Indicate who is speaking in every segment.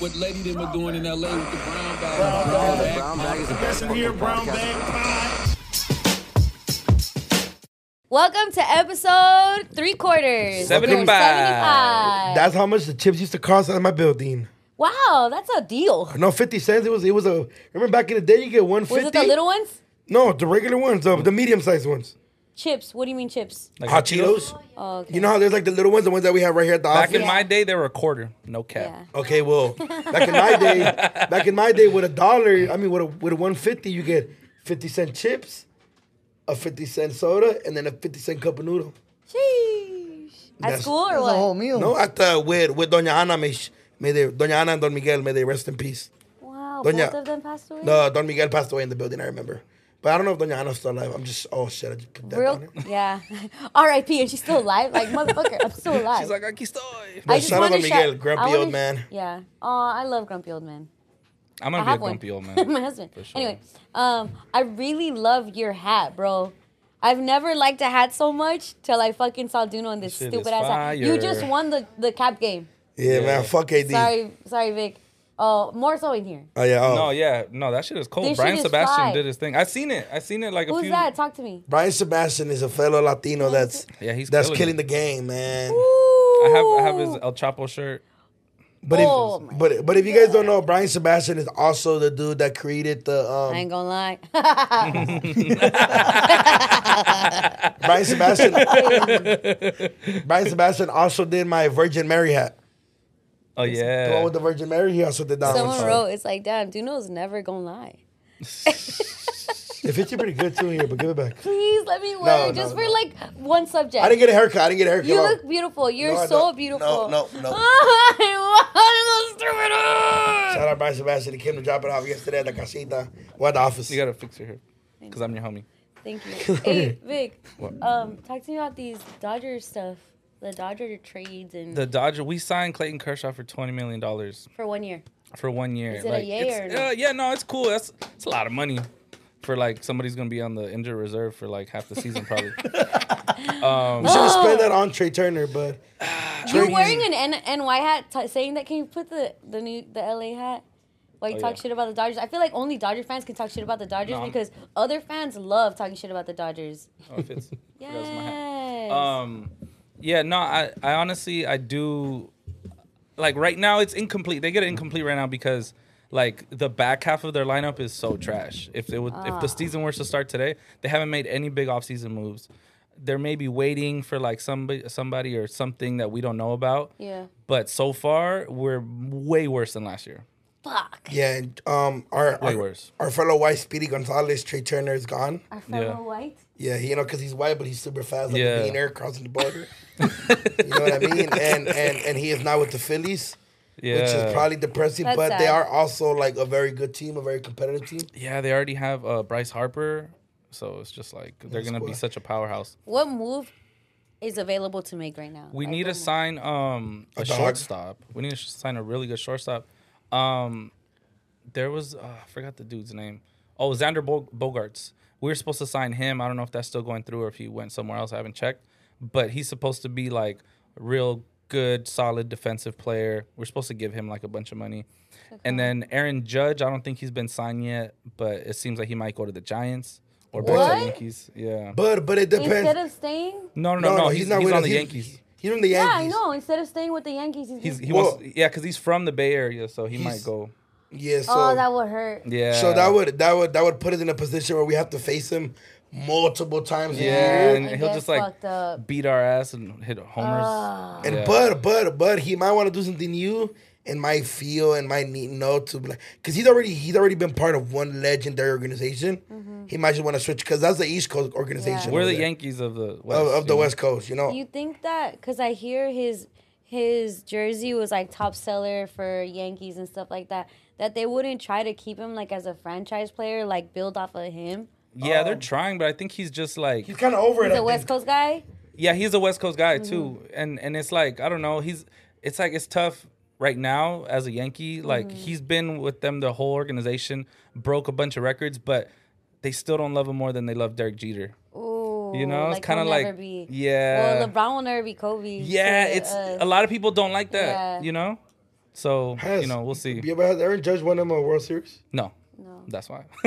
Speaker 1: what Lady them are doing in L.A. with the brown bag.
Speaker 2: Brown
Speaker 1: Brown
Speaker 2: bag.
Speaker 1: bag.
Speaker 3: Brown bag is the best
Speaker 2: Listen here,
Speaker 3: fucking
Speaker 2: brown
Speaker 3: podcast.
Speaker 2: bag pie.
Speaker 4: Welcome to episode three quarters.
Speaker 5: 75.
Speaker 4: 75.
Speaker 6: That's how much the chips used to cost out of my building.
Speaker 4: wow, that's a deal.
Speaker 6: No, fifty cents. It was. It was a. Remember back in the day, you get one
Speaker 4: Was
Speaker 6: fifty.
Speaker 4: it the little ones?
Speaker 6: No, the regular ones, the, the medium sized ones.
Speaker 4: Chips. What do you mean chips?
Speaker 5: Like
Speaker 6: Hot
Speaker 5: the
Speaker 6: Cheetos.
Speaker 4: Oh, okay.
Speaker 6: You know how there's like the little ones, the ones that we have right here at the
Speaker 5: Back
Speaker 6: office.
Speaker 5: in my day, they were a quarter, no cap.
Speaker 4: Yeah.
Speaker 6: okay, well, back in my day, back in my day, with a dollar, I mean, with a, with a one fifty, you get fifty cent chips, a fifty cent soda, and then a fifty cent cup of noodle.
Speaker 4: Sheesh. At
Speaker 6: That's-
Speaker 4: school or
Speaker 2: That's a whole
Speaker 4: what?
Speaker 2: meal.
Speaker 6: No, at uh, with with Doña Ana, may, sh- may they, Doña Ana and Don Miguel, may they rest in peace.
Speaker 4: Wow,
Speaker 6: Doña-
Speaker 4: both of them passed away.
Speaker 6: No, Don Miguel passed away in the building. I remember, but I don't know if Doña Ana's still alive. I'm just oh shit, I just put that
Speaker 4: Real,
Speaker 6: on it.
Speaker 4: yeah. R.I.P. And she's still alive. Like motherfucker, I'm still alive.
Speaker 5: She's like, aquí estoy.
Speaker 4: I
Speaker 6: But
Speaker 4: just
Speaker 6: shout out
Speaker 4: wanna
Speaker 6: to Miguel,
Speaker 4: shout-
Speaker 6: grumpy
Speaker 4: I wanna
Speaker 6: old
Speaker 4: sh-
Speaker 6: man.
Speaker 4: Yeah. Oh, I love grumpy old man.
Speaker 5: I'm
Speaker 4: I
Speaker 5: gonna be a
Speaker 4: have one.
Speaker 5: grumpy old man.
Speaker 4: My husband.
Speaker 5: sure.
Speaker 4: Anyway, um, I really love your hat, bro. I've never liked a hat so much till I fucking saw Duno in this
Speaker 5: Shit
Speaker 4: stupid
Speaker 5: is
Speaker 4: ass hat. You
Speaker 5: fire.
Speaker 4: just won the, the cap game.
Speaker 6: Yeah,
Speaker 5: Yeah.
Speaker 6: man, fuck AD.
Speaker 4: Sorry, sorry, Vic. Oh, more so in here.
Speaker 6: Oh yeah, oh.
Speaker 5: No, yeah, no, that shit is cold.
Speaker 4: This
Speaker 5: Brian
Speaker 4: shit is
Speaker 5: Sebastian
Speaker 4: fly.
Speaker 5: did his thing. I seen it. I seen it like a
Speaker 4: Who's
Speaker 5: few.
Speaker 4: that? Talk to me.
Speaker 6: Brian Sebastian is a fellow Latino that's
Speaker 5: Yeah, he's
Speaker 6: that's
Speaker 5: killing
Speaker 6: killing
Speaker 5: it.
Speaker 6: the game, man.
Speaker 5: I have I have his El Chapo shirt.
Speaker 6: But if
Speaker 4: Oh, my
Speaker 6: but but if you guys don't know, Brian Sebastian is also the dude that created the
Speaker 4: I
Speaker 6: um,
Speaker 4: ain't gonna lie.
Speaker 6: Brian Sebastian. Brian Sebastian also did my Virgin Mary hat.
Speaker 5: Oh
Speaker 6: The one
Speaker 5: yeah.
Speaker 6: with the Virgin Mary, he also did that
Speaker 4: Someone
Speaker 6: one.
Speaker 4: wrote, it's like, damn, Duno's never gonna lie.
Speaker 6: It fits you pretty good too here, but give it back.
Speaker 4: Please let me wear
Speaker 6: No,
Speaker 4: it just
Speaker 6: no,
Speaker 4: for
Speaker 6: no.
Speaker 4: like one subject.
Speaker 6: I didn't get a haircut. I didn't get a haircut.
Speaker 4: you
Speaker 6: Well,
Speaker 4: look beautiful. You're
Speaker 6: No, I
Speaker 4: so
Speaker 6: don't.
Speaker 4: beautiful.
Speaker 6: No, no, no.
Speaker 4: I want those stupid arms.
Speaker 6: Shout out Brian Sebastian. He came to drop it off yesterday at the casita. What the office?
Speaker 5: You gotta fix your hair, cause I'm your homie.
Speaker 4: Thank you. Hey, Vic. Um, talk to me about these Dodger stuff. The Dodger trades and
Speaker 5: The Dodger. We signed Clayton Kershaw for twenty million dollars
Speaker 4: for one year.
Speaker 5: for one year.
Speaker 4: Is it a yay
Speaker 5: it's-
Speaker 4: or no?
Speaker 5: uh, yeah, no, it's cool. That's it's a lot of money for like somebody's gonna be on the injured reserve for like half the season probably. Um,
Speaker 6: We should have spent
Speaker 4: Oh.
Speaker 6: that on Trey Turner, but
Speaker 4: You're wearing an N- NY hat t- saying that. Can you put the the new the LA hat? While you
Speaker 5: Oh,
Speaker 4: talk
Speaker 5: yeah.
Speaker 4: shit about the Dodgers, I feel like only Dodger fans can talk shit about the Dodgers
Speaker 5: No, I'm-
Speaker 4: because other fans love talking shit about the Dodgers.
Speaker 5: oh, it fits.
Speaker 4: Yes.
Speaker 5: That was my hat. Um, yeah, no, I, I honestly, I do. Like right now, it's incomplete. They get it incomplete right now because like the back half of their lineup is so trash. If it would, if the season were to start today, they haven't made any big offseason moves. They're maybe waiting for like somebody, somebody or something that we don't know about.
Speaker 4: yeah.
Speaker 5: But so far, we're way worse than last year.
Speaker 4: Fuck.
Speaker 6: yeah, and, um, our
Speaker 5: Way
Speaker 6: our,
Speaker 5: worse.
Speaker 6: our fellow white Speedy Gonzalez, Trey Turner is gone.
Speaker 4: Our fellow
Speaker 5: Yeah.
Speaker 4: white.
Speaker 6: Yeah, he- you know, because he's white, but he's super fast, like
Speaker 5: Yeah.
Speaker 6: a bean air crossing the border. you know what I mean? And and and he is now with the Phillies,
Speaker 5: Yeah,
Speaker 6: which is probably depressing.
Speaker 4: That's
Speaker 6: but they
Speaker 4: sad.
Speaker 6: are also like a very good team, a very competitive team.
Speaker 5: yeah. They already have uh, Bryce Harper, so it's just like they're gonna be
Speaker 6: why.
Speaker 5: such a powerhouse.
Speaker 4: What move is available to make right now?
Speaker 5: We
Speaker 4: Like,
Speaker 5: need
Speaker 4: what
Speaker 5: to
Speaker 4: move?
Speaker 5: sign um, a,
Speaker 6: dog?
Speaker 5: shortstop. We need to sh- sign a really good shortstop. Um, there was uh, I forgot the dude's name. Oh, Xander Bo- Bogarts. We were supposed to sign him. I don't know if that's still going through or if he went somewhere else. I haven't checked. But he's supposed to be like a real good, solid defensive player. We're supposed to give him like a bunch of money. And then Aaron Judge. I don't think he's been signed yet, but it seems like he might go to the Giants or back to
Speaker 4: What?
Speaker 5: the Yankees. Yeah.
Speaker 6: But but it depends.
Speaker 4: Instead of staying,
Speaker 5: no, no, no, no. He's, he's,
Speaker 6: with
Speaker 5: on
Speaker 6: us.
Speaker 5: the
Speaker 6: He's-
Speaker 5: Yankees.
Speaker 6: He's on the
Speaker 4: yeah,
Speaker 6: Yankees.
Speaker 4: I know. Instead of staying with the Yankees, he's,
Speaker 5: He's he
Speaker 6: Well-
Speaker 5: wants yeah, because he's from the Bay Area, so he might
Speaker 6: He's-
Speaker 5: go.
Speaker 6: Yeah, so
Speaker 4: oh, that would hurt.
Speaker 5: Yeah.
Speaker 6: so that would that would that would put us in a position where we have to face him multiple times a year.
Speaker 5: yeah, and
Speaker 4: I
Speaker 5: he'll
Speaker 4: get
Speaker 5: just like
Speaker 4: fucked Ah. up.
Speaker 5: beat our ass and hit homers.
Speaker 6: And
Speaker 5: Yeah.
Speaker 6: but but but he might want to do something new and might feel and might need know to because he's already he's already been part of one legendary organization. He might just want to switch because that's the East Coast organization.
Speaker 5: We're
Speaker 6: over
Speaker 5: the
Speaker 6: there,
Speaker 5: Yankees of the West.
Speaker 6: of, of the
Speaker 5: you know?
Speaker 6: West Coast, you know.
Speaker 4: You think that? Because I hear his his jersey was like top seller for Yankees and stuff like that. That they wouldn't try to keep him like as a franchise player, like build off of him.
Speaker 5: Yeah,
Speaker 4: Oh.
Speaker 5: they're trying, but I think he's just like
Speaker 6: he's kind of over it.
Speaker 4: He's
Speaker 6: I
Speaker 4: a West
Speaker 6: think.
Speaker 4: Coast guy.
Speaker 5: yeah, he's a West Coast
Speaker 4: Mm-hmm.
Speaker 5: guy too, and and it's like I don't know, he's it's like it's tough right now as a Yankee. Like
Speaker 4: Mm-hmm.
Speaker 5: he's been with them the whole organization, broke a bunch of records, but they still don't love him more than they love Derek Jeter.
Speaker 4: Ooh,
Speaker 5: You know, it's kinda
Speaker 4: he'll
Speaker 5: like-
Speaker 4: never be-
Speaker 5: yeah.
Speaker 4: Well, LeBron will never be Kobe.
Speaker 5: Yeah,
Speaker 4: to
Speaker 5: it's
Speaker 4: us.
Speaker 5: a lot of people don't like that.
Speaker 4: Yeah.
Speaker 5: You know, So
Speaker 6: Has-
Speaker 5: you know, we'll see.
Speaker 6: You ever had Aaron Judge won him a World Series?
Speaker 5: No,
Speaker 4: No,
Speaker 5: that's why.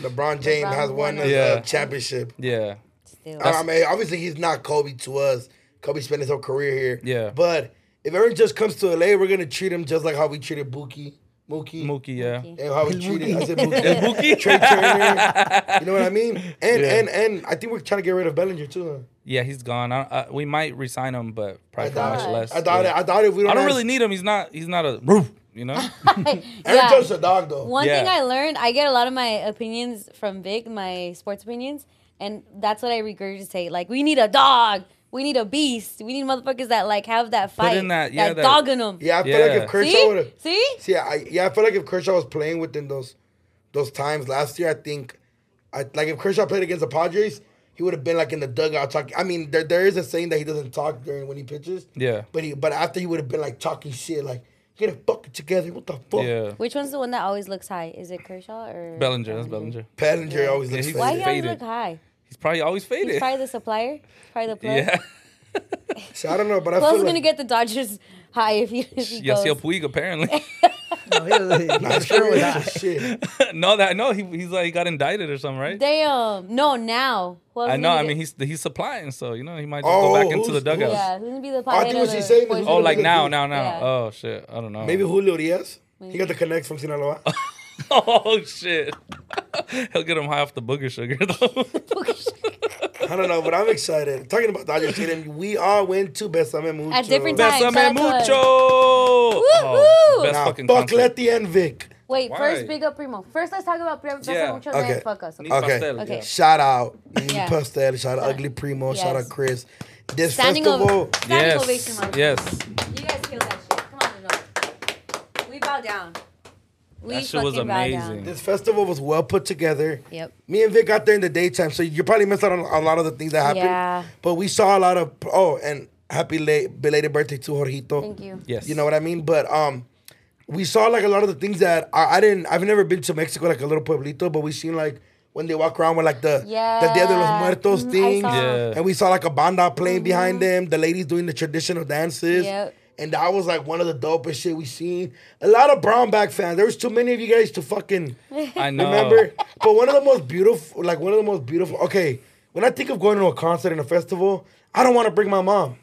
Speaker 6: LeBron James
Speaker 4: LeBron
Speaker 6: has won
Speaker 4: won
Speaker 6: a
Speaker 5: it. Yeah.
Speaker 6: championship.
Speaker 5: yeah,
Speaker 4: still.
Speaker 6: I mean, obviously he's not Kobe to us. Kobe spent his whole career here.
Speaker 5: Yeah.
Speaker 6: But if Aaron Judge comes to LA, we're gonna treat him just like how we treated Buki, Mookie,
Speaker 5: Mookie. Yeah,
Speaker 4: Mookie.
Speaker 6: and how we treated I said Buki,
Speaker 5: Mookie.
Speaker 6: Trey Turner. You know what I mean? And
Speaker 5: Yeah.
Speaker 6: and and I think we're trying to get rid of Bellinger too. Huh?
Speaker 5: Yeah, he's gone. I, I, we might resign him, but
Speaker 6: I
Speaker 5: probably for
Speaker 6: doubt
Speaker 5: much
Speaker 6: it.
Speaker 5: less.
Speaker 6: I doubt
Speaker 5: yeah.
Speaker 6: it. I doubt it. We don't.
Speaker 5: I don't
Speaker 6: have-
Speaker 5: really need him. He's not. He's not a. You know.
Speaker 6: Aaron
Speaker 4: Yeah.
Speaker 6: Judge's a dog though.
Speaker 4: One thing
Speaker 5: Yeah.
Speaker 4: I learned, I get a lot of my opinions from Vic, my sports opinions, and that's what I regurgitate. Like, we need a dog. We need a beast. We need motherfuckers that like have that fight,
Speaker 5: in that-
Speaker 4: that,
Speaker 5: yeah, that-
Speaker 4: dog in them.
Speaker 6: Yeah, I feel like
Speaker 5: Yeah.
Speaker 6: if Kershaw would
Speaker 4: See, see,
Speaker 6: have. See, I yeah, I feel like if Kershaw was playing within those those times last year, I think, I like if Kershaw played against the Padres, he would have been like in the dugout talking. I mean, there there is a saying that he doesn't talk during when he pitches.
Speaker 5: Yeah.
Speaker 6: But he but after he would have been like talking shit, like get it fucking together. What the fuck?
Speaker 5: Yeah.
Speaker 4: which one's the one that always looks high? Is it Kershaw or
Speaker 5: Bellinger. That's Bellinger.
Speaker 6: Bellinger always looks.
Speaker 5: he's-
Speaker 6: faded.
Speaker 4: Why he always
Speaker 5: Faded.
Speaker 4: look high?
Speaker 5: He's probably always
Speaker 4: He's
Speaker 5: faded.
Speaker 4: probably the supplier. He's Probably the plug.
Speaker 5: Yeah.
Speaker 6: See, I don't know, but I
Speaker 4: Who else
Speaker 6: feel
Speaker 4: is gonna
Speaker 6: like
Speaker 4: get the Dodgers high if he, if he goes?
Speaker 5: Yasiel Puig apparently.
Speaker 2: No, he- he-
Speaker 6: Nah,
Speaker 2: for sure was
Speaker 6: it's
Speaker 2: high.
Speaker 6: shit.
Speaker 5: no, that no. He, he's like he got indicted or something, right?
Speaker 4: Damn. No, now. Who else
Speaker 5: I
Speaker 4: is
Speaker 5: know.
Speaker 4: gonna
Speaker 5: I
Speaker 4: get-
Speaker 5: mean, he's he's supplying, so you know he might just
Speaker 6: Oh,
Speaker 5: go back into the
Speaker 6: who's-
Speaker 5: dugout.
Speaker 4: yeah, who's gonna be the
Speaker 6: I
Speaker 4: pilot?
Speaker 6: think
Speaker 4: of
Speaker 6: what
Speaker 4: the
Speaker 6: she's saying is
Speaker 4: poison
Speaker 6: who's
Speaker 5: Oh,
Speaker 6: gonna
Speaker 4: oak?
Speaker 5: like
Speaker 6: be the
Speaker 5: now,
Speaker 6: dude?
Speaker 5: now, now.
Speaker 4: Yeah.
Speaker 5: Oh shit. I don't know.
Speaker 6: Maybe Julio Diaz. He got the connect from Sinaloa.
Speaker 5: Oh shit. He'll get him high off the booger sugar though.
Speaker 6: I don't know, but I'm excited. Talking about Dodger Stadium, we all went to Besame Mucho.
Speaker 4: At different times.
Speaker 5: Besame
Speaker 4: Bye,
Speaker 5: mucho. Oh,
Speaker 4: Woo-hoo.
Speaker 5: best
Speaker 6: Nah,
Speaker 5: fucking
Speaker 6: fuck
Speaker 5: concert.
Speaker 6: Letty and Vic.
Speaker 4: Wait,
Speaker 5: Why?
Speaker 4: first big up Primo. First, let's talk about Primo.
Speaker 5: Yeah. Uh,
Speaker 4: Yeah. Mucho, okay.
Speaker 6: Okay.
Speaker 4: Then fuck us.
Speaker 5: Okay.
Speaker 4: Okay. Okay.
Speaker 6: Shout out Neem
Speaker 4: Yeah.
Speaker 6: Pastel. Shout out Ugly Primo. Shout out
Speaker 4: Yes.
Speaker 6: Chris. This
Speaker 4: Standing
Speaker 6: festival,
Speaker 4: ovation. Standing ovation,
Speaker 5: Yes.
Speaker 4: Mike.
Speaker 5: Yes.
Speaker 4: You guys killed that shit. Come on, Lenoir. We bow down. We
Speaker 5: That shit was
Speaker 4: fucking bow down.
Speaker 5: amazing.
Speaker 6: this festival was well put together.
Speaker 4: Yep.
Speaker 6: Me and Vic got there in the daytime, so you probably missed out on a lot of the things that happened.
Speaker 4: Yeah.
Speaker 6: But we saw a lot of oh, and happy late belated birthday to Jorgito.
Speaker 4: Thank you.
Speaker 5: Yes.
Speaker 6: You know what I mean? But um, we saw like a lot of the things that I, I didn't. I've never been to Mexico, like a little pueblito, but we seen like when they walk around with like the the Dia de los
Speaker 4: Yeah.
Speaker 6: Muertos
Speaker 4: Mhm, I
Speaker 6: thing,
Speaker 4: saw. Mm-hmm.
Speaker 5: Yeah.
Speaker 6: and we saw like a banda playing behind them, the ladies doing the traditional dances.
Speaker 4: Yep.
Speaker 6: And that was like one of the dopest shit we seen. A lot of Brownback fans. There was too many of you guys to fucking
Speaker 5: I know.
Speaker 6: remember. but one of the most beautiful, like one of the most beautiful. Okay, when I think of going to a concert and a festival, I don't want to bring my mom.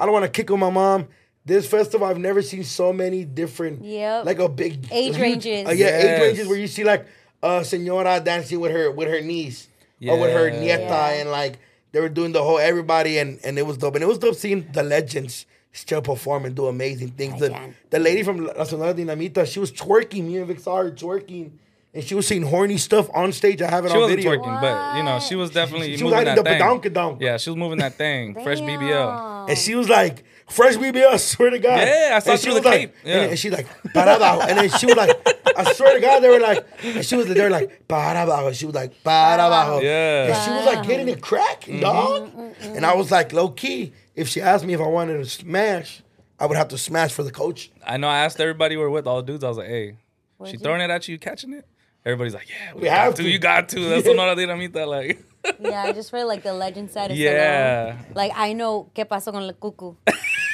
Speaker 6: I don't want to kick with my mom. This festival, I've never seen so many different,
Speaker 4: Yep.
Speaker 6: like a big
Speaker 4: Age
Speaker 6: huge-
Speaker 4: ranges.
Speaker 6: uh, yeah,
Speaker 5: Yes.
Speaker 6: age ranges where you see like a senora dancing with her with her niece or with her
Speaker 5: Yeah.
Speaker 6: nieta,
Speaker 4: Yeah.
Speaker 6: and like they were doing the whole everybody, and and it was dope, and it was dope seeing the legends. Still perform and do amazing things. The,
Speaker 4: Legend.
Speaker 6: the lady from La Sonora Dinamita, she was twerking. Me and Vic saw her twerking, and she was seeing horny stuff on stage. I have it
Speaker 5: She
Speaker 6: on
Speaker 5: wasn't
Speaker 6: video.
Speaker 5: twerking, but you know, she was definitely
Speaker 6: She was
Speaker 5: moving
Speaker 6: hiding
Speaker 5: that
Speaker 6: the
Speaker 5: thing.
Speaker 6: badonkadonk.
Speaker 5: Yeah, she was moving that thing. Fresh BBL.
Speaker 6: And she was like, fresh BBL, I swear to God.
Speaker 5: Yeah, I saw
Speaker 6: and
Speaker 5: through
Speaker 6: was
Speaker 5: the
Speaker 6: like,
Speaker 5: cape.
Speaker 6: And,
Speaker 5: Yeah.
Speaker 6: and she like, parabao. And then she was like, I swear to God, they were like, and she was, they were like, parabao. She was like, parabao.
Speaker 5: Yeah. Mm-hmm.
Speaker 6: And she was like getting it crack, dog. And I was like, low key, if she asked me if I wanted to smash, I would have to smash for the coach.
Speaker 5: I know. I asked everybody we're with, all the dudes. I was like, "Hey, she
Speaker 4: you-
Speaker 5: throwing it at you, you catching it." Everybody's like, "Yeah, we,
Speaker 6: We
Speaker 5: got
Speaker 6: have
Speaker 5: to.
Speaker 6: to."
Speaker 5: You got to. That's another thing I mean that like.
Speaker 4: Yeah, I just feel like the legend side is
Speaker 5: Yeah.
Speaker 4: alone. Like, I know qué pasó con el cucu.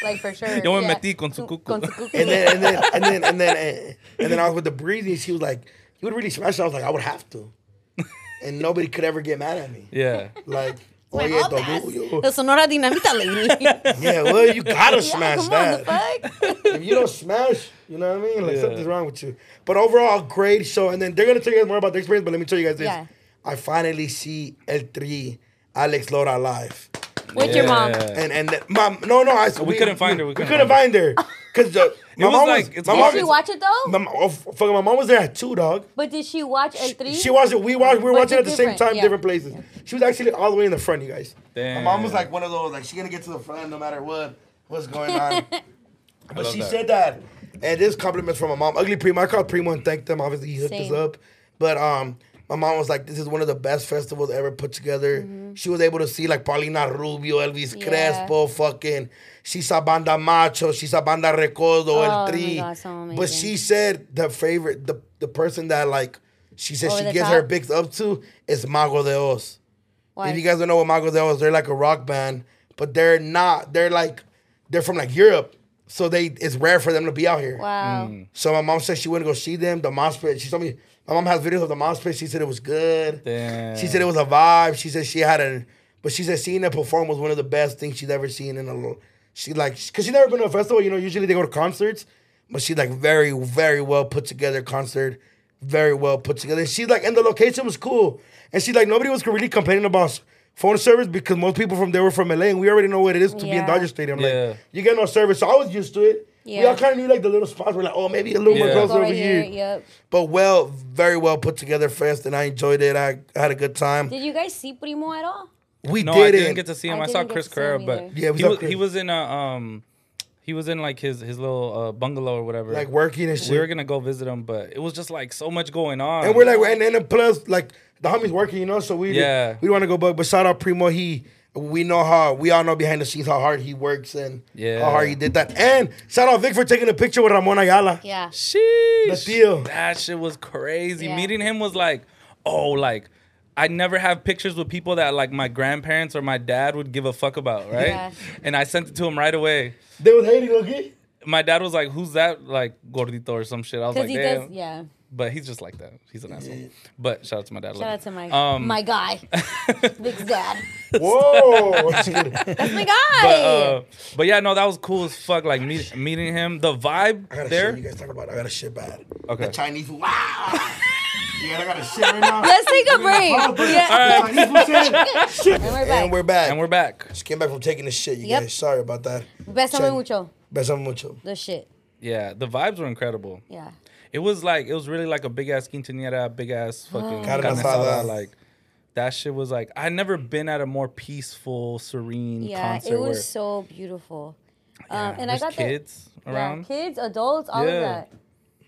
Speaker 4: Like, for sure.
Speaker 5: Yo me
Speaker 4: yeah.
Speaker 5: metí con su cucu.
Speaker 4: Con su cucu.
Speaker 6: And then, and then, and then, and then, and then I was with the breezy. And she was like, you would really smash. I was like, I would have to. And nobody could ever get mad at me.
Speaker 5: Yeah,
Speaker 6: Like,
Speaker 4: My
Speaker 6: oye,
Speaker 4: whole ass.
Speaker 6: Tobu,
Speaker 4: The Sonora Dinamita lady. Yeah,
Speaker 6: yeah, well, you gotta smash
Speaker 4: come on,
Speaker 6: that.
Speaker 4: the fuck?
Speaker 6: if you don't smash, you know what I mean? Like
Speaker 5: Yeah.
Speaker 6: something's wrong with you. But overall, great show. And then they're gonna tell you guys more about the experience. But let me tell you guys this:
Speaker 4: Yeah.
Speaker 6: I finally see El Tri, Alex Lora live.
Speaker 4: With your mom.
Speaker 5: Yeah.
Speaker 6: And and the- mom, no, no, I
Speaker 5: We couldn't find her, we
Speaker 6: We,
Speaker 5: couldn't
Speaker 6: couldn't find her because my
Speaker 5: was
Speaker 6: mom
Speaker 5: like-
Speaker 6: was
Speaker 5: it's
Speaker 6: my
Speaker 5: hard.
Speaker 6: mom,
Speaker 4: Did she
Speaker 5: Marvin's-
Speaker 4: watch it though?
Speaker 6: my, mom- oh, fuck, my mom was there at two, dog.
Speaker 4: But did she watch El Tri?
Speaker 6: She watched it. We watched. We were
Speaker 4: But
Speaker 6: watching
Speaker 4: they're
Speaker 6: at the same
Speaker 4: different,
Speaker 6: time,
Speaker 4: yeah.
Speaker 6: different places. She was actually all the way in the front, you guys.
Speaker 5: Damn.
Speaker 6: My mom was like one of those, like she gonna get to the front no matter what, what's going on. but
Speaker 5: love
Speaker 6: she
Speaker 5: that.
Speaker 6: said that, and this compliments from my mom. Ugly Primo, I called Primo and thanked them. Obviously, he hooked us
Speaker 4: Same.
Speaker 6: up. But um, my mom was like, "This is one of the best festivals ever put together." She was able to see like Paulina Rubio, Elvis
Speaker 4: Mm-hmm. Yeah.
Speaker 6: Crespo, fucking. She saw Banda Macho. She saw Banda Recodo,
Speaker 4: Oh,
Speaker 6: El
Speaker 4: my
Speaker 6: Tri.
Speaker 4: God, so
Speaker 6: but
Speaker 4: amazing.
Speaker 6: she she said the favorite, the the person that like she said
Speaker 4: Over
Speaker 6: she
Speaker 4: the
Speaker 6: gives her
Speaker 4: top?
Speaker 6: bigs up to is Mago de Oz.
Speaker 4: Why?
Speaker 6: If you guys don't know what Mago de Oz, they're like a rock band, but they're not. They're like they're from like Europe. So they it's rare for them to be out here.
Speaker 4: Wow.
Speaker 5: Mm.
Speaker 6: So my mom said she went to go see them. The mosh pit. She told me my mom has videos of the mosh pit. She said it was good.
Speaker 5: Damn.
Speaker 6: She said it was a vibe. She said she had a, but she said seeing her perform was one of the best things she's ever seen in a. lo- She like because she never been to a festival. You know, usually they go to concerts, but she like very very well put together concert, very well put together. And she like and the location was cool, and she like nobody was really complaining about s- phone service because most people from there were from LA, and we already know what it is to be in
Speaker 4: Yeah.
Speaker 6: Dodger Stadium. Like
Speaker 5: Yeah.
Speaker 6: you get no service, so I was used to it. We
Speaker 4: Yeah.
Speaker 6: all kind of knew like the little spots. We're like, oh, maybe a little more
Speaker 5: Yeah.
Speaker 6: closer
Speaker 4: Go
Speaker 6: over
Speaker 4: right here.
Speaker 6: here.
Speaker 4: Yep.
Speaker 6: But well, very well put together fest, and I enjoyed it. I, I had a good time.
Speaker 4: Did you guys see Primo at all?
Speaker 6: We
Speaker 5: No, I
Speaker 6: didn't.
Speaker 5: didn't get to see him.
Speaker 4: I
Speaker 5: I, saw
Speaker 4: didn't get
Speaker 5: Chris
Speaker 4: to see him
Speaker 5: Carrera, but
Speaker 4: either.
Speaker 6: Yeah, we
Speaker 5: he,
Speaker 6: saw
Speaker 5: was,
Speaker 6: Chris.
Speaker 5: he was in a um, he was in like his his little uh, bungalow or whatever.
Speaker 6: like working and shit.
Speaker 5: we were gonna go visit him, but it was just like so much going on.
Speaker 6: and we're like, and, and plus, like the homies working, you know. So we
Speaker 5: Yeah.
Speaker 6: we want to go, but but shout out Primo. He we know how we all know behind the scenes how hard he works and
Speaker 5: Yeah.
Speaker 6: how hard he did that. And shout out Vic for taking a picture with Ramon Ayala.
Speaker 4: Yeah.
Speaker 5: Sheesh.
Speaker 6: The deal.
Speaker 5: That shit was crazy.
Speaker 4: Yeah.
Speaker 5: Meeting him was like, oh, like I never have pictures with people that like my grandparents or my dad would give a fuck about, right?
Speaker 4: Yeah.
Speaker 5: And I sent it to him right away.
Speaker 6: They was hating, okay?
Speaker 5: My dad was like, "Who's that?" Like gordito or some shit. I was
Speaker 4: Because
Speaker 5: like,
Speaker 4: he
Speaker 5: "Damn,"
Speaker 4: does. Yeah.
Speaker 5: but he's just like that. He's an asshole. But shout out to my dad.
Speaker 4: Shout out to my
Speaker 5: Um,
Speaker 4: my guy, Big Dad.
Speaker 6: Whoa! Just kidding.
Speaker 4: That's my guy.
Speaker 5: But, uh, but yeah, no, that was cool as fuck. Like meet, meeting him, the vibe
Speaker 6: I got a shit.
Speaker 5: there.
Speaker 6: You guys talk about. it. I got a shit bad.
Speaker 5: Okay.
Speaker 6: The Chinese food. Wow. yeah, I got a shit right now.
Speaker 4: Let's take a break. Yeah.
Speaker 6: The Chinese food shit.
Speaker 4: And we're back.
Speaker 6: And we're back.
Speaker 5: And we're back.
Speaker 6: Just came back from taking the shit, you
Speaker 4: Yep.
Speaker 6: guys. Sorry about that.
Speaker 4: Best
Speaker 6: Check.
Speaker 4: time mucho.
Speaker 6: Best of mucho.
Speaker 4: The shit.
Speaker 5: Yeah, the vibes were incredible.
Speaker 4: Yeah.
Speaker 5: It was like it was really like a big ass quinceanera, big ass fucking
Speaker 6: Carne
Speaker 5: carne
Speaker 6: asada.
Speaker 5: asada. Like that shit was like I never been at a more peaceful, serene
Speaker 4: Yeah.
Speaker 5: concert.
Speaker 4: it was
Speaker 5: where,
Speaker 4: so beautiful.
Speaker 5: yeah,
Speaker 4: um, and I
Speaker 5: there's
Speaker 4: got
Speaker 5: kids
Speaker 4: that.
Speaker 5: around.
Speaker 4: Yeah, kids, adults, all
Speaker 5: Yeah.
Speaker 4: of that.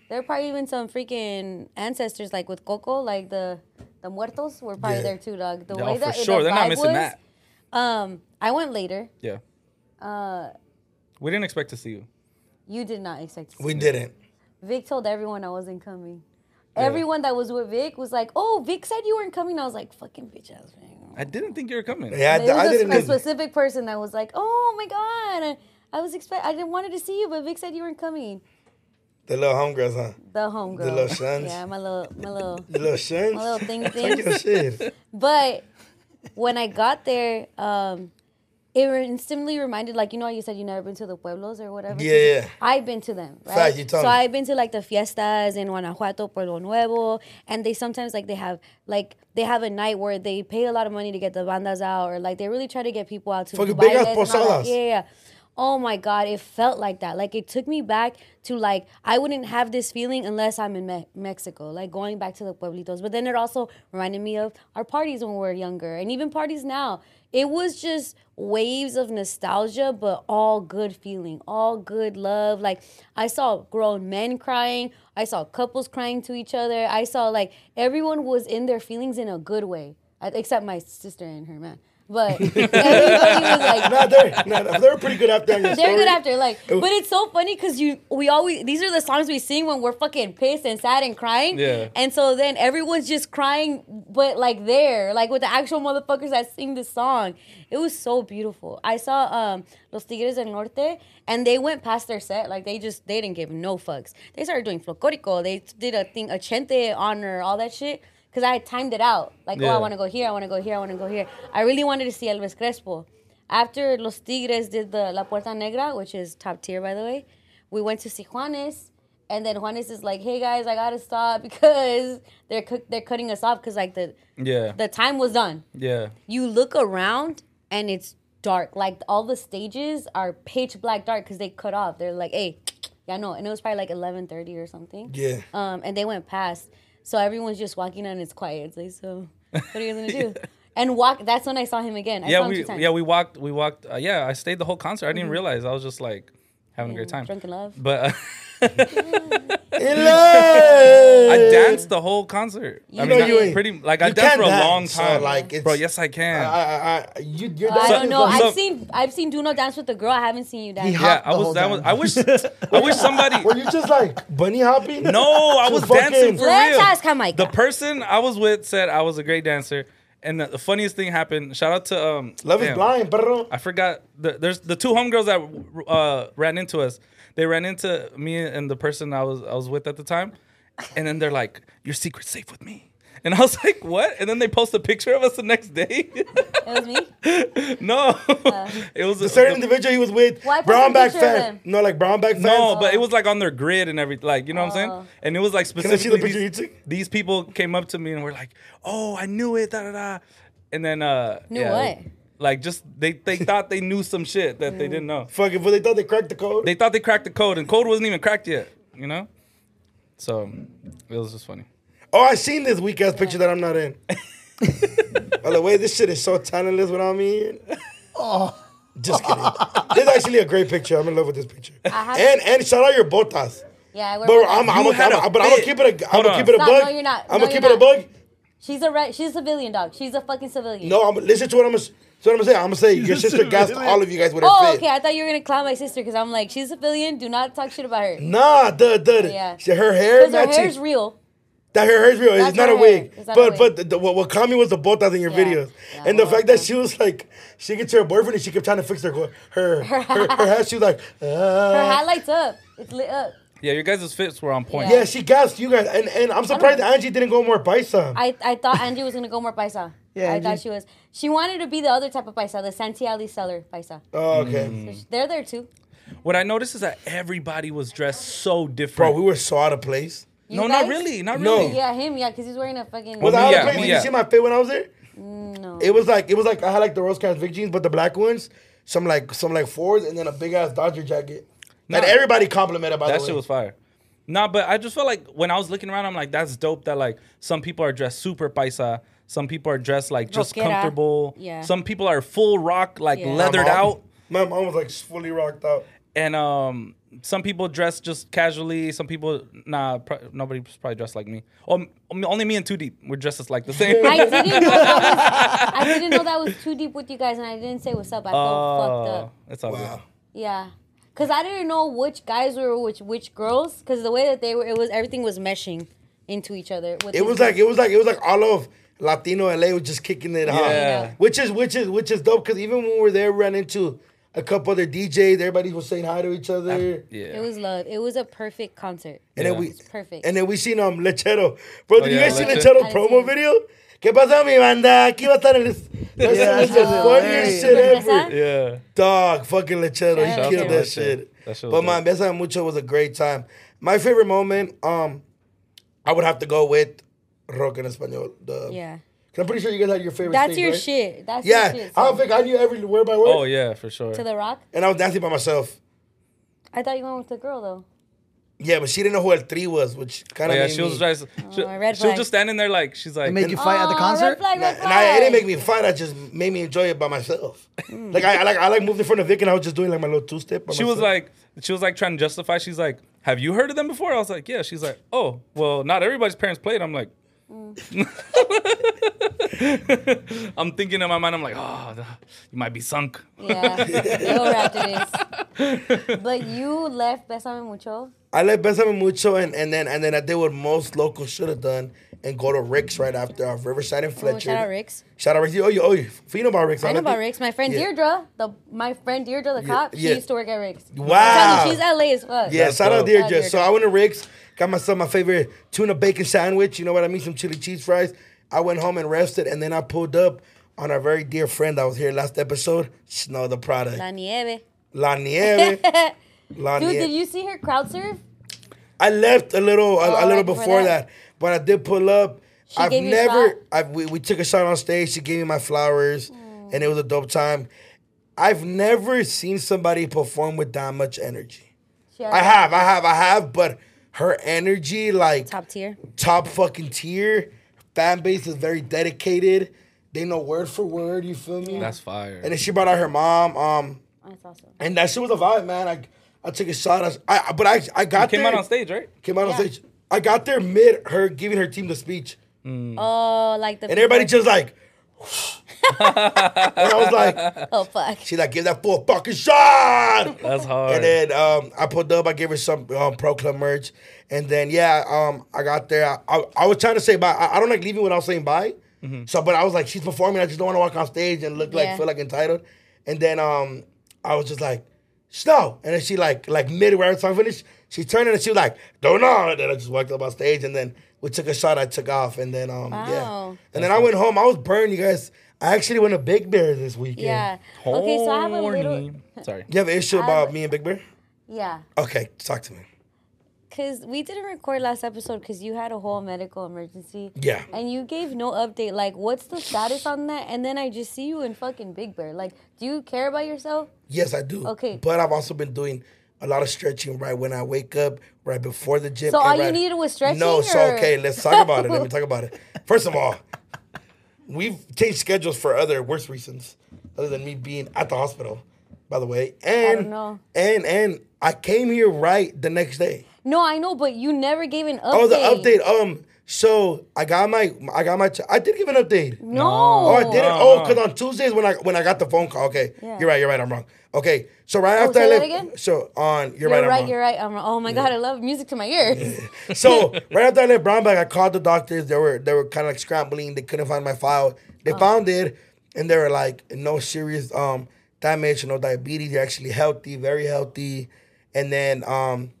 Speaker 4: There are probably even some freaking ancestors like with Coco, like the the muertos were probably
Speaker 6: Yeah.
Speaker 4: there too, dog. The
Speaker 5: Yeah,
Speaker 4: way
Speaker 5: oh,
Speaker 4: that
Speaker 5: for sure,
Speaker 4: the
Speaker 5: they're not
Speaker 4: vibe
Speaker 5: missing
Speaker 4: was,
Speaker 5: that.
Speaker 4: Um, I went later.
Speaker 5: Yeah.
Speaker 4: Uh,
Speaker 5: We didn't expect to see you.
Speaker 4: you did not expect to see
Speaker 6: We didn't.
Speaker 4: Vic told everyone I wasn't coming. Everyone that was with Vic was like, "Oh, Vic said you weren't coming." I was like, "Fucking bitch ass." man."
Speaker 5: I didn't think you were coming.
Speaker 6: Yeah,
Speaker 4: It was
Speaker 6: I, I
Speaker 4: a-
Speaker 6: didn't.
Speaker 4: a
Speaker 6: either.
Speaker 4: specific person that was like, "Oh my god, I was expect, I didn't wanted to see you, but Vic said you weren't coming."
Speaker 6: The little homegirls, huh?
Speaker 4: The homegirl,
Speaker 6: little shuns.
Speaker 4: yeah, my little, my little,
Speaker 6: The little shins.
Speaker 4: my little thing
Speaker 6: Fuck your
Speaker 4: things.
Speaker 6: shit.
Speaker 4: But when I got there, um, it re- instantly reminded, like you know, how you said you never been to the pueblos or whatever.
Speaker 6: Yeah, yeah.
Speaker 4: I've been to them, right?
Speaker 6: Fact, you told
Speaker 4: so
Speaker 6: me.
Speaker 4: I've been to like the fiestas in Guanajuato, Pueblo Nuevo, and they sometimes like they have like they have a night where they pay a lot of money to get the bandas out, or like they really try to get people out to
Speaker 6: Fucking
Speaker 4: do
Speaker 6: big ass
Speaker 4: bailes and all that.
Speaker 6: posadas.
Speaker 4: Yeah, yeah, yeah. Oh my God, it felt like that. Like it took me back to like I wouldn't have this feeling unless I'm in Me- Mexico. Like going back to the pueblitos, but then it also reminded me of our parties when we were younger, and even parties now. It was just waves of nostalgia, but all good feeling, all good love. Like I saw grown men crying, I saw couples crying to each other. I saw like everyone was in their feelings in a good way, I- except my sister and her man. But everybody was like
Speaker 6: Nah, they're, nah, they're pretty good after. on your
Speaker 4: they're
Speaker 6: story.
Speaker 4: good after, like, but it's so funny because you, we always these are the songs we sing when we're fucking pissed and sad and crying.
Speaker 5: Yeah.
Speaker 4: And so then everyone's just crying, but like there, like with the actual motherfuckers that sing the song. It was so beautiful. I saw um Los Tigres del Norte, and they went past their set, like they just they didn't give no fucks. They started doing flocorico. They did a thing, a chente honor, all that shit. Cause I timed it out, like oh
Speaker 5: Yeah.
Speaker 4: I want to go here, I want to go here, I want to go here. I really wanted to see Elvis Crespo. After Los Tigres did the La Puerta Negra, which is top tier by the way, we went to see Juanes, and then Juanes is like, "Hey guys, I gotta stop because they're cu- they're cutting us off because like the
Speaker 5: Yeah.
Speaker 4: the time was done."
Speaker 5: yeah.
Speaker 4: You look around and it's dark. Like all the stages are pitch black dark because they cut off. They're like, "Hey, yeah, no," and it was probably like eleven thirty or something.
Speaker 6: Yeah.
Speaker 4: Um, and they went past, so everyone's just walking and it's quiet. It's like, so what are you guys gonna do? And walk. That's when I saw him again. I saw
Speaker 5: Yeah,
Speaker 4: him
Speaker 5: we
Speaker 4: two times.
Speaker 5: yeah, we walked we walked uh, yeah, I stayed the whole concert. I
Speaker 4: Mm-hmm.
Speaker 5: didn't realize. I was just like having a great time.
Speaker 4: Drunk in love.
Speaker 5: But uh,
Speaker 6: In love.
Speaker 5: I danced the whole concert. I
Speaker 4: know
Speaker 5: mean,
Speaker 4: you
Speaker 5: I-
Speaker 4: ain't.
Speaker 5: pretty like I
Speaker 6: You
Speaker 5: danced
Speaker 6: can
Speaker 5: for a long
Speaker 6: dance, so,
Speaker 5: time.
Speaker 6: like, it's-
Speaker 5: bro, yes I can.
Speaker 6: I, I, I, you, you're
Speaker 4: I don't
Speaker 6: dancing
Speaker 4: know.
Speaker 6: is
Speaker 5: So-
Speaker 4: I've seen I've seen Duno dance with the girl. I haven't seen you dance.
Speaker 6: He
Speaker 5: yeah,
Speaker 6: hopped
Speaker 5: I
Speaker 6: the
Speaker 5: was
Speaker 6: whole
Speaker 5: that
Speaker 6: time.
Speaker 5: was I wish I wish somebody
Speaker 6: Were you just like bunny hopping?
Speaker 5: No, I
Speaker 6: To
Speaker 5: was
Speaker 6: fucking-
Speaker 5: dancing for
Speaker 4: Let's
Speaker 5: real.
Speaker 4: ask Jamaica.
Speaker 5: The person I was with said I was a great dancer, And the, the funniest thing happened. Shout out to um,
Speaker 6: Love is
Speaker 5: damn,
Speaker 6: blind, perro.
Speaker 5: I forgot. The, there's the two homegirls that uh, ran into us. They ran into me and the person I was I was with at the time, and then they're like, "Your secret's safe with me." And I was like, "What?" And then they post a picture of us the next day.
Speaker 4: It was me.
Speaker 5: no, it was
Speaker 6: The certain individual he was with,
Speaker 4: Why put
Speaker 6: brown
Speaker 4: the
Speaker 6: bag
Speaker 4: picture of
Speaker 6: fan.
Speaker 4: him?
Speaker 6: No, like brown bag fan.
Speaker 5: No, but it was like on their grid and everything. Like, you know what I'm
Speaker 4: Oh.
Speaker 5: saying? And it was like
Speaker 6: I see the
Speaker 5: specifically
Speaker 6: picture you
Speaker 5: these,
Speaker 6: took?
Speaker 5: these people came up to me and were like, "Oh, I knew it." Da da da. And then uh
Speaker 4: Knew
Speaker 5: yeah,
Speaker 4: what? Mm.
Speaker 5: Like just they they thought they knew some shit that they didn't know.
Speaker 6: fucking. But they thought they cracked the code.
Speaker 5: They thought they cracked the code and code wasn't even cracked yet, you know? So, it was just funny.
Speaker 6: oh, I seen this weak ass picture that I'm not in. By the way, this shit is so talentless without me. in. Just kidding. this is actually a great picture. I'm in love with this picture.
Speaker 4: have-
Speaker 6: And and shout out your botas.
Speaker 4: Yeah, I wear
Speaker 6: But
Speaker 4: botas.
Speaker 6: I'm, I'm,
Speaker 5: You
Speaker 6: a,
Speaker 5: had
Speaker 6: I'm,
Speaker 5: a
Speaker 6: a, but I'm gonna
Speaker 5: fit.
Speaker 6: keep it a, I'm
Speaker 5: Hold
Speaker 6: gonna
Speaker 5: on.
Speaker 6: keep it a
Speaker 4: Stop,
Speaker 6: bug.
Speaker 4: no, you're not.
Speaker 6: I'm
Speaker 4: No,
Speaker 6: gonna
Speaker 4: you're
Speaker 6: keep it a
Speaker 4: not.
Speaker 6: bug.
Speaker 4: she's a re- she's a civilian dog. She's a fucking civilian.
Speaker 6: No, I'm listen to what I'm gonna, s- so what I'm gonna say. I'm gonna say your
Speaker 2: a
Speaker 6: sister gassed
Speaker 2: civilian.
Speaker 6: all of you guys with her
Speaker 4: Oh,
Speaker 6: fit.
Speaker 4: okay. I thought you were gonna clown my sister because I'm like, she's a civilian. Do not talk shit about her.
Speaker 6: Nah, duh, duh.
Speaker 4: Oh, Yeah.
Speaker 6: She, her hair
Speaker 4: Because her
Speaker 6: matches.
Speaker 4: hair's real.
Speaker 6: that her hair's real. It's
Speaker 4: That's
Speaker 6: not
Speaker 4: her
Speaker 6: a wig.
Speaker 4: hair. It's not a
Speaker 6: but
Speaker 4: wig.
Speaker 6: but the, the, what, what caught me was the botas in your
Speaker 4: Yeah.
Speaker 6: videos,
Speaker 4: Yeah,
Speaker 6: and the
Speaker 4: well,
Speaker 6: fact that
Speaker 4: yeah.
Speaker 6: she was like, she gets her boyfriend and she kept trying to fix her go- her her, her, hair. She was like,
Speaker 4: Her
Speaker 6: ah.
Speaker 4: hat lights up. It's lit up.
Speaker 5: Yeah, your guys' fits were on point.
Speaker 6: yeah, she gassed you guys, and and I'm surprised Angie didn't go more paisa.
Speaker 4: I, I thought Angie was gonna go more paisa.
Speaker 2: Yeah,
Speaker 4: I thought
Speaker 2: Angie.
Speaker 4: she was. She wanted to be the other type of paisa, the Santi Ali seller paisa.
Speaker 6: oh, okay,
Speaker 5: Mm.
Speaker 4: They're there too.
Speaker 5: What I noticed is that everybody was dressed so different.
Speaker 6: bro, we were so out of place.
Speaker 4: You
Speaker 5: no,
Speaker 4: guys?
Speaker 5: not really. Not
Speaker 6: No.
Speaker 5: really.
Speaker 4: Yeah, him. Yeah, because he's wearing a fucking.
Speaker 6: Was I out
Speaker 5: yeah,
Speaker 6: of place?
Speaker 5: me,
Speaker 6: Did
Speaker 5: yeah.
Speaker 6: you see my fit when I was there?
Speaker 4: no.
Speaker 6: It was like it was like I had like the rose cast Vic jeans, but the black ones, some like some like fours, and then a big ass Dodger jacket. That
Speaker 5: Nah.
Speaker 6: everybody complimented by
Speaker 5: That
Speaker 6: the way.
Speaker 5: shit was fire. Nah, but I just felt like when I was looking around, I'm like, that's dope that like some people are dressed super paisa, some people are dressed like just
Speaker 4: Rockera.
Speaker 5: comfortable.
Speaker 4: Yeah.
Speaker 5: Some people are full rock, like
Speaker 4: Yeah. My
Speaker 5: leathered
Speaker 6: My mom-
Speaker 5: out.
Speaker 6: My mom was like fully rocked out.
Speaker 5: And um some people dress just casually. Some people, nah, pro- nobody's probably dressed like me. Oh, m- only me and Two Deep were dressed as like the same.
Speaker 4: I didn't know that was. I didn't know that was too deep with you guys, and I didn't say what's up. I felt fucked
Speaker 5: Oh,
Speaker 4: up.
Speaker 5: it's all good.
Speaker 6: Wow.
Speaker 4: Yeah. Cause I didn't know which guys were which which girls. Cause the way that they were, it was everything was meshing into each other. with
Speaker 6: It
Speaker 4: this-
Speaker 6: was like it was like it was like all of Latino LA was just kicking it hard.
Speaker 5: Yeah.
Speaker 6: Which is which is which is dope because even when we were there, we ran into a couple other DJs. Everybody was saying hi to each other.
Speaker 5: Yeah.
Speaker 4: It was love. It was a perfect concert.
Speaker 6: And then we
Speaker 4: perfect.
Speaker 6: And then we seen um Lechero. Bro, did you
Speaker 5: Oh, yeah,
Speaker 6: guys see
Speaker 5: Leche-
Speaker 6: Lechero
Speaker 4: I
Speaker 6: promo
Speaker 4: see.
Speaker 6: video? ¿Qué pasa, mi banda? Aquí va a estar el. That's
Speaker 2: Yeah,
Speaker 6: the
Speaker 2: that's
Speaker 6: funniest
Speaker 2: hilarious.
Speaker 6: shit
Speaker 4: Cerveza?
Speaker 6: ever.
Speaker 5: yeah.
Speaker 6: Dog, fucking Lechero.
Speaker 4: Shout
Speaker 6: He
Speaker 4: out
Speaker 6: killed
Speaker 4: to
Speaker 6: that
Speaker 5: Leche.
Speaker 6: shit.
Speaker 5: That shit was
Speaker 6: But my
Speaker 5: dope.
Speaker 6: Besa Mucho was a great time. My favorite moment, um, I would have to go with Rock en Español. The,
Speaker 4: yeah.
Speaker 6: 'Cause I'm pretty sure you guys had your favorite.
Speaker 4: That's
Speaker 6: thing,
Speaker 4: your
Speaker 6: right?
Speaker 4: shit. That's
Speaker 6: Yeah,
Speaker 4: your shit.
Speaker 6: I
Speaker 4: so-
Speaker 6: don't think I knew every word by word,
Speaker 5: Oh, yeah, for sure.
Speaker 4: to the rock.
Speaker 6: and I was dancing by myself.
Speaker 4: I thought you went with the girl though.
Speaker 6: Yeah, but she didn't know who El Tri was, which kind
Speaker 5: Oh,
Speaker 6: of
Speaker 5: yeah,
Speaker 6: made
Speaker 5: she was
Speaker 6: me.
Speaker 5: dressed. She,
Speaker 4: Oh, red
Speaker 5: she was
Speaker 4: flag.
Speaker 5: just standing there like, she's like,
Speaker 2: It made you fight at the
Speaker 4: Aw,
Speaker 2: concert.
Speaker 4: Oh, Red flag,
Speaker 6: Nah,
Speaker 4: red
Speaker 6: and I, it didn't
Speaker 4: flag.
Speaker 6: make me fight. I just made me enjoy it by myself.
Speaker 4: Mm.
Speaker 6: like I, I like I like moved in front of Vic, and I was just doing like my little two step.
Speaker 5: she was like she was like trying to justify she's like have you heard of them before i was like yeah she's like oh well not everybody's parents played i'm like
Speaker 6: Mm.
Speaker 5: i'm thinking in my mind i'm like oh the- you might be sunk
Speaker 4: Yeah, you're after this. But you left Besame Mucho.
Speaker 6: I like Besame Mucho, and, and then and then I did what most locals should have done and go to Rick's right after off Riverside and
Speaker 4: Oh,
Speaker 6: Fletcher.
Speaker 4: shout out Ricks.
Speaker 6: Shout out Rick's. Oh, you, oh, you, you know about Rick's.
Speaker 4: I know
Speaker 6: let
Speaker 4: about
Speaker 6: the-
Speaker 4: Ricks. My friend
Speaker 6: Yeah.
Speaker 4: Deirdre, the my friend Deirdre, the
Speaker 6: Yeah,
Speaker 4: cop, she
Speaker 6: yeah.
Speaker 4: used to work at Ricks.
Speaker 6: Wow.
Speaker 4: She's LA as fuck.
Speaker 6: Yeah,
Speaker 5: That's
Speaker 6: shout out
Speaker 5: dope.
Speaker 6: there,
Speaker 4: Oh,
Speaker 6: Jess. So
Speaker 4: Deirdre.
Speaker 6: I went to Rick's, got myself my favorite tuna bacon sandwich. You know what I mean? Some chili cheese fries. I went home and rested, and then I pulled up on our very dear friend that was here last episode, Snow the product,
Speaker 4: La Nieve.
Speaker 6: La Nieve. La
Speaker 4: Dude,
Speaker 6: Nieve.
Speaker 4: did you see her crowd surf?
Speaker 6: I left a little, a, a
Speaker 4: Oh,
Speaker 6: little
Speaker 4: right before
Speaker 6: before that.
Speaker 4: that.
Speaker 6: but I did pull up.
Speaker 4: She
Speaker 6: I've
Speaker 4: gave you a shot?
Speaker 6: never. I've, we we took a shot on stage. She gave me my flowers, and it was a dope time. I've never seen somebody perform with that much energy.
Speaker 4: She
Speaker 6: I have, I have, I have, but her energy, like
Speaker 4: Top tier.
Speaker 6: top fucking tier. Fan base is very dedicated. They know word for word. You feel me?
Speaker 5: that's fire
Speaker 6: and then she brought out her mom. Um,
Speaker 4: That's awesome.
Speaker 6: and that shit was a vibe, man. I I took a shot. I, I but I I got
Speaker 5: came
Speaker 6: there,
Speaker 5: out on stage right
Speaker 6: Came out on
Speaker 4: Yeah.
Speaker 6: stage. I got there mid her giving her team the speech,
Speaker 4: Oh, like the
Speaker 6: and everybody just like. and I was like,
Speaker 4: Oh fuck.
Speaker 6: she like give that full fucking shot.
Speaker 5: that's hard
Speaker 6: And then um, I pulled up. I gave her some um, Pro Club merch, and then yeah, um, I got there. I, I, I was trying to say bye. I, I don't like leaving without saying bye, So, but I was like, she's performing. I just don't want to walk on stage and look like
Speaker 4: Yeah.
Speaker 6: feel like entitled. And then um, I was just like, snow. And then she like like midway song finished, she turned and she was like, don't know. And then I just walked up on stage and then we took a shot. I took off and then um, yeah.
Speaker 4: Wow.
Speaker 6: And then I went home. I was burned, you guys. I actually went to Big Bear this weekend.
Speaker 4: Yeah. Okay, so I have a little.
Speaker 5: Horny. Sorry.
Speaker 6: You have an issue about me and Big Bear?
Speaker 4: Yeah.
Speaker 6: Okay, talk to me.
Speaker 4: Cause we didn't record last episode because you had a whole medical emergency.
Speaker 6: Yeah.
Speaker 4: And you gave no update. Like, what's the status on that? And then I just see you in fucking Big Bear. Like, do you care about yourself?
Speaker 6: Yes, I do.
Speaker 4: Okay.
Speaker 6: But I've also been doing a lot of stretching right when I wake up, right before the gym.
Speaker 4: So
Speaker 6: and
Speaker 4: all you
Speaker 6: right-
Speaker 4: needed was stretching,
Speaker 6: No, so
Speaker 4: or-
Speaker 6: okay, let's talk about it. Let me talk about it. First of all, we've changed schedules for other worse reasons, other than me being at the hospital, by the way. And
Speaker 4: don't know.
Speaker 6: and and I came here right the next day.
Speaker 4: No, I know, but you never gave an update.
Speaker 6: Oh, the update. Um, so I got my I got my ch- I did give an update.
Speaker 4: No.
Speaker 6: Oh, I did it.
Speaker 5: No,
Speaker 6: Oh,
Speaker 5: no.
Speaker 6: because on Tuesdays when I when I got the phone call. Okay,
Speaker 4: Yeah. Oh,
Speaker 6: you're right. You're right. I'm wrong. Okay, so right after
Speaker 4: say
Speaker 6: I
Speaker 4: that
Speaker 6: left,
Speaker 4: again?
Speaker 6: so on.
Speaker 4: You're
Speaker 6: You're, right.
Speaker 4: right.
Speaker 6: I'm wrong.
Speaker 4: You're right. I'm wrong. Oh my god, I love music to my ears.
Speaker 6: So right after I left Brownback, I called the doctors. They were they were kind of like scrambling. They couldn't find my file. They found it, and they were like, no serious um damage, no diabetes. You're actually healthy, very healthy. And then um,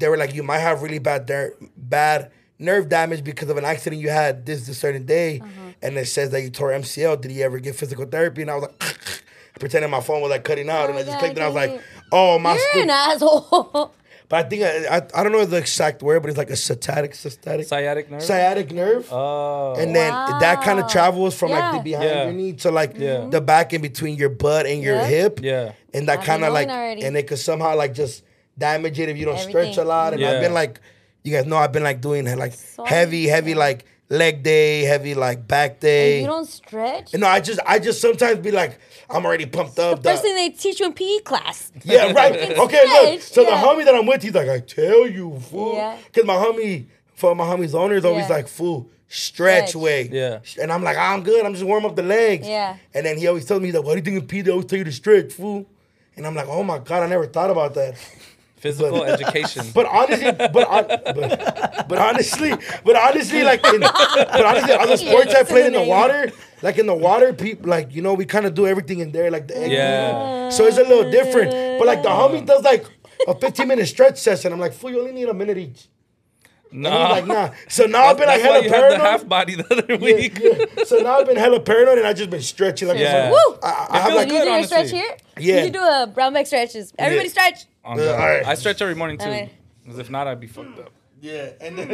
Speaker 6: they were like, you might have really bad ner- bad nerve damage because of an accident you had this this certain day, and it says that you tore MCL. Did you ever get physical therapy? And I was like. Pretending my phone was like cutting out, and
Speaker 4: my
Speaker 6: I just
Speaker 4: God,
Speaker 6: clicked, it. I was
Speaker 4: Kenny.
Speaker 6: like, "Oh my!" stu-
Speaker 4: You're an asshole.
Speaker 6: But I think I, I I don't know the exact word, but it's like a sciatic sciatic
Speaker 5: Sciatic nerve?
Speaker 6: sciatic nerve.
Speaker 5: Oh.
Speaker 6: and then that kind of
Speaker 4: Wow.
Speaker 6: travels from like the
Speaker 4: Yeah.
Speaker 6: behind
Speaker 5: Yeah.
Speaker 6: your knee to like
Speaker 5: Yeah.
Speaker 6: the back in between your butt and your
Speaker 4: Yeah.
Speaker 6: hip.
Speaker 5: Yeah.
Speaker 6: And that
Speaker 4: I've
Speaker 6: kind of
Speaker 4: been
Speaker 6: like
Speaker 4: knowing already.
Speaker 6: and it could somehow like just damage it if you don't stretch a
Speaker 4: Everything.
Speaker 6: lot. And I've
Speaker 5: Yeah.
Speaker 6: been like, you guys know I've been like doing like
Speaker 4: Sorry.
Speaker 6: heavy, heavy like leg day, heavy like back day.
Speaker 4: you don't stretch.
Speaker 6: And no, I just I just sometimes be like, I'm already pumped up.
Speaker 4: First
Speaker 6: the-
Speaker 4: thing they teach you in PE class.
Speaker 6: Yeah, right. Okay, look.
Speaker 4: stretch,
Speaker 6: So
Speaker 4: yeah.
Speaker 6: the homie that I'm with, he's like, I tell you, fool.
Speaker 4: Yeah.
Speaker 6: Because my homie, for my homie's owner, is always
Speaker 4: Yeah.
Speaker 6: like, fool, stretch,
Speaker 4: Stretch.
Speaker 6: way.
Speaker 5: Yeah.
Speaker 6: And I'm like, I'm good. I'm just warm up the legs.
Speaker 4: Yeah.
Speaker 6: And then he always tells me, he's like, why do you think in P they always tell you to stretch, fool? And I'm like, oh my God, I never thought about that.
Speaker 5: Physical education.
Speaker 6: But honestly, but, hon- but but honestly, but honestly, like, in, but honestly, other sports I played in the
Speaker 4: Fascinating.
Speaker 6: water, like in the water, people, like, you know, we kind of do everything in there, like the egg
Speaker 5: Yeah.
Speaker 6: so it's a little different. But like the homie does like a 15 minute stretch session. I'm like, fool, you only need a minute each. And he's
Speaker 5: Nah.
Speaker 6: like, nah. So now I've been like
Speaker 5: That's why
Speaker 6: hella
Speaker 5: you had the
Speaker 6: paranoid.
Speaker 5: half body the other
Speaker 6: Yeah,
Speaker 5: week.
Speaker 6: yeah. So now I've been hella paranoid and I've just been stretching like
Speaker 5: Yeah.
Speaker 6: this.
Speaker 4: Woo!
Speaker 6: I, I- I have
Speaker 5: feels
Speaker 6: like
Speaker 4: Did you
Speaker 5: good,
Speaker 4: do a stretch
Speaker 5: honestly.
Speaker 4: here?
Speaker 6: Yeah.
Speaker 4: You should do a brown back stretches. Everybody stretch.
Speaker 5: Oh,
Speaker 6: Yeah,
Speaker 5: God.
Speaker 6: alright.
Speaker 5: I stretch every morning too.
Speaker 4: Alright.
Speaker 5: Because if not, I'd be fucked up.
Speaker 6: yeah, and then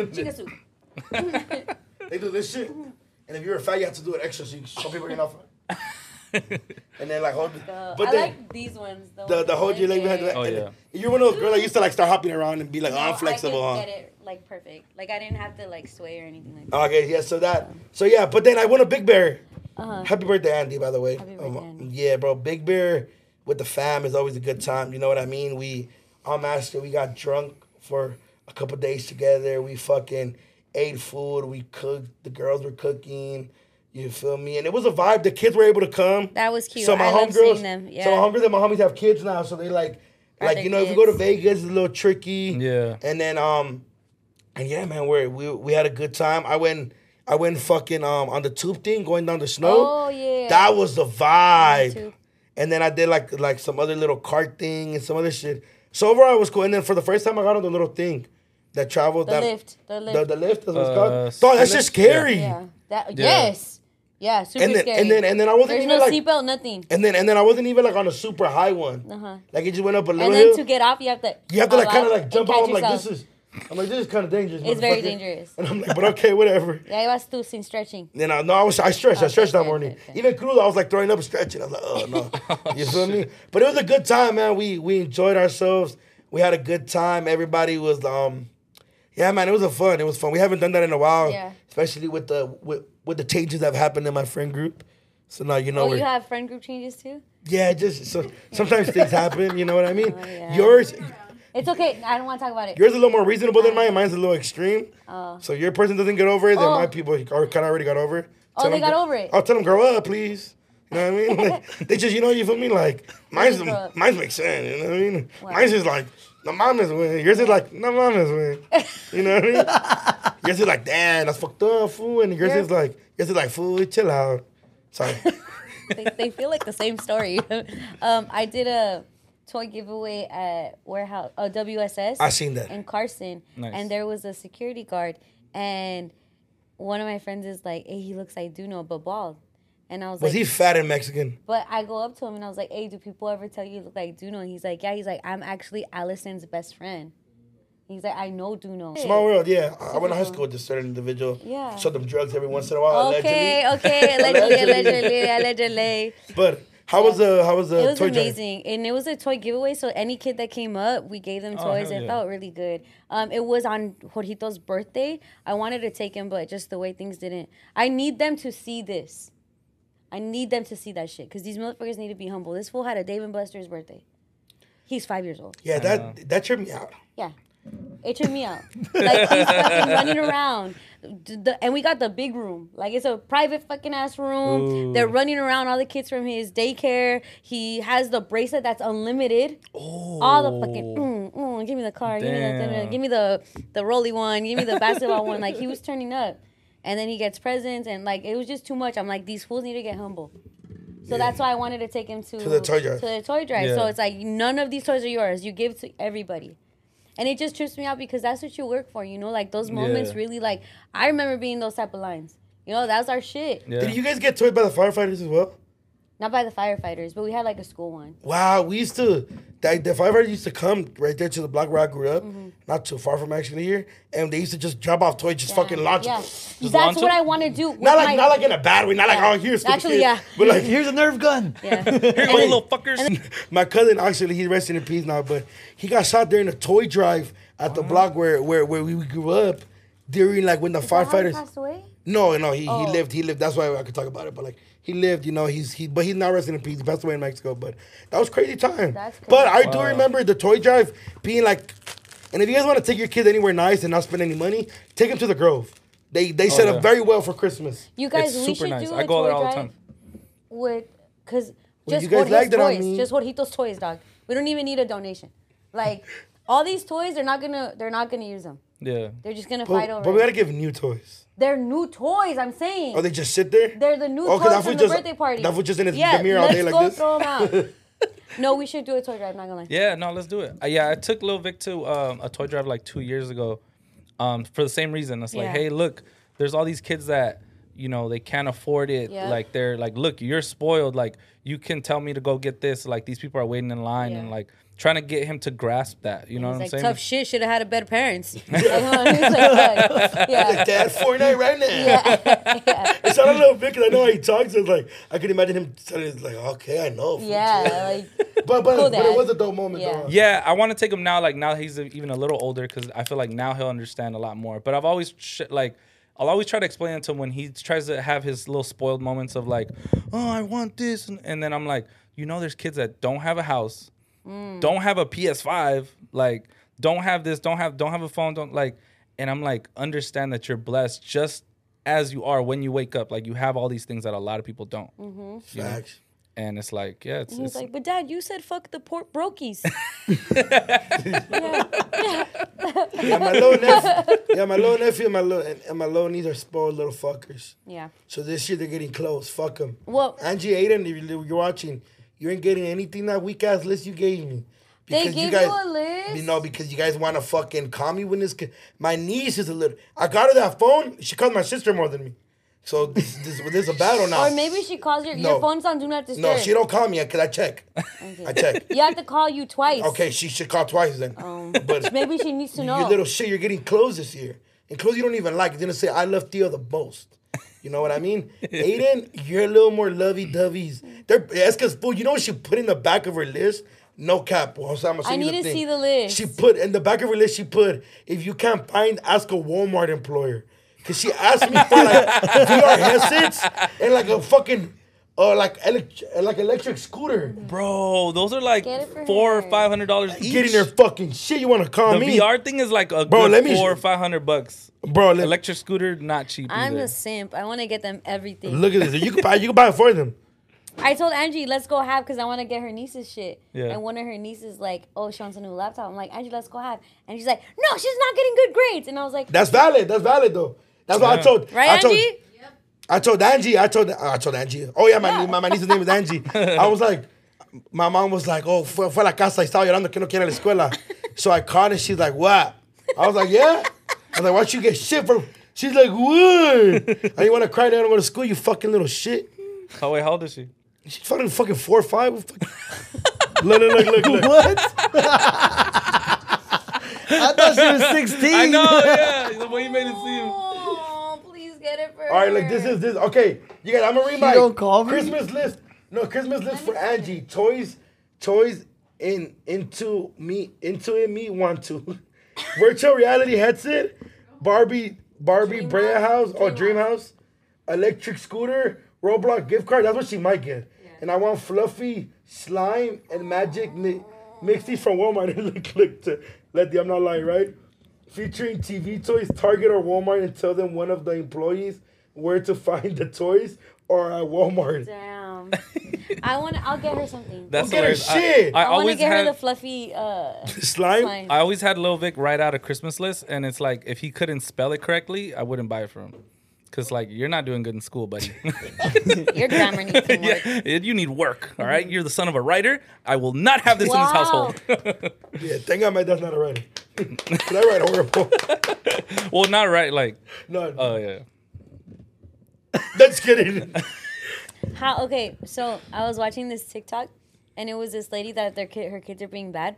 Speaker 6: they do this shit. And if you're a fat, you have to do it extra. So you show people you're not fat. and then like hold,
Speaker 4: Uh,
Speaker 6: but
Speaker 4: I
Speaker 6: then
Speaker 4: like these ones. The,
Speaker 6: the the hold your leg behind.
Speaker 5: Oh,
Speaker 6: and
Speaker 5: yeah.
Speaker 6: You're one of those girls that used to like start hopping around and be like,
Speaker 4: No,
Speaker 6: I'm flexible.
Speaker 4: I
Speaker 6: huh? Oh.
Speaker 4: could get it like perfect. Like I didn't have to like sway or anything like that.
Speaker 6: Okay, yeah, so that. So yeah, but then I won a Big Bear.
Speaker 4: Uh-huh.
Speaker 6: Happy birthday, Andy, by the way. Um,
Speaker 4: Happy birthday, Andy.
Speaker 6: Yeah, bro, Big Bear with the fam is always a good time. You know what I mean? We, on Master, we got drunk for a couple days together. We fucking ate food. We cooked. The girls were cooking. You feel me? And it was a vibe. The kids were able to come.
Speaker 4: That was cute.
Speaker 6: So my
Speaker 4: I love
Speaker 6: homegirls,
Speaker 4: seeing them.
Speaker 6: so my
Speaker 4: Yeah.
Speaker 6: homegirls and my homies have kids now, so they like,
Speaker 4: Got
Speaker 6: like
Speaker 4: their
Speaker 6: you know, if you go to
Speaker 4: kids.
Speaker 6: Vegas, it's a little tricky.
Speaker 5: Yeah.
Speaker 6: And then um, and yeah, man, we're, we we had a good time. I went I went fucking um on the tube thing going down the snow.
Speaker 4: Oh, yeah.
Speaker 6: That was the
Speaker 4: too.
Speaker 6: vibe. And then I did like like some other little cart thing and some other shit. So overall it was cool. And then for the first time I got on the little thing that traveled
Speaker 4: The
Speaker 6: that
Speaker 4: lift. The
Speaker 6: The,
Speaker 4: lift.
Speaker 6: the lift is what it's
Speaker 5: Uh,
Speaker 6: called. Dog, that's
Speaker 5: lift?
Speaker 6: just scary.
Speaker 4: yeah. That
Speaker 5: Yeah.
Speaker 4: yes. Yeah. Super
Speaker 6: And then
Speaker 4: scary.
Speaker 6: and then and then I wasn't
Speaker 4: There's
Speaker 6: even
Speaker 4: no
Speaker 6: like
Speaker 4: seatbelt, nothing.
Speaker 6: and then and then I wasn't even like on a super high one.
Speaker 4: Uh-huh.
Speaker 6: Like it just went up a little
Speaker 4: And then
Speaker 6: hill.
Speaker 4: to get off, you have to.
Speaker 6: You have
Speaker 4: go
Speaker 6: to like kind of
Speaker 4: out
Speaker 6: like
Speaker 4: and
Speaker 6: jump
Speaker 4: catch
Speaker 6: out. I'm like,
Speaker 4: yourself.
Speaker 6: this is, I'm like, this is kind of dangerous.
Speaker 4: It's very
Speaker 6: motherfucker.
Speaker 4: dangerous.
Speaker 6: And I'm like, but okay, whatever.
Speaker 4: Yeah, you have to sin stretching.
Speaker 6: Then I no, I was I stretched, I
Speaker 4: Okay,
Speaker 6: stretched that
Speaker 4: okay,
Speaker 6: morning.
Speaker 4: okay, okay.
Speaker 6: Even Cruz, I was like throwing up, stretching. I was like, oh no, you feel me? But it was a good time, man. We we enjoyed ourselves. We had a good time. Everybody was um, yeah, man. It was a fun. It was fun. We haven't done that in a while,
Speaker 4: Yeah.
Speaker 6: especially with the with, with the changes that have happened in my friend group. So now you know
Speaker 4: Oh,
Speaker 6: we're
Speaker 4: you have friend group changes too.
Speaker 6: yeah, just so sometimes things happen. You know what I mean?
Speaker 4: Oh, yeah.
Speaker 6: Yours
Speaker 4: It's okay. I don't want to talk about it.
Speaker 6: Yours is a little more reasonable than mine. Mine's a little extreme.
Speaker 4: Oh.
Speaker 6: So your person doesn't get over it, then
Speaker 4: Oh.
Speaker 6: my people are kind of already got over it.
Speaker 4: Oh,
Speaker 6: Tell
Speaker 4: they
Speaker 6: them-
Speaker 4: got over it.
Speaker 6: I'll tell them grow up, please. You know what I mean? Like, they just, you know, you feel me? Like mine's,
Speaker 4: grow up.
Speaker 6: mine's makes sense. You know what I mean?
Speaker 4: Wow.
Speaker 6: Mine's is like the mom is winning. Yours is like no mom is winning. You know what I mean? yours is like damn, that's fucked up, fool. And yours
Speaker 4: Your-
Speaker 6: is like It's like food, chill out. Sorry.
Speaker 4: they, they feel like the same story. um, I did a toy giveaway at warehouse uh, WSS.
Speaker 6: I seen that.
Speaker 4: in Carson,
Speaker 5: Nice.
Speaker 4: and there was a security guard, and one of my friends is like, "Hey, he looks like Duno, but bald." And I was,
Speaker 6: Was
Speaker 4: like,
Speaker 6: he fat and Mexican?
Speaker 4: but I go up to him and I was like, "Hey, do people ever tell you you look like Duno?" And he's like, "Yeah." He's like, "I'm actually Allison's best friend." He's like, "I know Duno."
Speaker 6: Small world, yeah. I- I went to high school with this certain individual.
Speaker 4: Yeah.
Speaker 6: Showed them drugs every once in a while,
Speaker 4: Okay,
Speaker 6: allegedly.
Speaker 4: okay, allegedly, allegedly,
Speaker 6: Allegedly.
Speaker 4: allegedly.
Speaker 6: But how was the how was the
Speaker 4: It was
Speaker 6: toy drive?
Speaker 4: amazing, and it was a toy giveaway. So any kid that came up, we gave them
Speaker 5: Oh,
Speaker 4: toys.
Speaker 5: hell
Speaker 4: and It
Speaker 5: yeah.
Speaker 4: felt really good. Um, it was on Jorgito's birthday. I wanted to take him, but just the way things didn't. I need them to see this. I need them to see that shit because these motherfuckers need to be humble. This fool had a Dave and Buster's birthday. He's five years old.
Speaker 6: Yeah, that that tripped me out.
Speaker 4: Yeah. It took me out. Like he's fucking running around. D- the- and we got the big room. Like it's a private fucking ass room. They're running around all the kids from his daycare. He has the bracelet that's unlimited. All the fucking mm, mm, give me the car, give me the, give me the
Speaker 5: Oh. Damn.
Speaker 4: give me the the rolly one, give me the basketball one. Like he was turning up. And then he gets presents and like it was just too much. I'm like, these fools need to get humble. So that's why I wanted to take him to,
Speaker 6: To the toy drive.
Speaker 4: To the toy drive. So
Speaker 5: Yeah.
Speaker 4: it's like none of these toys are yours. You give to everybody. And it just trips me out because that's what you work for, you know? Like those moments
Speaker 5: Yeah.
Speaker 4: really like I remember being those type of lines. You know, that's our shit.
Speaker 5: Yeah.
Speaker 6: Did you guys get toyed by the firefighters as well?
Speaker 4: Not by the firefighters, but we had like a school one.
Speaker 6: Wow, we used to the, the firefighters used to come right there to the block where I grew up,
Speaker 4: Mm-hmm.
Speaker 6: not too far from actually here, and they used to just drop off toys, just fucking launch.
Speaker 4: Yeah.
Speaker 6: them.
Speaker 4: That's
Speaker 5: launch
Speaker 4: what
Speaker 5: them?
Speaker 4: I want to do. with
Speaker 6: Not like
Speaker 4: my-
Speaker 6: not like in a bad way, not
Speaker 4: Yeah.
Speaker 6: like oh here's
Speaker 4: Actually, yeah.
Speaker 6: but like
Speaker 2: Here's a Nerf gun.
Speaker 4: yeah.
Speaker 5: Here you go, little fuckers.
Speaker 6: My cousin actually, he's resting in peace now, but he got shot during a toy drive at the block where where where we grew up during like when the firefighters.
Speaker 4: Passed away?
Speaker 6: No, no, he,
Speaker 4: Oh.
Speaker 6: he lived. He lived. That's why I could talk about it. But like he lived, you know, he's he, but he's not resting in peace. He passed away in Mexico. But that was crazy time.
Speaker 4: That's crazy.
Speaker 6: But I do remember the toy drive being like, and if you guys want to take your kids anywhere nice and not spend any money, take them to the Grove. They
Speaker 4: Oh,
Speaker 6: they set
Speaker 5: yeah.
Speaker 6: up very well for Christmas.
Speaker 4: You guys,
Speaker 5: It's
Speaker 4: we
Speaker 5: super
Speaker 4: should
Speaker 5: nice.
Speaker 4: do
Speaker 5: I
Speaker 4: a
Speaker 5: go
Speaker 4: toy
Speaker 5: there all the
Speaker 4: drive
Speaker 5: time.
Speaker 4: with because
Speaker 6: Well,
Speaker 4: just
Speaker 6: you guys
Speaker 4: Jorge's
Speaker 6: lagged it on
Speaker 4: toys,
Speaker 6: me.
Speaker 4: just Jorgito's toys, dog. We don't even need a donation. Like all these toys, they're not gonna they're not gonna use them.
Speaker 5: Yeah.
Speaker 4: They're just gonna fight
Speaker 6: But,
Speaker 4: over.
Speaker 6: but we
Speaker 4: it.
Speaker 6: gotta give new toys.
Speaker 4: They're new toys. I'm saying.
Speaker 6: Oh, they just sit there.
Speaker 4: They're the new
Speaker 6: Oh, 'cause
Speaker 4: toys
Speaker 6: that
Speaker 4: from
Speaker 6: fool
Speaker 4: the
Speaker 6: just-
Speaker 4: birthday party.
Speaker 6: that fool just in his-
Speaker 4: yeah,
Speaker 6: the mirror all
Speaker 4: let's
Speaker 6: day like
Speaker 4: go
Speaker 6: this.
Speaker 4: throw 'em out. no, we should do a toy drive. Not gonna lie.
Speaker 5: Yeah, no, let's do it. Uh, yeah, I took Lil Vic to um, a toy drive like two years ago um, for the same reason. It's like,
Speaker 4: Yeah.
Speaker 5: hey, look, there's all these kids that, you know, they can't afford it.
Speaker 4: Yeah.
Speaker 5: Like, they're like, look, you're spoiled. Like, you can tell me to go get this. Like, these people are waiting in line
Speaker 4: Yeah.
Speaker 5: and like trying to get him to grasp that. You know what
Speaker 4: He's
Speaker 5: I'm
Speaker 4: like,
Speaker 5: saying?
Speaker 4: tough shit. Should have had a better parents. Like, you know what I mean? It's like, like, yeah.
Speaker 6: Dad, Fortnite right now.
Speaker 4: Yeah. yeah.
Speaker 6: It sounded a little bit because I know how he talks. It's like I can imagine him telling us like, "Okay, I know." fool."
Speaker 4: Yeah, like,
Speaker 6: But but,
Speaker 4: Cool,
Speaker 6: but it
Speaker 4: Dad.
Speaker 6: was a dope moment
Speaker 4: Yeah.
Speaker 6: though.
Speaker 5: Yeah, I want to take him now. Like now he's even a little older because I feel like now he'll understand a lot more. But I've always sh- like. I'll always try to explain it to him when he tries to have his little spoiled moments of like, oh, I want this. And, and then I'm like, you know, there's kids that don't have a house,
Speaker 4: Mm.
Speaker 5: don't have a PS5, like, don't have this, don't have, don't have a phone, don't like. And I'm like, understand that you're blessed just as you are when you wake up. Like, you have all these things that a lot of people don't.
Speaker 6: Facts.
Speaker 5: And it's like, yeah, it's,
Speaker 4: Mm-hmm. he's
Speaker 5: it's
Speaker 4: like, but dad, you said fuck the pork brokies.
Speaker 6: Yeah, my little nephew, yeah, my little nephew and my little and, and my little niece are spoiled little fuckers.
Speaker 4: yeah.
Speaker 6: So this year they're getting close. Fuck them.
Speaker 4: Well-
Speaker 6: Angie Aiden, if you- you're watching, you ain't getting anything that weak ass list you gave me.
Speaker 4: They
Speaker 6: Because
Speaker 4: gave you a list?
Speaker 6: You know, because you guys want to fucking call me when this. ki- My niece is a little. I got her that phone. She calls my sister more than me. So this, this, this is a battle now.
Speaker 4: Or maybe she calls your
Speaker 6: No.
Speaker 4: your phone's on do not disturb.
Speaker 6: No, she don't call me because I check. I check.
Speaker 4: You have to call you twice.
Speaker 6: Okay, she should call twice then. but
Speaker 4: Um, Maybe she needs to know.
Speaker 6: you little shit, you're getting clothes this year. And clothes you don't even like. You're gonna say I love Theo the most. You know what I mean? Aiden, you're a little more lovey doveys. They're that's cause fool, you know what she put in the back of her list? No cap. Well, so I'm gonna
Speaker 4: I
Speaker 6: send you
Speaker 4: need
Speaker 6: the
Speaker 4: to
Speaker 6: thing.
Speaker 4: see the list.
Speaker 6: She put in the back of her list, she put, if you can't find, ask a Walmart employer. Cause she asked me for like VR headsets and like a fucking uh, like elect- like electric scooter.
Speaker 5: Bro, those are like
Speaker 4: Get it for
Speaker 5: four or
Speaker 4: her.
Speaker 5: five hundred dollars each.
Speaker 6: Getting their fucking shit. You want to call
Speaker 5: the
Speaker 6: me,
Speaker 5: VR thing is like a
Speaker 6: Bro,
Speaker 5: good
Speaker 6: let me-
Speaker 5: four or five hundred bucks.
Speaker 6: bro? Let,
Speaker 5: Electric scooter not cheap.
Speaker 4: I'm
Speaker 5: either.
Speaker 4: a simp. I want to get them everything.
Speaker 6: look at this. You can buy. You can buy it for them.
Speaker 4: I told Angie, let's go have because I want to get her niece's shit.
Speaker 5: Yeah.
Speaker 4: And one of her nieces like, oh, she wants a new laptop. I'm like, Angie, let's go have. And she's like, no, she's not getting good grades. And I was like,
Speaker 6: That's valid. That's valid though. That's what I
Speaker 5: Yeah.
Speaker 6: told.
Speaker 4: right,
Speaker 6: I told,
Speaker 4: Angie?
Speaker 6: I told Angie. I told I told Angie. Oh yeah, my nie- my, my niece's name is Angie. I was like, my mom was like, oh fue, fue a la casa y estaba llorando que no quiere ir a la escuela. So I called and she's like, what? I was like, yeah. I was like, why'd you get shit from? She's like, what? I didn't want to cry. I didn't want to go to school. You fucking little shit.
Speaker 5: Oh wait, how old is she?
Speaker 6: She's fucking fucking four or five. look, look, look, look, look.
Speaker 2: What? I thought she was 16.
Speaker 5: I know, yeah. The way you made it seem.
Speaker 4: Oh, please get it for
Speaker 6: All right, like this is this. Okay, you guys, I'm gonna read my
Speaker 2: don't call me?
Speaker 6: Christmas list. No, Christmas list for Angie. Toys, toys, in into me, into it, me want to. Virtual reality headset, Barbie, Barbie
Speaker 4: Dream
Speaker 6: Brea
Speaker 4: House?
Speaker 6: house or
Speaker 4: Dream
Speaker 6: Dream
Speaker 4: House.
Speaker 6: House, electric scooter, Roblox gift card. That's what she might get. And I want fluffy slime and magic mi- mixie from Walmart. look, look, to let the I'm not lying, right? featuring TV toys, Target or Walmart, and tell them one of the employees where to find the toys or at Walmart.
Speaker 4: Damn. I want. to I'll get her something.
Speaker 5: That's
Speaker 6: Look at her
Speaker 5: hilarious. I-
Speaker 6: shit.
Speaker 5: I,
Speaker 4: I, want to
Speaker 5: always
Speaker 4: get
Speaker 5: had
Speaker 4: her the fluffy. Uh,
Speaker 6: Slime.
Speaker 4: slime.
Speaker 5: I always had Lil Vic write out a Christmas list, and it's like if he couldn't spell it correctly, I wouldn't buy it for him. Cause like you're not doing good in school, buddy.
Speaker 4: Your grammar needs some work.
Speaker 5: yeah, you need work. All right, you're the son of a writer. I will not have this in this
Speaker 4: Mm-hmm. Wow.
Speaker 5: household.
Speaker 6: Yeah, thank God my dad's not a writer. 'Cause I write horrible.
Speaker 5: well, not right. Like,
Speaker 6: No,
Speaker 5: oh yeah.
Speaker 6: that's kidding.
Speaker 4: How? Okay, so I was watching this TikTok, and it was this lady that their kid, her kids are being bad,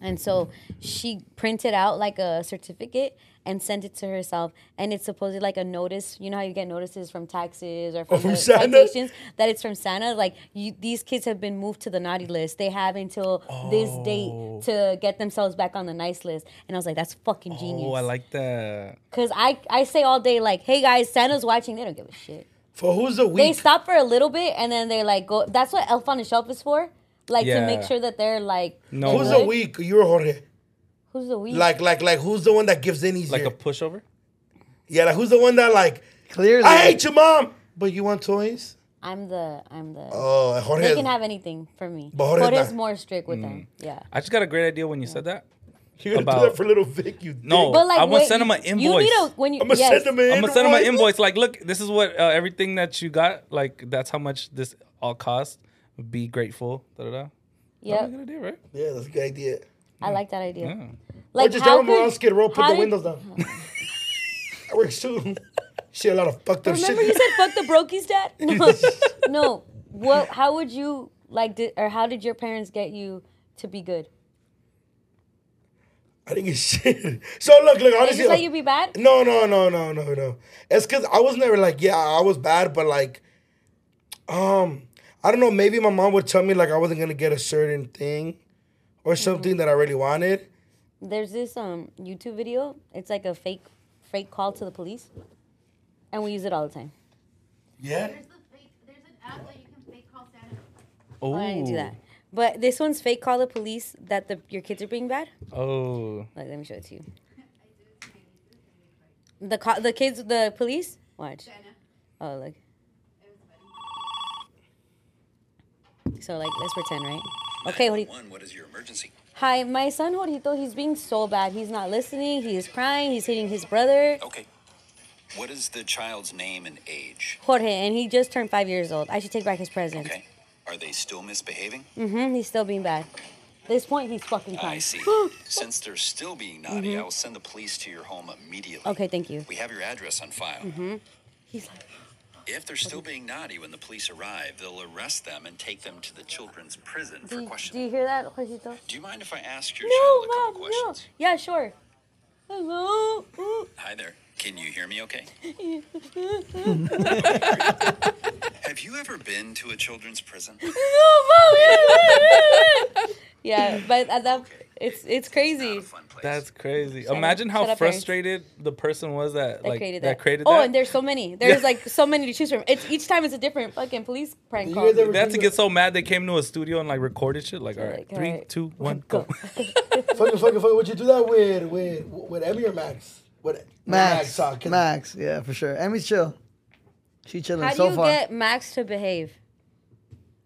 Speaker 4: and so she printed out like a certificate and sent it to herself, and it's supposedly like a notice. You know how you get notices from taxes or from,
Speaker 6: from
Speaker 4: the
Speaker 6: Santa?
Speaker 4: taxations that it's from Santa. Like you, these kids have been moved to the naughty list. They have until this date to get themselves back on the nice list. And I was like, that's fucking genius.
Speaker 5: Oh. Oh, I like that.
Speaker 4: Cause I, I say all day like, hey guys, Santa's watching. They don't give a shit
Speaker 6: For who's the
Speaker 4: they
Speaker 6: weak?
Speaker 4: stop for a little bit and then they like go. That's what Elf on the Shelf is for, like to
Speaker 5: Yeah.
Speaker 4: make sure that they're like
Speaker 5: No,
Speaker 6: Who's
Speaker 5: like,
Speaker 6: the weak? You're Jorge.
Speaker 4: who's the weak.
Speaker 6: Like, like, like, who's the one that gives in easier?
Speaker 5: a pushover?
Speaker 6: yeah, like, who's the one that like?
Speaker 2: Clearly.
Speaker 6: I hate you, mom. But you want toys?
Speaker 4: I'm the I'm the.
Speaker 6: Oh, Jorge.
Speaker 4: they can have anything for me.
Speaker 6: But Jorge's
Speaker 4: But
Speaker 6: not-
Speaker 4: it's more strict with
Speaker 5: Mm.
Speaker 4: them. Yeah.
Speaker 5: I just got a great idea when you said that.
Speaker 6: You're gonna
Speaker 5: about-
Speaker 6: do that for little Vic? You
Speaker 5: No.
Speaker 4: But like
Speaker 5: I wanna
Speaker 4: wait,
Speaker 5: send 'em an
Speaker 4: you- You need
Speaker 5: invoice.
Speaker 4: a when you.
Speaker 6: I'm gonna
Speaker 4: yes.
Speaker 6: send him an
Speaker 5: I'm gonna send him an
Speaker 6: invoice.
Speaker 5: invoice. Like, look, this is what uh, everything that you got. Like, that's how much this all cost. Be grateful. Da da da.
Speaker 4: Yep.
Speaker 5: Good idea, right?
Speaker 6: Yeah, that's a good idea.
Speaker 4: I like that idea.
Speaker 5: Yeah.
Speaker 6: Or
Speaker 4: Like
Speaker 6: just
Speaker 4: how
Speaker 6: drive him
Speaker 4: could-
Speaker 6: around Skid Row, put
Speaker 4: how
Speaker 6: the
Speaker 4: did-
Speaker 6: windows down. I work soon. Shit, a lot of fucked up
Speaker 4: Remember you
Speaker 6: shit.
Speaker 4: said fuck the brokies, dad. No, no. What? How would you like? Did, or how did your parents get you to be good?
Speaker 6: I didn't get shit. So look, look,
Speaker 4: They
Speaker 6: honestly.
Speaker 4: just let you be bad.
Speaker 6: no, no, no, no, no, no. It's cause I was never like, yeah, I was bad, but like, um, I don't know, maybe my mom would tell me like I wasn't gonna get a certain thing or something
Speaker 4: Mm-hmm.
Speaker 6: that I really wanted.
Speaker 4: there's this um YouTube video. It's like a fake fake call to the police, and we use it all the time.
Speaker 6: Yeah.
Speaker 3: There's the fake. There's an app that you can fake call Santa.
Speaker 5: Oh,
Speaker 4: I didn't do that. But this one's fake call the police that the your kids are being bad.
Speaker 5: Oh,
Speaker 4: Like, let me show it to you. The co- the kids the police watch.
Speaker 3: Santa.
Speaker 4: Oh look.
Speaker 3: It was funny.
Speaker 4: So like let's pretend right. Okay, Jorito.
Speaker 7: One, what is your emergency?
Speaker 4: Hi, my son Jorito. He's being so bad. He's not listening. He is crying. He's hitting his brother
Speaker 7: Okay. What is the child's name and age?
Speaker 4: Jorge, and he just turned five years old. I should take back his present.
Speaker 7: Okay. Are they still misbehaving?
Speaker 4: hmm He's still being bad. At this point, he's fucking crying.
Speaker 7: I see. Since they're still being naughty,
Speaker 4: Mm-hmm.
Speaker 7: I will send the police to your home immediately.
Speaker 4: Okay, thank you.
Speaker 7: We have your address on file.
Speaker 4: Mm-hmm. He's like,
Speaker 7: If they're still being naughty when the police arrive, they'll arrest them and take them to the children's prison
Speaker 4: do
Speaker 7: for
Speaker 4: you, do
Speaker 7: questioning.
Speaker 4: you hear that, Jorgito?
Speaker 7: Do you mind if I ask your
Speaker 4: No,
Speaker 7: child a couple
Speaker 4: mom, no.
Speaker 7: questions?
Speaker 4: Yeah, sure. Hello. Ooh.
Speaker 7: Hi there. Can you hear me okay? have you ever been to a children's prison?
Speaker 4: Yeah, but at that, it's it's crazy.
Speaker 7: Not a fun place.
Speaker 5: that's crazy.
Speaker 4: up.
Speaker 5: Imagine
Speaker 4: Shut
Speaker 5: how
Speaker 4: up, parents.
Speaker 5: frustrated the person was that,
Speaker 4: That
Speaker 5: like
Speaker 4: created
Speaker 5: that
Speaker 4: that.
Speaker 5: created
Speaker 4: oh,
Speaker 5: that.
Speaker 4: and there's so many. There's like so many to choose from. It's each time it's a different fucking police prank
Speaker 6: You
Speaker 4: call.
Speaker 6: guys ever
Speaker 5: they had
Speaker 6: do
Speaker 5: to
Speaker 6: that?
Speaker 5: get so mad they came to a studio and like recorded shit. Like, all right,
Speaker 4: Like,
Speaker 5: three, two, one,
Speaker 4: alright,
Speaker 5: go.
Speaker 6: Fucking, fucking, fucking. Would you do that with with with Emmy or Max? With
Speaker 2: Max.
Speaker 6: huh?
Speaker 2: Max,
Speaker 6: 'Cause
Speaker 2: yeah, for sure. Emmy's chill. She chilling
Speaker 4: How do
Speaker 2: so
Speaker 4: you
Speaker 2: far.
Speaker 4: get Max to behave?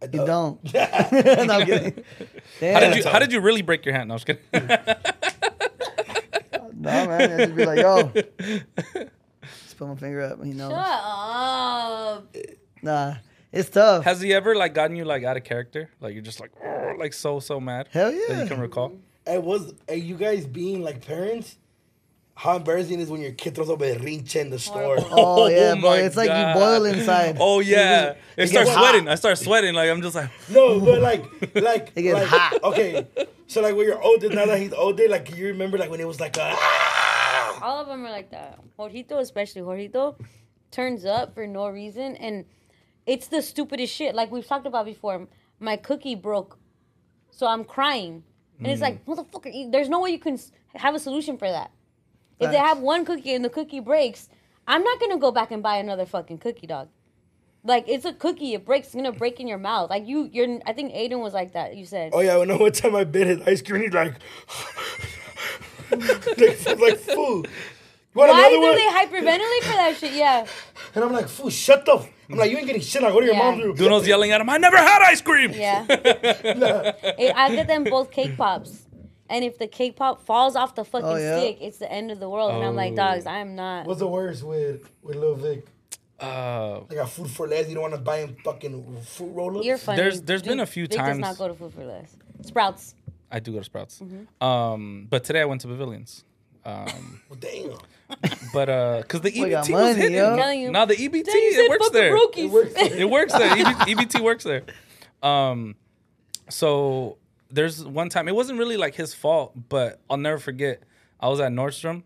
Speaker 6: I
Speaker 2: you don't. no, I'm kidding.
Speaker 5: How
Speaker 2: Damn.
Speaker 5: did you? How did you really break your hand? No, I was kidding.
Speaker 2: No, man. I'd just be like, yo. Let's put my finger up. He knows.
Speaker 4: Shut up.
Speaker 2: Nah, it's tough.
Speaker 5: Has he ever like gotten you like out of character? Like you're just like "Oh," like so so mad.
Speaker 2: Hell
Speaker 5: That
Speaker 2: yeah.
Speaker 5: you can recall.
Speaker 6: It was uh, you guys being like parents. How embarrassing it is when your kid throws a berrinche in the store.
Speaker 2: oh yeah,
Speaker 5: Oh
Speaker 2: boy.
Speaker 5: my
Speaker 2: It's like
Speaker 5: God.
Speaker 2: you boil inside.
Speaker 5: Oh yeah, it starts
Speaker 6: gets hot.
Speaker 5: sweating. I start sweating. Like I'm just like
Speaker 6: No, but like, like,
Speaker 2: It gets
Speaker 6: like,
Speaker 2: hot.
Speaker 6: Okay, so like when you're older, now that he's older, like you remember like when it was like, a,
Speaker 4: All of them are like that. Jorgito, especially Jorgito, turns up for no reason, and it's the stupidest shit. Like we've talked about before, my cookie broke, so I'm crying, and
Speaker 6: Mm.
Speaker 4: it's like, motherfucker, you- there's no way you can s- have a solution for that. If they
Speaker 2: Facts.
Speaker 4: have one cookie and the cookie breaks, I'm not gonna go back and buy another fucking cookie, dog. Like it's a cookie, it breaks, it's gonna break in your mouth. Like you, you're. I think Aiden was like that. You said.
Speaker 6: oh yeah, I know what time I bit his ice cream. He's like, like, like fool. You want
Speaker 4: Why
Speaker 6: another
Speaker 4: do
Speaker 6: one?
Speaker 4: they hyperventilate for that shit? Yeah.
Speaker 6: and I'm like, fool, shut up. I'm like, you ain't getting shit. Like, what do your
Speaker 4: Yeah.
Speaker 6: mom do?
Speaker 5: Duno's yelling at him. I never had ice cream.
Speaker 4: Yeah. Hey, I get them both cake pops. And if the cake pop falls off the fucking
Speaker 2: Oh, yeah.
Speaker 4: stick, it's the end of the world. And I'm like,
Speaker 5: Oh.
Speaker 4: dogs, I'm not.
Speaker 6: What's the worst with with Lil Vic?
Speaker 5: Uh,
Speaker 6: Like a food for less. You don't want to buy him fucking fruit roll ups.
Speaker 4: You're funny.
Speaker 5: There's- there's
Speaker 4: Dude,
Speaker 5: been a few
Speaker 4: Vic does
Speaker 5: times-
Speaker 4: not go to Food for Less. Sprouts.
Speaker 5: I do go to Sprouts.
Speaker 4: Mm-hmm.
Speaker 5: Um, but today I went to Pavilions. Um,
Speaker 6: Damn.
Speaker 5: but uh, cause the
Speaker 2: We got
Speaker 5: EBT was
Speaker 2: money,
Speaker 5: hidden.
Speaker 2: yo.
Speaker 4: Telling you.
Speaker 5: Nah, the EBT
Speaker 4: Then you
Speaker 5: it
Speaker 4: said
Speaker 5: works
Speaker 4: fuck the
Speaker 5: there.
Speaker 4: Brookies.
Speaker 6: It works there.
Speaker 5: It works there. E EB, EBT works there. Um, so there's one time it wasn't really like his fault, but I'll never forget. I was at Nordstrom,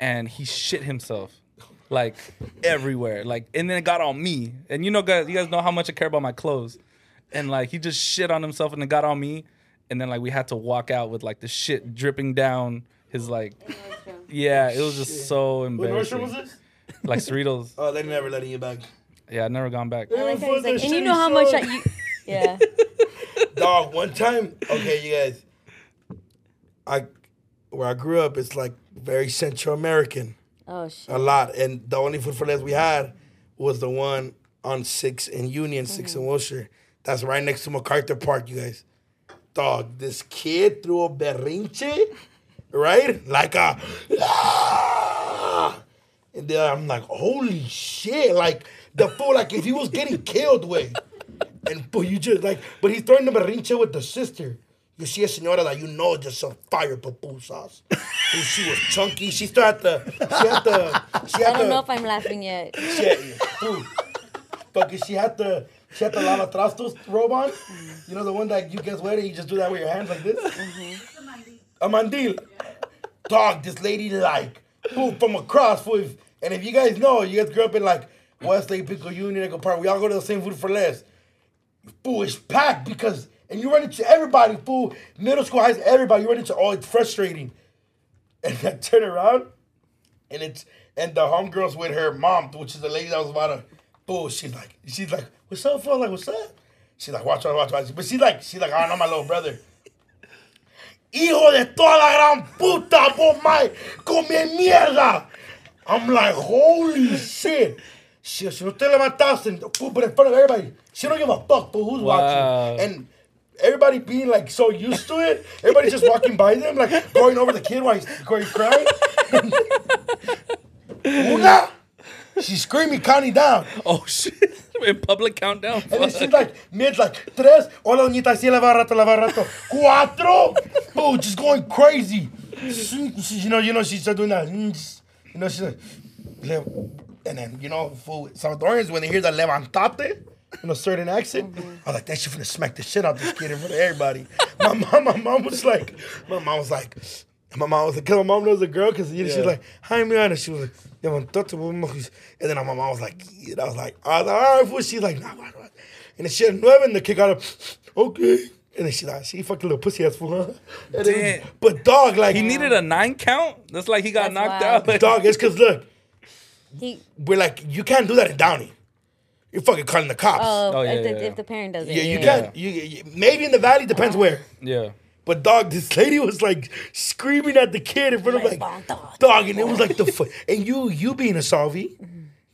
Speaker 5: and he shit himself, like everywhere. Like, and then it got on me. And you know, guys, you guys know how much I care about my clothes, and like he just shit on himself, and it got on me. And then like we had to walk out with like the shit dripping down his like. Yeah, it was just so
Speaker 6: What Nordstrom
Speaker 5: embarrassing.
Speaker 6: was this?
Speaker 5: Like Cerritos.
Speaker 6: Oh, they never letting you back.
Speaker 5: Yeah, I've never gone back.
Speaker 4: I like how
Speaker 6: For
Speaker 4: he's
Speaker 6: the
Speaker 4: like, and you
Speaker 6: shitty
Speaker 4: know how much I.
Speaker 6: song.
Speaker 4: You, yeah.
Speaker 6: Dog, one time, okay, you guys, I where I grew up, it's like very Central American,
Speaker 4: Oh, shit.
Speaker 6: a lot, and the only food for less we had was the one on Six and Union, Six
Speaker 4: Mm-hmm.
Speaker 6: and Wilshire. That's right next to MacArthur Park, you guys. Dog, this kid threw a berrinche, right? Like a. ah! And then I'm like, holy shit! Like the fool, like if he was getting killed with, and but you just like, but he's throwing the berrinche with the sister. You see a senora that you know just some fire pupusas. and she was chunky. She still had the, she had the, she
Speaker 4: I
Speaker 6: had
Speaker 4: don't know
Speaker 6: the,
Speaker 4: if I'm laughing yet.
Speaker 6: shit. Dude. Fucking, she had the, she had the Lala Trastos robe on. You know the one that you gets wet and you just do that with your hands like this a mandil. Dog, this lady like who from across fool. If- And if you guys know, you guys grew up in like Westlake, Pico Union, Echo Park. We all go to the same food for less. Fool, it's packed because and you run into everybody, fool. Middle school has everybody. You run into oh, it's frustrating. And I turn around, and it's and the homegirls with her mom, which is the lady that was about to fool. She's like, she's like, what's up, fool? I'm like, what's up? She's like, watch, watch, watch, watch. But she's like, she's like, I know my little brother. hijo de toda la gran puta, vos mai, come mierda. I'm like, holy shit. She goes, si no te levantaste, and- fool, but in front of everybody, she don't give a fuck for who's
Speaker 5: Wow.
Speaker 6: watching. And everybody being like so used to it, everybody just walking by them, like going over the kid while he's, while he's crying. Una, she's screaming, counting down.
Speaker 5: Oh shit! In public countdown.
Speaker 6: And then
Speaker 5: Fuck.
Speaker 6: she's like, mid like, tres, hola doñita, sí, la barrato, la barrato. Cuatro, bro, just going crazy. She- she- you know, you know, she's just doing that. mm, just- You know, she's like, le- and then, you know, for Salvadorians, when they hear the levantate, in a certain accent, I was like, that shit finna smack the shit out this kid in front of everybody. my mom, my mom was like, my mom was like, my mom was like, cause my mom knows a girl, cause you know, she's like, hi, Miana. She was like, levantate, vamos. and then my mom was like, yeah. I was like, I was like, all right, fool. She's like, nah, what, what? And then she had nueve, and the kid got up, okay. And then she like, she fucking little pussy ass fool, huh? And then-
Speaker 5: Damn.
Speaker 6: but dog, like,
Speaker 5: he needed a nine count. That's like he got
Speaker 4: That's
Speaker 5: knocked
Speaker 4: wild.
Speaker 5: out. Like,
Speaker 6: dog, it's cause look,
Speaker 4: He,
Speaker 6: we're like, you can't do that in Downey. You're fucking calling the cops.
Speaker 4: oh,
Speaker 5: Oh, yeah,
Speaker 4: if, the,
Speaker 5: yeah, yeah.
Speaker 4: if the parent does it.
Speaker 6: yeah, you
Speaker 5: Yeah.
Speaker 6: can't. You, you, maybe in the valley, depends where.
Speaker 5: yeah.
Speaker 6: But dog, this lady was like screaming at the kid in front of like
Speaker 4: Dog.
Speaker 6: dog, and it was like the fu- and you you being a salvi,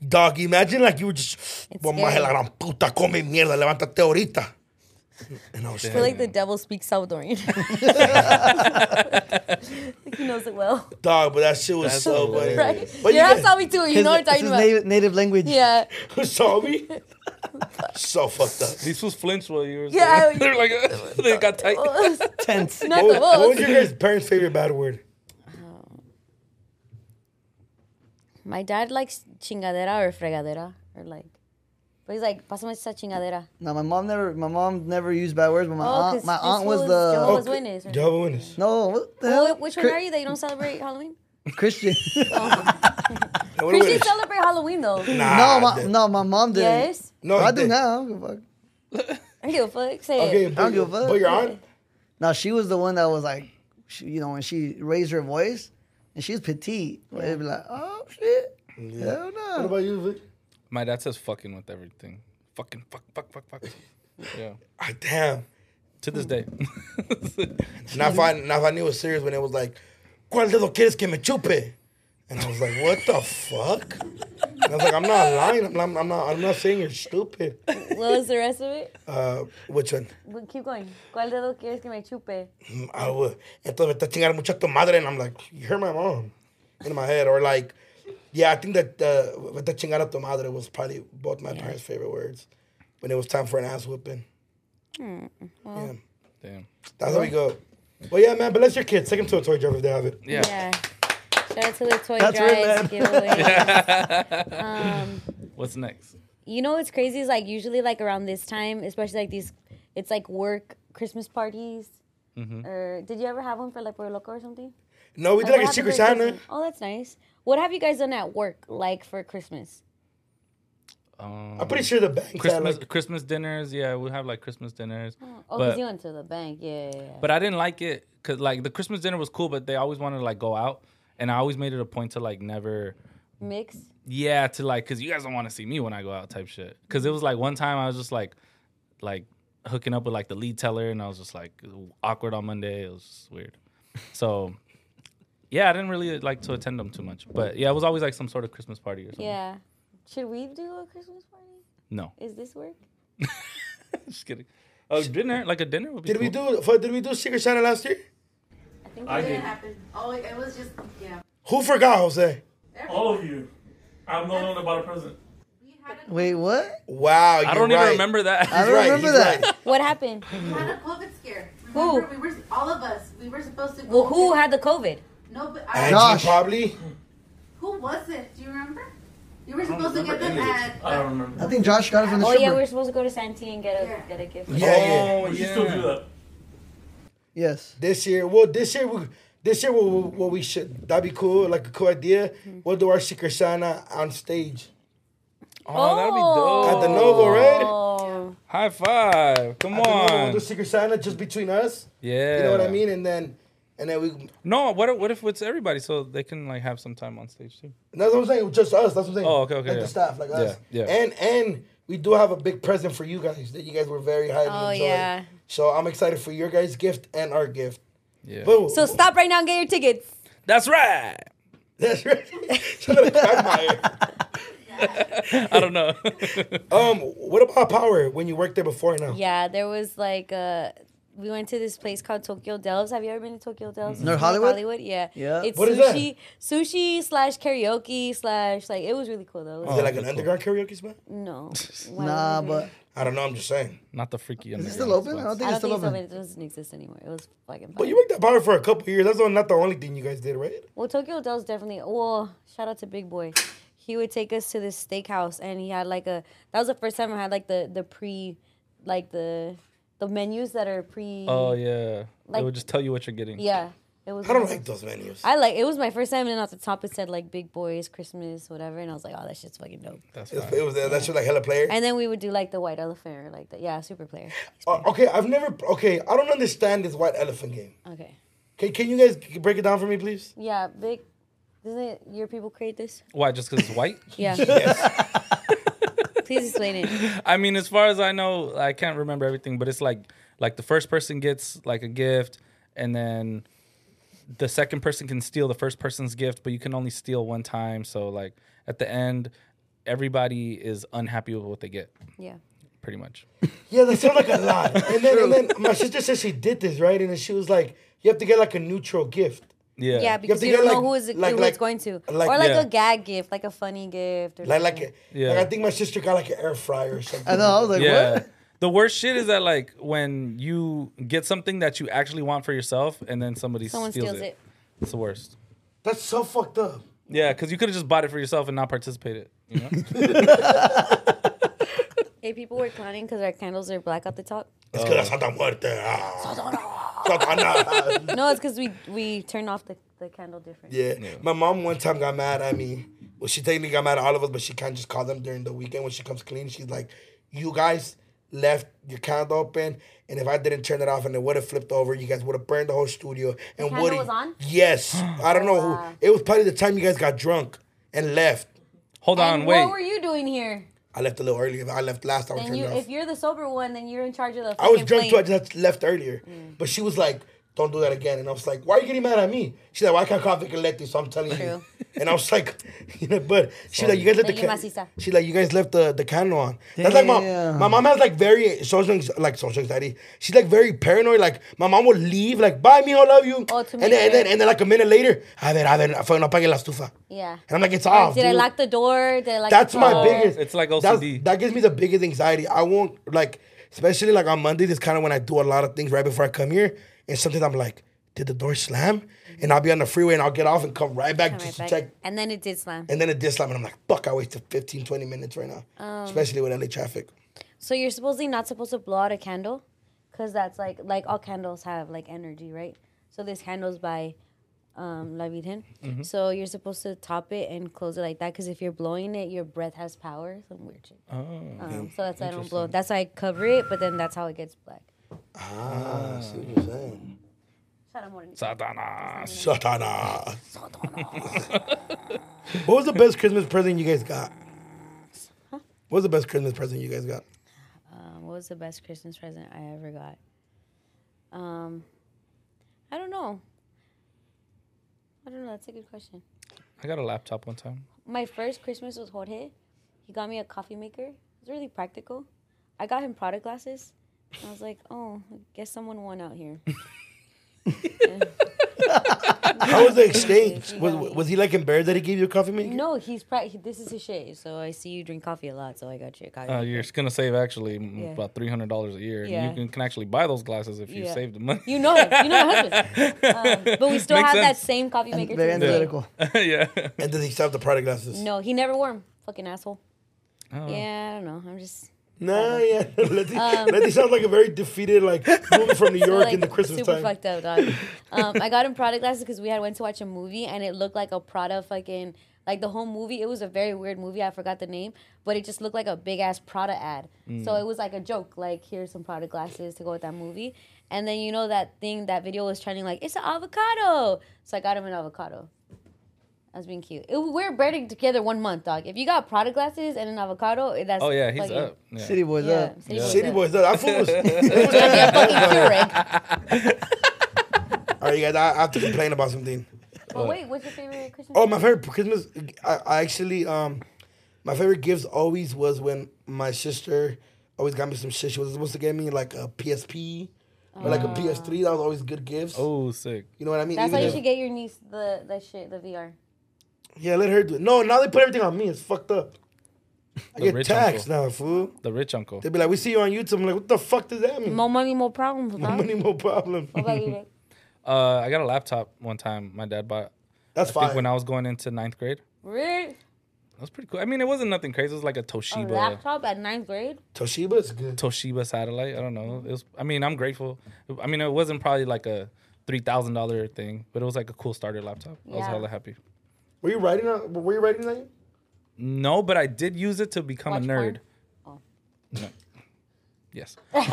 Speaker 6: dog. Imagine like you were just
Speaker 4: It's
Speaker 6: "Mamá de la
Speaker 4: scary.
Speaker 6: gran puta come mierda, levántate ahorita. And I was
Speaker 4: I feel
Speaker 6: like,
Speaker 4: like the devil speaks Salvadorian. like he knows it well,
Speaker 6: dog, but that shit was
Speaker 5: That's
Speaker 6: so funny.
Speaker 4: right?
Speaker 6: But
Speaker 4: You're
Speaker 6: yeah,
Speaker 4: half Salvi too. You know what I'm talking
Speaker 2: His- it's his
Speaker 4: about.
Speaker 2: native, native language.
Speaker 4: Yeah,
Speaker 6: saw me. so fucked up.
Speaker 5: These fools flinched while you were.
Speaker 4: Yeah, I-
Speaker 5: they're like they got tight.
Speaker 2: Tense.
Speaker 4: not
Speaker 6: What
Speaker 4: the
Speaker 6: was, what was
Speaker 4: wolves.
Speaker 6: your guys' parents' favorite bad word?
Speaker 4: My dad likes chingadera or fregadera or like, but he's like, pásame esa chingadera.
Speaker 2: No, my mom never. My mom never used bad words, but my
Speaker 4: Oh,
Speaker 2: aunt.
Speaker 4: 'cause
Speaker 2: My
Speaker 4: this
Speaker 2: aunt was
Speaker 4: fool is
Speaker 2: the Oh,
Speaker 4: Jehovah's Witness. right?
Speaker 6: Jehovah Witness.
Speaker 2: no. What the
Speaker 4: Well,
Speaker 2: hell?
Speaker 4: Oh, which one are you that you don't celebrate Halloween?
Speaker 2: Christian.
Speaker 6: Jehovah
Speaker 4: You should
Speaker 6: Witness.
Speaker 4: celebrate Halloween though.
Speaker 6: Nah,
Speaker 2: no, my,
Speaker 6: that-
Speaker 2: no, my mom did.
Speaker 4: Yes.
Speaker 6: no,
Speaker 2: I
Speaker 6: he
Speaker 2: do
Speaker 6: Oh, did.
Speaker 2: now. I don't give a fuck.
Speaker 4: I don't give a fuck. Say
Speaker 6: Okay,
Speaker 4: it.
Speaker 6: but,
Speaker 2: give a fuck.
Speaker 6: but your aunt,
Speaker 2: No, she was the one that was like, she, you know, when she raised her voice, and she's petite. but It'd be like, oh shit, hell
Speaker 6: what
Speaker 2: no.
Speaker 6: about you, Vic?
Speaker 5: My dad says fucking with everything. Fucking fuck fuck fuck fuck. Yeah.
Speaker 6: Ah, damn.
Speaker 5: To this day.
Speaker 6: Now if I now if I knew it was serious when it was like, ¿Cuál dedo quieres que me chupe? And I was like, what the fuck? And I was like, I'm not lying. I'm not. I'm not. I'm not saying you're stupid.
Speaker 4: What was the rest of it?
Speaker 6: Uh, which one?
Speaker 4: Well, Keep going. ¿Cuál dedo quieres que me chupe?
Speaker 6: Mm, I would. Entonces me está chingando mucho tu madre, and I'm like, you heard my mom in my head, or like, yeah, I think that uh, me está chingando tu madre was probably both my parents' favorite words when it was time for an ass whooping.
Speaker 2: Hmm,
Speaker 6: yeah,
Speaker 5: Damn.
Speaker 6: that's how we go. Well, yeah, man. But let's your kids take them to a toy drive if they have it.
Speaker 5: Yeah.
Speaker 4: Yeah. Shout out to the toy
Speaker 2: That's right,
Speaker 4: drives
Speaker 2: man.
Speaker 4: giveaway. Um,
Speaker 5: What's next?
Speaker 4: You know what's crazy is like usually like around this time, especially like these, it's like work Christmas parties.
Speaker 5: Mm-hmm.
Speaker 4: Or did you ever have one for like Pueblo Loco or something?
Speaker 6: No, we did like a secret Santa.
Speaker 4: Oh, that's nice. What have you guys done at work like for Christmas?
Speaker 6: I'm pretty sure the bank
Speaker 5: Christmas
Speaker 6: Had, like,
Speaker 5: Christmas dinners. Yeah, we have like Christmas dinners.
Speaker 4: Oh, because
Speaker 5: but,
Speaker 4: you went to the bank. Yeah, yeah, yeah.
Speaker 5: but I didn't like it because like the Christmas dinner was cool, but they always wanted to like go out, and I always made it a point to like never.
Speaker 4: Mix.
Speaker 5: yeah to like because you guys don't want to see me when i go out type shit because it was like one time i was just like like hooking up with like the lead teller and i was just like awkward on monday it was just weird so yeah i didn't really like to attend them too much but yeah it was always like some sort of christmas party or something
Speaker 4: Yeah. Should we do a Christmas party?
Speaker 5: no
Speaker 4: Is this work?
Speaker 5: just kidding oh dinner like a dinner would be
Speaker 6: did we
Speaker 5: cool.
Speaker 6: do? For, did we do secret Santa last year?
Speaker 4: I think
Speaker 8: I
Speaker 4: we
Speaker 8: did.
Speaker 3: It happened. Oh, it was just yeah.
Speaker 6: Who forgot, Jose?
Speaker 8: All of you. I'm no longer about a present.
Speaker 3: We had a
Speaker 2: Wait, what?
Speaker 6: Wow,
Speaker 5: i don't even remember that
Speaker 2: I don't
Speaker 6: right,
Speaker 2: remember
Speaker 6: he's
Speaker 2: that.
Speaker 6: right.
Speaker 4: What happened?
Speaker 3: we had a COVID scare.
Speaker 4: Who?
Speaker 3: Remember, We were all of us. We were supposed to.
Speaker 4: Well, who had the COVID?
Speaker 3: No, but
Speaker 6: Angie
Speaker 3: I,
Speaker 2: Gosh.
Speaker 6: probably.
Speaker 3: who was it? Do you remember? You were
Speaker 8: I don't
Speaker 3: supposed to
Speaker 8: remember
Speaker 3: get them
Speaker 8: any of this.
Speaker 3: at.
Speaker 8: I don't
Speaker 2: I
Speaker 8: remember.
Speaker 2: think Josh got it from the
Speaker 4: Oh
Speaker 2: stripper.
Speaker 4: yeah, we're supposed to go to Santee and get a
Speaker 3: Yeah.
Speaker 4: get a gift.
Speaker 6: Yeah, yeah.
Speaker 5: oh
Speaker 8: We should
Speaker 5: yeah
Speaker 8: still do that.
Speaker 2: yes.
Speaker 6: This year, well, this year we, this year what we, what we should that'd be cool, like a cool idea.
Speaker 2: Mm-hmm.
Speaker 6: We'll do our secret Santa on stage
Speaker 5: oh that'd be dope
Speaker 4: Oh.
Speaker 6: at the Novo, right?
Speaker 4: Oh,
Speaker 5: high five come
Speaker 6: At the Novo, We'll
Speaker 5: on
Speaker 6: do secret Santa just between us.
Speaker 5: yeah
Speaker 6: You know what I mean? And then, and then we.
Speaker 5: no what if, what if it's everybody so they can like have some time on stage too
Speaker 6: That's what I'm saying. Just us. That's what I'm saying.
Speaker 5: Oh, okay, okay,
Speaker 6: Like
Speaker 5: yeah.
Speaker 6: the staff, like us.
Speaker 5: Yeah, yeah.
Speaker 6: And and we do have a big present for you guys that you guys were very hyped.
Speaker 4: Oh,
Speaker 6: and enjoyed.
Speaker 4: yeah.
Speaker 6: So I'm excited for your guys' gift and our gift.
Speaker 5: yeah
Speaker 6: Boom.
Speaker 4: so stop right now and get your tickets.
Speaker 5: that's right
Speaker 6: That's right. Shout out to Quagmire.
Speaker 5: I don't know.
Speaker 6: um, what about power when you worked there before now?
Speaker 4: Yeah, there was like uh we went to this place called Tokyo Delves. Have you ever been to Tokyo Delves? in
Speaker 2: Near Mm-hmm. Hollywood?
Speaker 4: Hollywood, yeah.
Speaker 2: Yeah.
Speaker 4: It's
Speaker 6: What is that?
Speaker 4: sushi, sushi slash karaoke slash like it was really cool though. It
Speaker 6: Is
Speaker 5: Oh,
Speaker 4: was-
Speaker 6: it like an underground karaoke spot?
Speaker 4: No, Why
Speaker 2: Nah,
Speaker 4: would we do
Speaker 2: but
Speaker 4: that?
Speaker 6: I don't know. I'm just saying.
Speaker 5: Not the freaky.
Speaker 2: is
Speaker 5: underground
Speaker 2: it still open? I
Speaker 5: spots.
Speaker 2: don't think
Speaker 4: I don't
Speaker 2: it's still
Speaker 4: think so.
Speaker 2: open.
Speaker 4: but It doesn't exist anymore. It was fucking.
Speaker 6: But
Speaker 4: Fun.
Speaker 6: you worked at power for a couple years. That's not the only thing you guys did, right?
Speaker 4: Well, Tokyo Dells definitely. Well, shout out to Big Boy. He would take us to this steakhouse, and he had like a. That was the first time I had like the the pre, like the the menus that are pre.
Speaker 5: Oh yeah.
Speaker 4: Like-
Speaker 5: it would just tell you what you're getting.
Speaker 4: yeah. It was.
Speaker 6: I don't
Speaker 4: awesome.
Speaker 6: like those menus.
Speaker 4: I like it was my first time, and off the top it said like Big Boys Christmas, whatever, and I was like, oh, that shit's fucking dope.
Speaker 5: That's
Speaker 6: It's-
Speaker 5: fine.
Speaker 6: It was uh, that's just like hella player.
Speaker 4: And then we would do like the White Elephant, or like the yeah, Super Player.
Speaker 6: Uh, okay, I've never. Okay, I don't understand this white elephant game.
Speaker 4: Okay,
Speaker 6: Can, can you guys break it down for me, please?
Speaker 4: yeah, Big. Doesn't it, your people create this?
Speaker 5: Why? Just because it's white?
Speaker 4: Yeah. Please explain it.
Speaker 5: I mean, as far as I know, I can't remember everything, but it's like like the first person gets like a gift, and then the second person can steal the first person's gift, but you can only steal one time. So like at the end, everybody is unhappy with what they get.
Speaker 4: Yeah.
Speaker 5: pretty much.
Speaker 6: Yeah, that sounds like a lot. And then, and then my sister said she did this, right? And then she was like, you have to get like a neutral gift.
Speaker 5: Yeah.
Speaker 4: Yeah, because
Speaker 6: to
Speaker 4: you don't
Speaker 6: get,
Speaker 4: know
Speaker 6: like-
Speaker 4: who is it,
Speaker 6: like-
Speaker 4: who
Speaker 6: like-
Speaker 4: it's going to,
Speaker 6: like-
Speaker 4: or like
Speaker 5: Yeah.
Speaker 4: a gag gift, like a funny gift, or
Speaker 6: Like, like,
Speaker 4: something.
Speaker 6: a,
Speaker 5: Yeah.
Speaker 6: like I think my sister got like an air fryer or something.
Speaker 2: I know. I was like,
Speaker 5: yeah.
Speaker 2: what?
Speaker 5: The worst shit is that like when you get something that you actually want for yourself and then somebody
Speaker 4: someone
Speaker 5: steals,
Speaker 4: steals
Speaker 5: it.
Speaker 4: it.
Speaker 5: It's the worst.
Speaker 6: That's so fucked up.
Speaker 5: Yeah, because you could have just bought it for yourself and not participated. You know?
Speaker 4: Hey, people were clowning because our candles are black at the top.
Speaker 6: It's because Santa Muerte. ah. Satana.
Speaker 4: No, it's because we we turn off the, the candle different.
Speaker 6: Yeah. My mom one time got mad at me. Well, she technically got mad at all of us, but she can't just call them during the weekend when she comes clean. She's like, You guys left your candle open, and if I didn't turn it off and it would have flipped over, you guys would have burned the whole studio. And
Speaker 4: candle
Speaker 6: Woody.
Speaker 4: was on?
Speaker 6: Yes. I don't know who.
Speaker 4: Wow.
Speaker 6: It was probably the time you guys got drunk and left.
Speaker 5: Hold on,
Speaker 4: And
Speaker 5: wait.
Speaker 4: what were you doing here?
Speaker 6: I left a little early. If I left last, I would
Speaker 4: Then
Speaker 6: turn
Speaker 4: you,
Speaker 6: it off.
Speaker 4: if you're the sober one, then you're in charge of the.
Speaker 6: I was
Speaker 4: fucking
Speaker 6: drunk too. I
Speaker 4: flame.
Speaker 6: just left earlier.
Speaker 4: Mm.
Speaker 6: But she was like, "Don't do that again." And I was like, "Why are you getting mad at me?" She's like, "Why can't coffee collective?" So I'm telling
Speaker 4: True.
Speaker 6: you. And I was like, you know, but she's like, "You guys left
Speaker 4: Thank you,
Speaker 6: the
Speaker 4: Masisa.
Speaker 6: can- She's like, "You guys left the the candle on." That's like my
Speaker 2: Damn.
Speaker 6: my mom has like very social anx- like social anxiety. She's like very paranoid. Like my mom would leave like, "Bye, me, I love you."
Speaker 4: Oh, to
Speaker 6: and
Speaker 4: make
Speaker 6: then, and
Speaker 4: sure.
Speaker 6: then and then like a minute later, a ver, a ver, fue, no apague la estufa.
Speaker 4: Yeah.
Speaker 6: And I'm like, "It's off."
Speaker 4: Did I
Speaker 6: Ah, dude."
Speaker 4: lock the door? Did I lock
Speaker 6: That's
Speaker 4: the
Speaker 6: my
Speaker 4: door?
Speaker 6: biggest.
Speaker 5: It's like
Speaker 6: that's-
Speaker 5: OCD.
Speaker 6: that gives me the biggest anxiety. I won't like, especially like on Mondays. It's kind of when I do a lot of things right before I come here, and sometimes I'm like, did the door slam? And I'll be on the freeway and I'll get off and come right back
Speaker 4: Right
Speaker 6: just
Speaker 4: back.
Speaker 6: to check.
Speaker 4: And then it did slam.
Speaker 6: And then it did slam, and I'm like, fuck, I wasted 15, 20 minutes right now,
Speaker 4: Um,
Speaker 6: especially with LA traffic.
Speaker 4: So you're supposedly not supposed to blow out a candle, because that's like like all candles have like energy, right? So this candle's by um, La Virgen.
Speaker 6: Mm-hmm.
Speaker 4: So you're supposed to top it and close it like that, because if you're blowing it, your breath has power. Some weird shit. Oh. Um, so that's why I don't blow. That's why I cover it, but then that's how it gets black.
Speaker 6: Ah, I see what you're saying.
Speaker 4: Shut up, Morning.
Speaker 5: Satanas.
Speaker 6: Satana. what was the best Christmas present you guys got? What was the best Christmas present you guys got?
Speaker 4: Um, what was the best Christmas present I ever got? Um, I don't know. I don't know. That's a good question.
Speaker 5: I got a laptop one time.
Speaker 4: My first Christmas was Jorge. He got me a coffee maker. It was really practical. I got him product glasses. And I was like, oh, I guess someone won out here.
Speaker 6: How was the exchange?
Speaker 4: You
Speaker 6: Was,
Speaker 4: got it.
Speaker 6: was he like embarrassed that he gave you a coffee maker?
Speaker 4: no, he's pra- he- this is his shit. So I see you drink coffee a lot, so I got you a coffee.
Speaker 5: Uh, you're just gonna save actually m-
Speaker 4: Yeah.
Speaker 5: about three hundred dollars a year.
Speaker 4: Yeah.
Speaker 5: And you can, can actually buy those glasses if you
Speaker 4: Yeah.
Speaker 5: save the money.
Speaker 4: you know him. You know my husband. Um, but we still
Speaker 5: Makes
Speaker 4: have that
Speaker 5: sense.
Speaker 4: same coffee maker.
Speaker 2: Very
Speaker 4: to this day.
Speaker 2: analytical.
Speaker 5: yeah.
Speaker 6: And does he still have the product glasses?
Speaker 4: No, he never wore them. Fucking asshole.
Speaker 5: Oh.
Speaker 4: Yeah, I don't know. I'm just
Speaker 6: Nah, yeah. Letty, Letty sounds like a very defeated, like, movie from New
Speaker 4: Um, So,
Speaker 6: York
Speaker 4: like,
Speaker 6: in the Christmas
Speaker 4: super
Speaker 6: time.
Speaker 4: fucked up, dog. Um, I got him Prada glasses because we had went to watch a movie and it looked like a Prada fucking like the whole movie. It was a very weird movie. I forgot the name, but it just looked like a big ass Prada ad. So
Speaker 6: Mm.
Speaker 4: it was like a joke. Like here's some Prada glasses to go with that movie. And then you know that thing that video was trending like it's an avocado. So I got him an avocado. I was being cute. It, we're braiding together one month, dog. If you got Prada glasses and an avocado, eh, that's
Speaker 5: Oh yeah, he's
Speaker 4: fucking-
Speaker 5: up. Yeah.
Speaker 2: City boys
Speaker 4: Yeah,
Speaker 2: up.
Speaker 4: City Boys
Speaker 6: Shitty
Speaker 4: up.
Speaker 6: boys, that fool was.
Speaker 4: Yeah, fucking Keurig.
Speaker 6: All right, you guys, I I have to complain about something.
Speaker 4: But wait, what's your favorite Christmas?
Speaker 6: Oh, my favorite Christmas, I, I actually, um, my favorite gifts always was when my sister always got me some shit. She was supposed to get me, like, a PSP or, like, a PS3. That was always good gifts.
Speaker 5: Oh sick.
Speaker 6: You know what I mean?
Speaker 4: Ah. That's
Speaker 6: Even
Speaker 4: why you
Speaker 6: if-
Speaker 4: should get your niece the the shit, the VR.
Speaker 6: Yeah, let her do it. No, now they put everything on me. It's fucked up. I
Speaker 5: The
Speaker 6: get
Speaker 5: rich
Speaker 6: taxed now, fool.
Speaker 5: The rich uncle.
Speaker 6: They be like, "We see you on YouTube." I'm like, "What the fuck does that mean?"
Speaker 4: More money, more problems. dog.
Speaker 6: Money, more problem.
Speaker 4: What about you, Vic?
Speaker 5: Uh, I got a laptop one time. My dad bought.
Speaker 6: That's
Speaker 5: I think
Speaker 6: fine.
Speaker 5: when I was going into ninth grade.
Speaker 4: Really?
Speaker 5: That was pretty cool. I mean, it wasn't nothing crazy. It was like a
Speaker 4: A
Speaker 5: Toshiba.
Speaker 4: Oh, laptop at ninth grade?
Speaker 6: Toshiba is good.
Speaker 5: Toshiba satellite. I don't know. It was. I mean, I'm grateful. I mean, it wasn't probably like a three thousand dollar thing, but it was like a cool starter laptop. I was
Speaker 4: Yeah.
Speaker 5: hella happy.
Speaker 6: Were you writing? On, were you writing that?
Speaker 5: No, but I did use it to become
Speaker 4: Watch
Speaker 5: a
Speaker 4: porn?
Speaker 5: nerd.
Speaker 4: Oh.
Speaker 5: No. Yes. Um,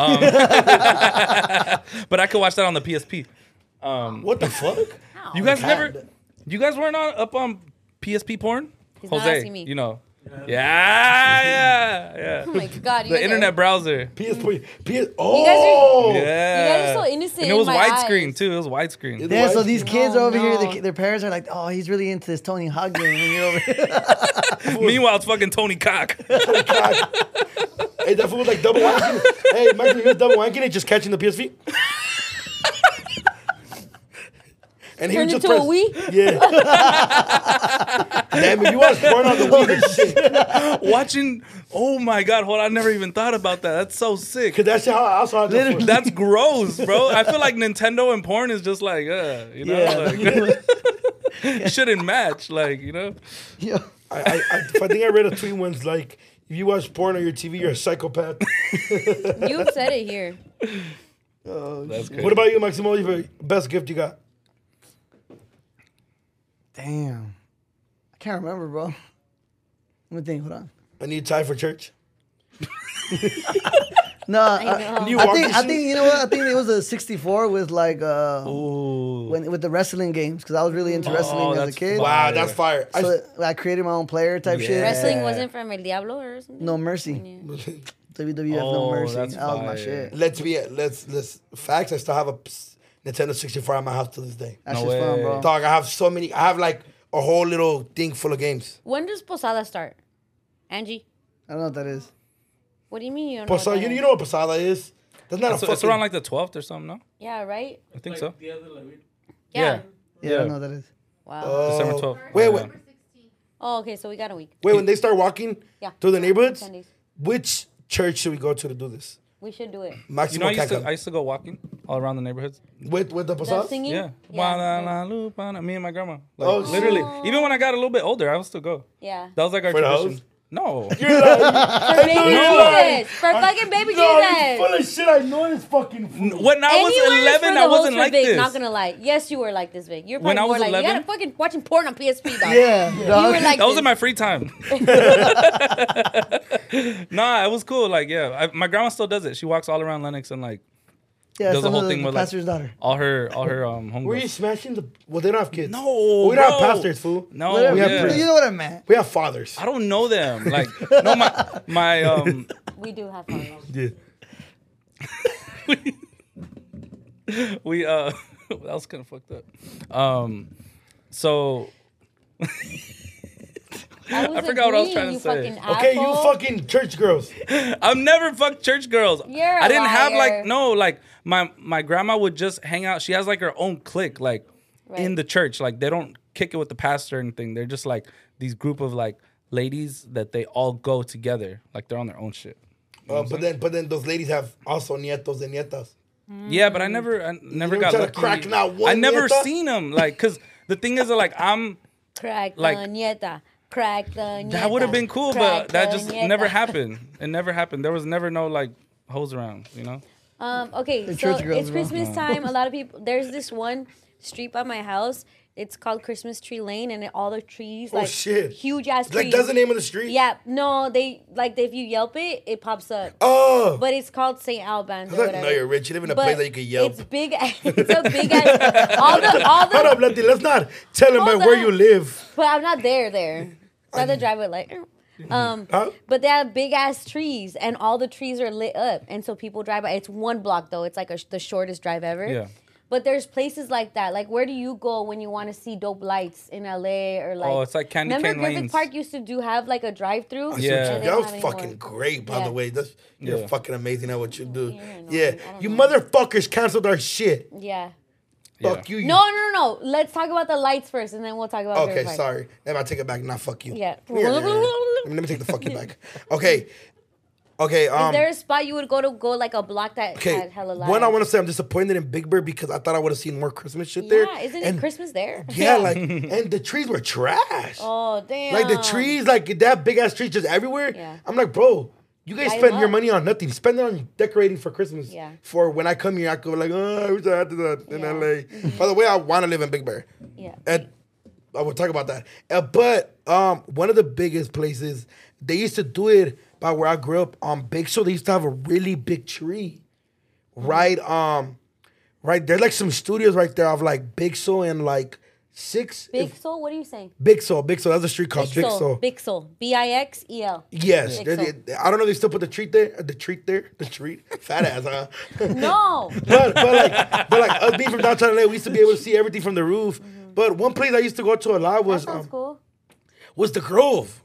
Speaker 5: but I could watch that on the PSP. Um,
Speaker 6: What the fuck?
Speaker 4: Oh
Speaker 5: You guys never. You guys weren't on up on PSP porn.
Speaker 4: He's not
Speaker 5: Jose,
Speaker 4: asking me.
Speaker 5: you know. Yeah, yeah,
Speaker 4: Oh
Speaker 5: yeah.
Speaker 4: my god. You
Speaker 5: The
Speaker 4: guys
Speaker 5: internet
Speaker 4: Are,
Speaker 5: browser.
Speaker 6: PSP. PS.
Speaker 4: Mm. guys
Speaker 6: Oh.
Speaker 5: Yeah.
Speaker 4: so innocent
Speaker 5: And it was
Speaker 4: in my
Speaker 5: widescreen
Speaker 4: eyes.
Speaker 5: too. It was widescreen.
Speaker 2: Yeah, so these
Speaker 6: No,
Speaker 2: kids are over here.
Speaker 4: no.
Speaker 2: The, their parents are like, "Oh, he's really into this Tony Hawk game," and you're over.
Speaker 5: Meanwhile, it's fucking Tony Cock.
Speaker 6: God. Hey, that fool was like double wanking. hey, imagine he was double wanking and just catching the PSV. and he
Speaker 4: Turned
Speaker 6: was just
Speaker 4: into a
Speaker 6: press-
Speaker 4: wee?
Speaker 6: Yeah. Damn, if you watch porn on the Wii, that shit.
Speaker 5: Watching, oh my god, hold! on, I never even thought about that. That's so sick.
Speaker 6: Cause that's how I saw it. before.
Speaker 5: That's gross, bro. I feel like Nintendo and porn is just like, uh, you know, like, shouldn't match, like, you know.
Speaker 2: Yeah.
Speaker 6: I, I, I, I think I read a tweet once like, if you watch porn on your TV, you're a psychopath.
Speaker 4: You've said it here.
Speaker 5: That's crazy.
Speaker 6: what about you, Maximo? Your best gift you got?
Speaker 2: Damn. I can't remember, bro. Let me think. Hold on.
Speaker 6: I need tie for church.
Speaker 2: No, I,
Speaker 4: know.
Speaker 6: You
Speaker 2: I
Speaker 6: walking
Speaker 2: think I
Speaker 6: shoes?
Speaker 2: think you know what I think it was a '64 with like uh
Speaker 5: Ooh.
Speaker 2: when with the wrestling games because I was really into wrestling
Speaker 5: Oh,
Speaker 2: as a
Speaker 5: that's
Speaker 2: kid.
Speaker 5: wild.
Speaker 6: Wow, Ah, that's fire. I-
Speaker 2: So I created my own player type shit.
Speaker 4: Wrestling
Speaker 5: Yeah.
Speaker 4: wasn't from El Diablo or something.
Speaker 2: No mercy. WWF
Speaker 5: Oh,
Speaker 2: No Mercy.
Speaker 5: that's
Speaker 2: That was my
Speaker 5: fire.
Speaker 2: shit.
Speaker 6: let's be let's let's facts. I still have a ps- Nintendo 64 at my house to this day.
Speaker 2: That's
Speaker 5: No
Speaker 2: just fun,
Speaker 5: way.
Speaker 2: bro.
Speaker 6: Dog, I have so many. I have like a whole little thing full of games.
Speaker 5: Oh,
Speaker 4: When does Posada start? Angie,
Speaker 2: I don't know what that is.
Speaker 4: what do you mean you don't know? what
Speaker 6: Posada,
Speaker 4: that
Speaker 6: you,
Speaker 4: is?
Speaker 6: you know what Posada is? That's not
Speaker 5: It's,
Speaker 6: a
Speaker 5: it's
Speaker 6: fucking.
Speaker 5: around like the 12th or something, no?
Speaker 4: Yeah, right?
Speaker 5: I think
Speaker 8: Like,
Speaker 5: so.
Speaker 8: the other, like,
Speaker 4: Yeah.
Speaker 5: Yeah. Uh,
Speaker 2: Yeah, I don't know what that is.
Speaker 4: Wow.
Speaker 6: Oh.
Speaker 5: December 12th.
Speaker 6: Wait, wait,
Speaker 3: Number 16.
Speaker 4: oh, okay, so we got a week.
Speaker 6: wait. When they start walking
Speaker 4: Yeah.
Speaker 6: through the neighborhoods,
Speaker 4: Sundays.
Speaker 6: which church should we go to to do this?
Speaker 4: We should do it.
Speaker 5: You
Speaker 6: Maximo
Speaker 5: know, I used, to,
Speaker 6: Caca.
Speaker 5: I used to go walking all around the neighborhoods.
Speaker 6: with with the
Speaker 4: The
Speaker 6: Posada.
Speaker 4: singing?
Speaker 5: Yeah.
Speaker 4: Yeah.
Speaker 5: Guadalupe, Me and my grandma. Like,
Speaker 6: Oh,
Speaker 5: literally. Even when I got a little bit older, I would still go.
Speaker 4: yeah.
Speaker 5: That was like our
Speaker 6: For the
Speaker 5: tradition.
Speaker 6: hoes?
Speaker 5: No.
Speaker 4: For baby
Speaker 6: lying.
Speaker 4: Jesus. For fucking baby
Speaker 6: No, it's full
Speaker 4: Jesus.
Speaker 6: of shit. I know it's fucking. Food.
Speaker 5: When I was
Speaker 4: Anyways,
Speaker 5: 11,
Speaker 4: for
Speaker 5: I
Speaker 4: the hoes
Speaker 5: wasn't
Speaker 4: were
Speaker 5: like
Speaker 4: big,
Speaker 5: this.
Speaker 4: Not gonna lie. Yes, you were like this big. You're probably
Speaker 5: When I
Speaker 4: more
Speaker 5: was
Speaker 4: like you
Speaker 5: 11?
Speaker 4: had a fucking watching porn on PSP. Dog.
Speaker 2: Yeah,
Speaker 4: You were
Speaker 2: dog.
Speaker 4: like
Speaker 5: that was in
Speaker 4: this.
Speaker 5: my free time. nah, it was cool. Like, yeah, I, my grandma still does it. She walks all around Lenox and like
Speaker 2: yeah,
Speaker 5: does the
Speaker 2: some
Speaker 5: whole
Speaker 2: of
Speaker 5: thing
Speaker 2: the
Speaker 5: with like
Speaker 2: pastor's daughter.
Speaker 5: all her, all her um
Speaker 6: Were you
Speaker 5: homegirls.
Speaker 6: smashing the? Well, they don't have kids.
Speaker 5: No,
Speaker 6: we don't have
Speaker 5: bro.
Speaker 6: pastors, fool.
Speaker 5: No,
Speaker 2: Whatever.
Speaker 5: Oh, yeah.
Speaker 6: have priests.
Speaker 2: You know what I meant.
Speaker 6: we have fathers.
Speaker 5: I don't know them. Like, no, my my um,
Speaker 4: We do have fun.
Speaker 5: we uh, that was kind of fucked up. Um, so
Speaker 4: I, was
Speaker 5: forgot what I was
Speaker 4: agreeing,
Speaker 5: trying to
Speaker 4: you
Speaker 5: say.
Speaker 4: Fucking
Speaker 6: Okay,
Speaker 4: asshole.
Speaker 6: you fucking church girls. Uh,
Speaker 5: I've never fucked church girls.
Speaker 4: You're
Speaker 5: I
Speaker 4: a
Speaker 5: I didn't have
Speaker 4: liar.
Speaker 5: like no like my my grandma would just hang out. She has like her own clique like in
Speaker 4: Right.
Speaker 5: the church. Like they don't kick it with the pastor or anything. They're just like these group of like ladies that they all go together. Like they're on their own shit.
Speaker 6: Uh, but then, but then those ladies have also nietos and nietas.
Speaker 5: Yeah,
Speaker 4: Mm.
Speaker 5: but I never I never
Speaker 6: never
Speaker 5: got
Speaker 6: tried to
Speaker 5: lucky.
Speaker 6: crack not one
Speaker 5: I never
Speaker 6: nieta?
Speaker 5: seen them like cuz the thing is that, like I'm
Speaker 4: Crack the
Speaker 5: like-
Speaker 4: nieta. Crack the nieta.
Speaker 5: that would have been cool,
Speaker 4: Crack
Speaker 5: but that
Speaker 4: the
Speaker 5: just
Speaker 4: nieta.
Speaker 5: never happened. It never happened. There was never no like hoes around, you know?
Speaker 4: Um, okay, so
Speaker 2: church girls,
Speaker 4: it's
Speaker 2: bro.
Speaker 4: Christmas time. A lot of people. There's this one street by my house. It's called Christmas Tree Lane, and it- all the trees,
Speaker 6: Oh
Speaker 4: like
Speaker 6: shit!
Speaker 4: huge ass trees.
Speaker 6: Like that's the name of the street.
Speaker 4: Yeah, no, they like if you Yelp it, it pops up.
Speaker 6: Oh,
Speaker 4: But it's called St. Albans.
Speaker 6: I
Speaker 4: Or
Speaker 6: was like,
Speaker 4: whatever.
Speaker 6: no, you're rich. You live in a
Speaker 4: But
Speaker 6: place that you could yelp.
Speaker 4: It's big. It's a big ass. All the all
Speaker 6: Hold up,
Speaker 4: the.
Speaker 6: Letty. Let's not tell him by
Speaker 4: Hold
Speaker 6: where
Speaker 4: up.
Speaker 6: you live.
Speaker 4: But I'm not there. There. So I had to drive it like. eh. Um,
Speaker 6: Huh?
Speaker 4: but they have big ass trees, and all the trees are lit up, and so people drive by. It's one block though. It's like a, sh- the shortest drive ever.
Speaker 5: Yeah.
Speaker 4: But there's places like that. Like, where do you go when you want to see dope lights in LA or like?
Speaker 5: Oh, it's like candy
Speaker 4: remember
Speaker 5: cane
Speaker 4: Griffith
Speaker 5: lanes.
Speaker 4: Park used to do have like a drive-through.
Speaker 5: Yeah.
Speaker 4: And they
Speaker 6: that
Speaker 4: don't
Speaker 6: was
Speaker 4: have
Speaker 6: fucking
Speaker 4: anymore.
Speaker 6: great, by
Speaker 4: Yeah.
Speaker 6: the way. That's you're
Speaker 5: Yeah.
Speaker 6: fucking amazing at what you do.
Speaker 4: Yeah, I know.
Speaker 6: Yeah,
Speaker 4: I don't
Speaker 6: you
Speaker 4: know.
Speaker 6: motherfuckers canceled our shit.
Speaker 4: Yeah.
Speaker 6: Fuck you. you-
Speaker 4: No, no, no, no. Let's talk about the lights first, and then we'll talk about.
Speaker 6: Okay,
Speaker 4: Griffith Park.
Speaker 6: sorry. Never I take it back. Not fuck you.
Speaker 4: Yeah.
Speaker 6: Let me take the fucking back. Okay. Okay. Um.
Speaker 4: Is there a spot you would go to go like a block that
Speaker 6: Okay.
Speaker 4: had hella lights?
Speaker 6: One, I want to say I'm disappointed in Big Bird because I thought I would have seen more Christmas shit there.
Speaker 4: Yeah, isn't
Speaker 6: And-
Speaker 4: it Christmas there?
Speaker 6: Yeah, like and the trees were trash.
Speaker 4: Oh damn.
Speaker 6: Like the trees, like that big ass tree just everywhere.
Speaker 4: Yeah.
Speaker 6: I'm like, bro, you guys
Speaker 4: Light 'em
Speaker 6: spend your
Speaker 4: up.
Speaker 6: money on nothing. Spend it on decorating for Christmas.
Speaker 4: Yeah.
Speaker 6: For when I come here, I go like, oh, I wish I had that in
Speaker 4: Yeah.
Speaker 6: LA. By the way, I want to live in Big Bear.
Speaker 4: Yeah.
Speaker 6: And I will talk about that. Uh, but um, one of the biggest places they used to do it by where I grew up on Big Show. They used to have a really big tree, right? Um, right there, like some studios right there of like Big Show and like six
Speaker 4: Big Soul. What are you saying?
Speaker 6: Big Soul, Big Soul. That's a street called Big Soul.
Speaker 4: Big Soul. B I X E L.
Speaker 6: yes,
Speaker 4: Big
Speaker 6: they-
Speaker 4: Soul.
Speaker 6: they- I don't know. if They still put the treat there, the treat there, the treat. Fat ass, huh?
Speaker 4: No.
Speaker 6: but, but like, but like us being from downtown LA, we used to be able to see everything from the
Speaker 4: Mm-hmm.
Speaker 6: roof. But one place I used to go to a lot
Speaker 4: that
Speaker 6: was
Speaker 4: sounds
Speaker 6: um,
Speaker 4: cool.
Speaker 6: was the Grove.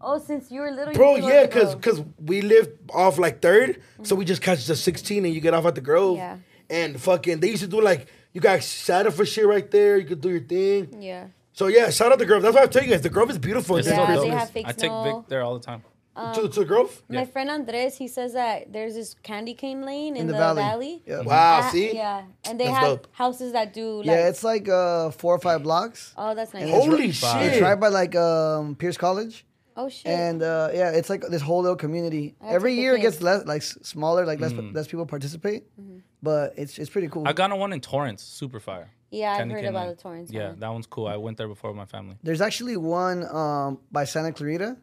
Speaker 4: Oh, since you were little, you
Speaker 6: Bro,
Speaker 4: grew
Speaker 6: yeah,
Speaker 4: up
Speaker 6: cause
Speaker 4: broke.
Speaker 6: 'cause we live off like 3rd so we just catch the sixteen and you get off at the Grove.
Speaker 4: Yeah.
Speaker 6: And fucking, they used to do like you got shouted for shit right there. You could do your thing.
Speaker 4: yeah.
Speaker 6: So yeah, shout out the Grove. That's why I tell you guys, the Grove is beautiful.
Speaker 5: It's
Speaker 6: It's
Speaker 4: Yeah,
Speaker 5: so
Speaker 4: they um,
Speaker 5: dope.
Speaker 4: have fake
Speaker 5: I take
Speaker 4: snow.
Speaker 5: Vic there all the time.
Speaker 6: to, to the Grove.
Speaker 4: My friend Andres, he says that there's this candy cane lane in,
Speaker 2: in
Speaker 4: the, valley.
Speaker 2: Yeah.
Speaker 6: Wow,
Speaker 4: Ah,
Speaker 6: see,
Speaker 4: Yeah, and they
Speaker 6: That's
Speaker 4: have
Speaker 6: dope.
Speaker 4: houses that do. Like,
Speaker 2: Yeah, it's like uh, four or five blocks.
Speaker 4: oh, that's nice.
Speaker 2: it's
Speaker 6: holy
Speaker 5: right-
Speaker 6: shit.
Speaker 2: It's right by like um, Pierce College.
Speaker 4: oh shit.
Speaker 2: And uh, yeah, it's like this whole little community.
Speaker 4: I
Speaker 2: Every
Speaker 4: took a
Speaker 2: year it
Speaker 4: quiz.
Speaker 2: gets less, like s- smaller, like less, less people participate.
Speaker 4: Mm-hmm.
Speaker 2: But it's it's pretty cool.
Speaker 5: Mm-hmm. I got on one in Torrance, super fire.
Speaker 4: yeah, I've
Speaker 5: Candy
Speaker 4: heard
Speaker 5: cane
Speaker 4: about
Speaker 5: lane.
Speaker 4: the Torrance.
Speaker 5: Yeah,
Speaker 4: one.
Speaker 5: that one's cool. I went there before with my family.
Speaker 2: There's actually one um, by Santa Clarita,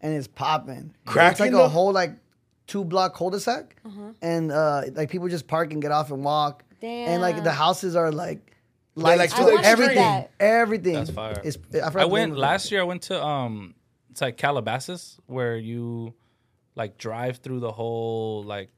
Speaker 2: and it's popping. It's
Speaker 6: Cracking
Speaker 2: like
Speaker 6: though?
Speaker 2: a whole like two block cul-de-sac,
Speaker 4: Uh-huh.
Speaker 2: and uh, like people just park and get off and walk. And like the
Speaker 4: Damn.
Speaker 2: houses are like,
Speaker 6: They're, like,
Speaker 2: lights
Speaker 6: to
Speaker 2: up.
Speaker 6: the extreme.
Speaker 2: everything,
Speaker 4: That.
Speaker 2: everything.
Speaker 5: That's fire.
Speaker 2: It's, I, forgot
Speaker 5: I
Speaker 2: the
Speaker 5: went
Speaker 2: name of it.
Speaker 5: last year. I went to um, it's like Calabasas, where you like drive through the whole like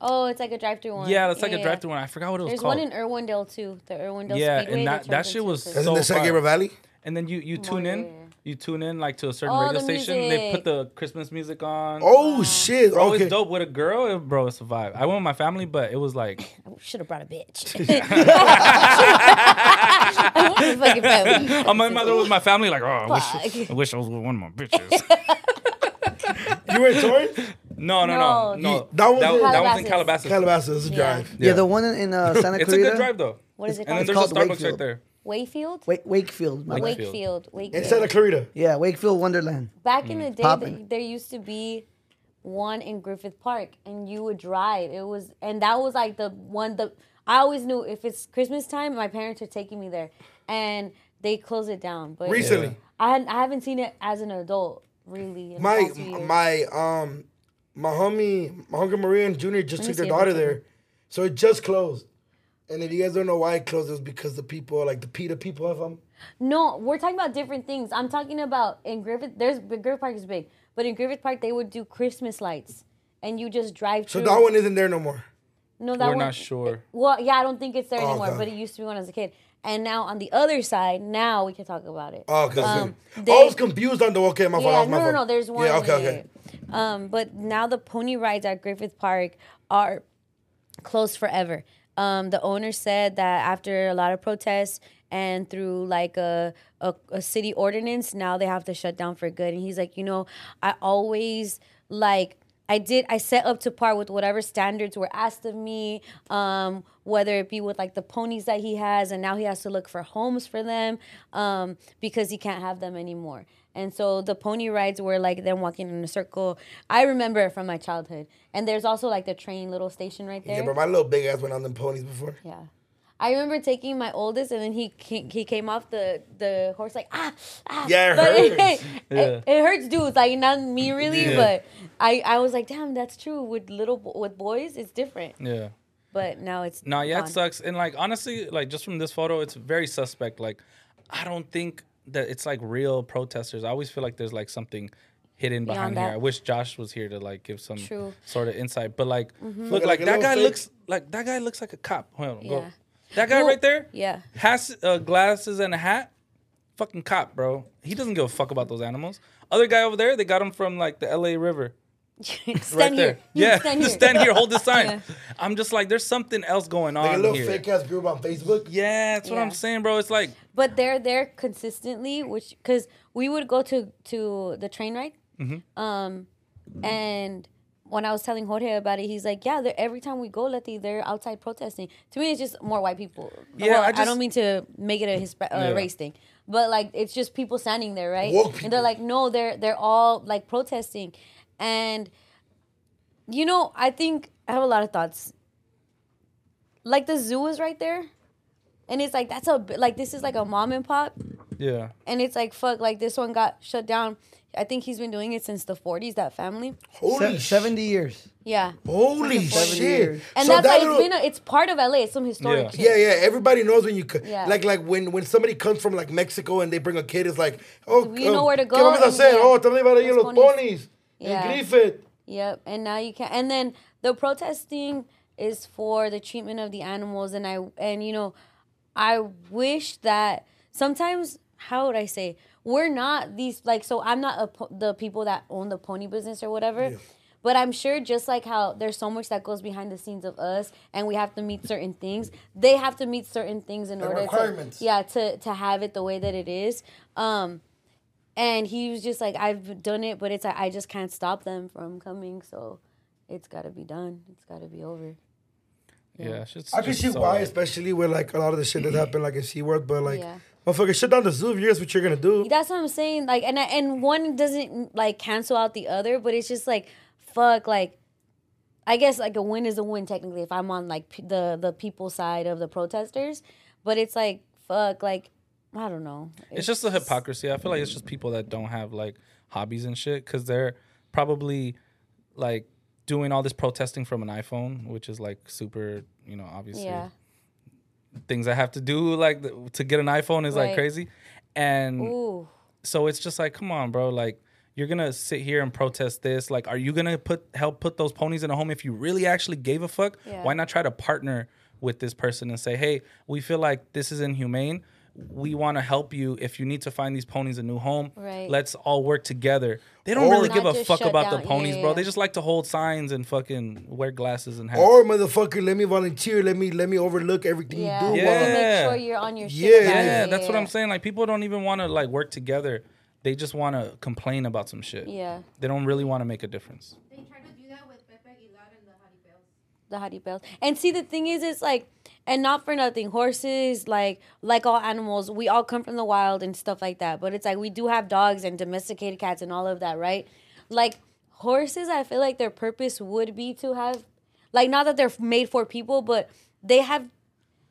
Speaker 4: Oh, it's like a drive-through one.
Speaker 5: yeah, it's like a
Speaker 4: yeah.
Speaker 5: drive-through one. I forgot what it was
Speaker 4: There's
Speaker 5: called.
Speaker 4: one in Irwindale too. The Irwindale
Speaker 5: yeah,
Speaker 4: Speedway.
Speaker 5: and that
Speaker 4: turns
Speaker 5: that shit
Speaker 4: into a
Speaker 5: was
Speaker 4: prison.
Speaker 6: Isn't
Speaker 5: so
Speaker 6: this San
Speaker 5: fire.
Speaker 6: Gabriel Valley?
Speaker 5: And then you you tune
Speaker 4: yeah,
Speaker 5: in,
Speaker 4: Oh, yeah, yeah.
Speaker 5: you tune in like to a certain
Speaker 4: Oh,
Speaker 5: radio
Speaker 4: the
Speaker 5: station. They put
Speaker 4: music.
Speaker 5: the Christmas music on.
Speaker 6: Oh shit!
Speaker 5: Bro,
Speaker 6: Okay.
Speaker 5: it's dope with a girl, it- bro. It's a vibe. I went with my family, but it was like
Speaker 4: Should have brought a bitch. I want a fucking family.
Speaker 5: uh, my mother was my family. Like, oh, I wish,
Speaker 4: Fuck.
Speaker 5: I wish I was with one of my bitches.
Speaker 6: You were in Torrance?
Speaker 5: No, no, no,
Speaker 4: No.
Speaker 5: no.
Speaker 6: That was in-
Speaker 5: that, that was in
Speaker 4: Calabasas.
Speaker 5: Calabasas.
Speaker 6: Calabasas is a
Speaker 4: Yeah.
Speaker 6: drive.
Speaker 2: Yeah,
Speaker 5: Yeah.
Speaker 2: the one in, in uh, Santa
Speaker 5: It's a
Speaker 2: Clarita.
Speaker 5: good drive though.
Speaker 4: What is it
Speaker 5: And then
Speaker 4: called? It's
Speaker 5: there's a
Speaker 2: called
Speaker 5: Starbucks right
Speaker 2: Wakefield.
Speaker 5: there.
Speaker 4: Wakefield.
Speaker 2: Wake, Wakefield. My bad.
Speaker 5: Wakefield.
Speaker 4: Wakefield. Wakefield.
Speaker 6: In Santa Clarita.
Speaker 2: Yeah, Wakefield Wonderland.
Speaker 4: Back in the day,
Speaker 2: Poppin'.
Speaker 4: th- there used to be one in Griffith Park, and you would drive. It was, and that was like the one. The I always knew if it's Christmas time, my parents are taking me there, and they close it down. But
Speaker 6: Recently.
Speaker 4: I hadn't- I haven't seen it as an adult really. in the
Speaker 6: My
Speaker 4: past few years.
Speaker 6: my um my homie my homie Maria and Junior just
Speaker 4: Let me
Speaker 6: took their
Speaker 4: see if I
Speaker 6: daughter
Speaker 4: can-
Speaker 6: there, so it just closed. And if you guys don't know why it closed, it's because the people like the PETA people of um, them.
Speaker 4: No, we're talking about different things. I'm talking about in Griffith. There's Griffith Park is big, but in Griffith Park they would do Christmas lights, and you just drive.
Speaker 6: So
Speaker 4: through.
Speaker 6: that one isn't there no more.
Speaker 4: No, that
Speaker 5: We're
Speaker 4: one.
Speaker 5: not sure.
Speaker 4: Well, yeah, I don't think it's there
Speaker 6: Oh,
Speaker 4: anymore,
Speaker 6: okay.
Speaker 4: but it used to be when I was a kid. And now on the other side, now we can talk about it.
Speaker 6: Oh, okay.
Speaker 4: Um,
Speaker 6: I was
Speaker 4: they-
Speaker 6: confused on the okay. My
Speaker 4: yeah,
Speaker 6: fault. that was my
Speaker 4: no, no,
Speaker 6: fault.
Speaker 4: no. There's one.
Speaker 6: Yeah, okay, okay.
Speaker 4: Um, but now the pony rides at Griffith Park are closed forever. Um, the owner said that after a lot of protests and through like a, a a city ordinance, now they have to shut down for good. And he's like, you know, I always like I did I set up to par with whatever standards were asked of me, um, whether it be with like the ponies that he has, and now he has to look for homes for them um, because he can't have them anymore. And so the pony rides were like them walking in a circle. I remember it from my childhood. And there's also like the train little station right there.
Speaker 6: Yeah, bro, my little big ass went on them ponies before.
Speaker 4: Yeah. I remember taking my oldest, and then he ca- he came off the, the horse like ah ah.
Speaker 6: Yeah, it
Speaker 4: But
Speaker 6: hurts.
Speaker 4: it, it hurts dudes like not me really,
Speaker 6: Yeah.
Speaker 4: but I, I was like damn that's true with little bo- with boys it's different,
Speaker 5: Yeah.
Speaker 4: but now it's
Speaker 5: No, yeah, it
Speaker 4: gone.
Speaker 5: sucks. And like honestly, like just from this photo, it's very suspect. Like, I don't think that it's like real protesters. I always feel like there's like something hidden
Speaker 4: Beyond
Speaker 5: behind here.
Speaker 4: that.
Speaker 5: I wish Josh was here to like give some
Speaker 4: True. Mm-hmm.
Speaker 5: sort of insight. But like, look, like,
Speaker 6: Like a
Speaker 5: that
Speaker 6: little
Speaker 5: guy
Speaker 6: fake-
Speaker 5: looks like that guy looks like a cop. Hold on, go.
Speaker 4: Yeah.
Speaker 5: That guy
Speaker 4: Well,
Speaker 5: right there,
Speaker 4: yeah.
Speaker 5: has uh, glasses and a hat. Fucking cop, bro. He doesn't give a fuck about those animals. Other guy over there, they got him from like the L.A. River
Speaker 4: stand
Speaker 5: right
Speaker 4: here
Speaker 5: there.
Speaker 4: You
Speaker 5: yeah,
Speaker 4: stand here
Speaker 5: hold this sign.
Speaker 4: Yeah.
Speaker 5: I'm just like, there's something else going on
Speaker 6: Like a little
Speaker 5: here.
Speaker 6: fake ass group on Facebook.
Speaker 5: Yeah, that's what
Speaker 4: Yeah.
Speaker 5: I'm saying, bro. It's like,
Speaker 4: but they're there consistently, which because we would go to to the train ride,
Speaker 5: Mm-hmm.
Speaker 4: um, and when I was telling Jorge about it, he's like, "Yeah, they're, every time we go, Leti, they're outside protesting." To me, it's just more white people.
Speaker 5: Yeah,
Speaker 4: Well,
Speaker 5: I
Speaker 4: I,
Speaker 5: just-
Speaker 4: don't mean to make it a Hispa- uh,
Speaker 5: Yeah.
Speaker 4: race thing, but like it's just people standing there, right?
Speaker 6: Woke
Speaker 4: And they're
Speaker 6: people.
Speaker 4: like, "No, they're they're all like protesting," and you know, I think I have a lot of thoughts. Like the zoo is right there. And it's like that's a bi- like this is like a mom and pop
Speaker 5: yeah,
Speaker 4: and it's like fuck like this one got shut down i think he's been doing it since the 40s that family
Speaker 6: Holy
Speaker 2: Se-
Speaker 6: sh-
Speaker 2: Seventy years.
Speaker 4: yeah
Speaker 6: Holy
Speaker 2: Seventy
Speaker 6: shit.
Speaker 2: years.
Speaker 4: and
Speaker 6: So
Speaker 4: that's
Speaker 6: that
Speaker 4: why
Speaker 6: little-
Speaker 4: it's been a, it's part of la it's some historic
Speaker 5: Yeah.
Speaker 4: shit.
Speaker 6: Yeah, yeah. Everybody knows when you co-
Speaker 4: Yeah.
Speaker 6: like like when when somebody comes from like Mexico and they bring a kid, it's like, oh,
Speaker 4: We know where to go
Speaker 6: ¿Qué vamos a
Speaker 4: and
Speaker 6: hacer?
Speaker 4: yeah.
Speaker 6: Oh, también van a ir
Speaker 4: Los
Speaker 6: los
Speaker 4: ponies.
Speaker 6: ponies.
Speaker 4: Yeah.
Speaker 6: En Griffith.
Speaker 4: Yep, and now you can. And then the protesting is for the treatment of the animals, and I and you know, I wish that sometimes how would I say we're not these like so I'm not a, po- the people that own the pony business or whatever. But I'm sure just like how there's so much that goes behind the scenes of us and we have to meet certain things, they have to meet certain things in
Speaker 6: The
Speaker 4: order
Speaker 6: requirements.
Speaker 4: to yeah, to to have it the way that it is. Um and he was just like I've done it, but it's like I just can't stop them from coming, so it's got to be done. It's got to be over.
Speaker 5: Yeah, it's just,
Speaker 6: I can
Speaker 5: just
Speaker 6: see
Speaker 5: so-
Speaker 6: why, especially with like a lot of the shit that happened, like in SeaWorld, but like,
Speaker 4: Yeah.
Speaker 6: motherfucker, shut down the zoo if you guess what you're gonna do.
Speaker 4: That's what I'm saying. Like, and I, and one doesn't like cancel out the other, but it's just like, fuck. Like, I guess like a win is a win technically. If I'm on like p- the the people side of the protesters, but it's like fuck. Like, I don't know.
Speaker 5: It's just the hypocrisy. I feel like it's just people that don't have like hobbies and shit because they're probably like doing all this protesting from an iPhone, which is like super, you know, obviously
Speaker 4: yeah.
Speaker 5: things I have to do like th- to get an iPhone is like
Speaker 4: Right.
Speaker 5: crazy, and
Speaker 4: Ooh.
Speaker 5: so it's just like, come on, bro, like. You're gonna sit here and protest this. Like, are you gonna put help put those ponies in a home if you really actually gave a fuck?
Speaker 4: Yeah.
Speaker 5: Why not try to partner with this person and say, hey, we feel like this is inhumane. We want to help you if you need to find these ponies a new home.
Speaker 4: Right.
Speaker 5: Let's all work together. They don't
Speaker 6: Or-
Speaker 5: really
Speaker 6: Not
Speaker 5: give a
Speaker 4: just
Speaker 5: fuck
Speaker 4: shut
Speaker 5: about
Speaker 4: down.
Speaker 5: the
Speaker 4: Yeah,
Speaker 5: ponies,
Speaker 4: yeah,
Speaker 5: bro.
Speaker 4: yeah.
Speaker 5: They just like to hold signs and fucking wear glasses and hats.
Speaker 6: Or motherfucker, let me volunteer, let me let me overlook everything
Speaker 4: Yeah.
Speaker 6: you do.
Speaker 5: Yeah.
Speaker 6: while I'm-
Speaker 4: Make sure you're on your
Speaker 6: Yeah,
Speaker 4: shit.
Speaker 6: yeah,
Speaker 4: about
Speaker 5: yeah,
Speaker 4: it.
Speaker 5: that's what
Speaker 4: yeah.
Speaker 5: I'm saying. Like people don't even want to like work together. They just want to complain about some shit.
Speaker 4: Yeah.
Speaker 5: They don't really want to make a difference.
Speaker 3: They tried to do that with Pepe Aguilar and the Jaripeos.
Speaker 4: the hottie bells. And see, the thing is, it's like, and not for nothing, horses, like like all animals, we all come from the wild and stuff like that. But it's like we do have dogs and domesticated cats and all of that, right? Like horses, I feel like their purpose would be to have, like, not that they're made for people, but they have,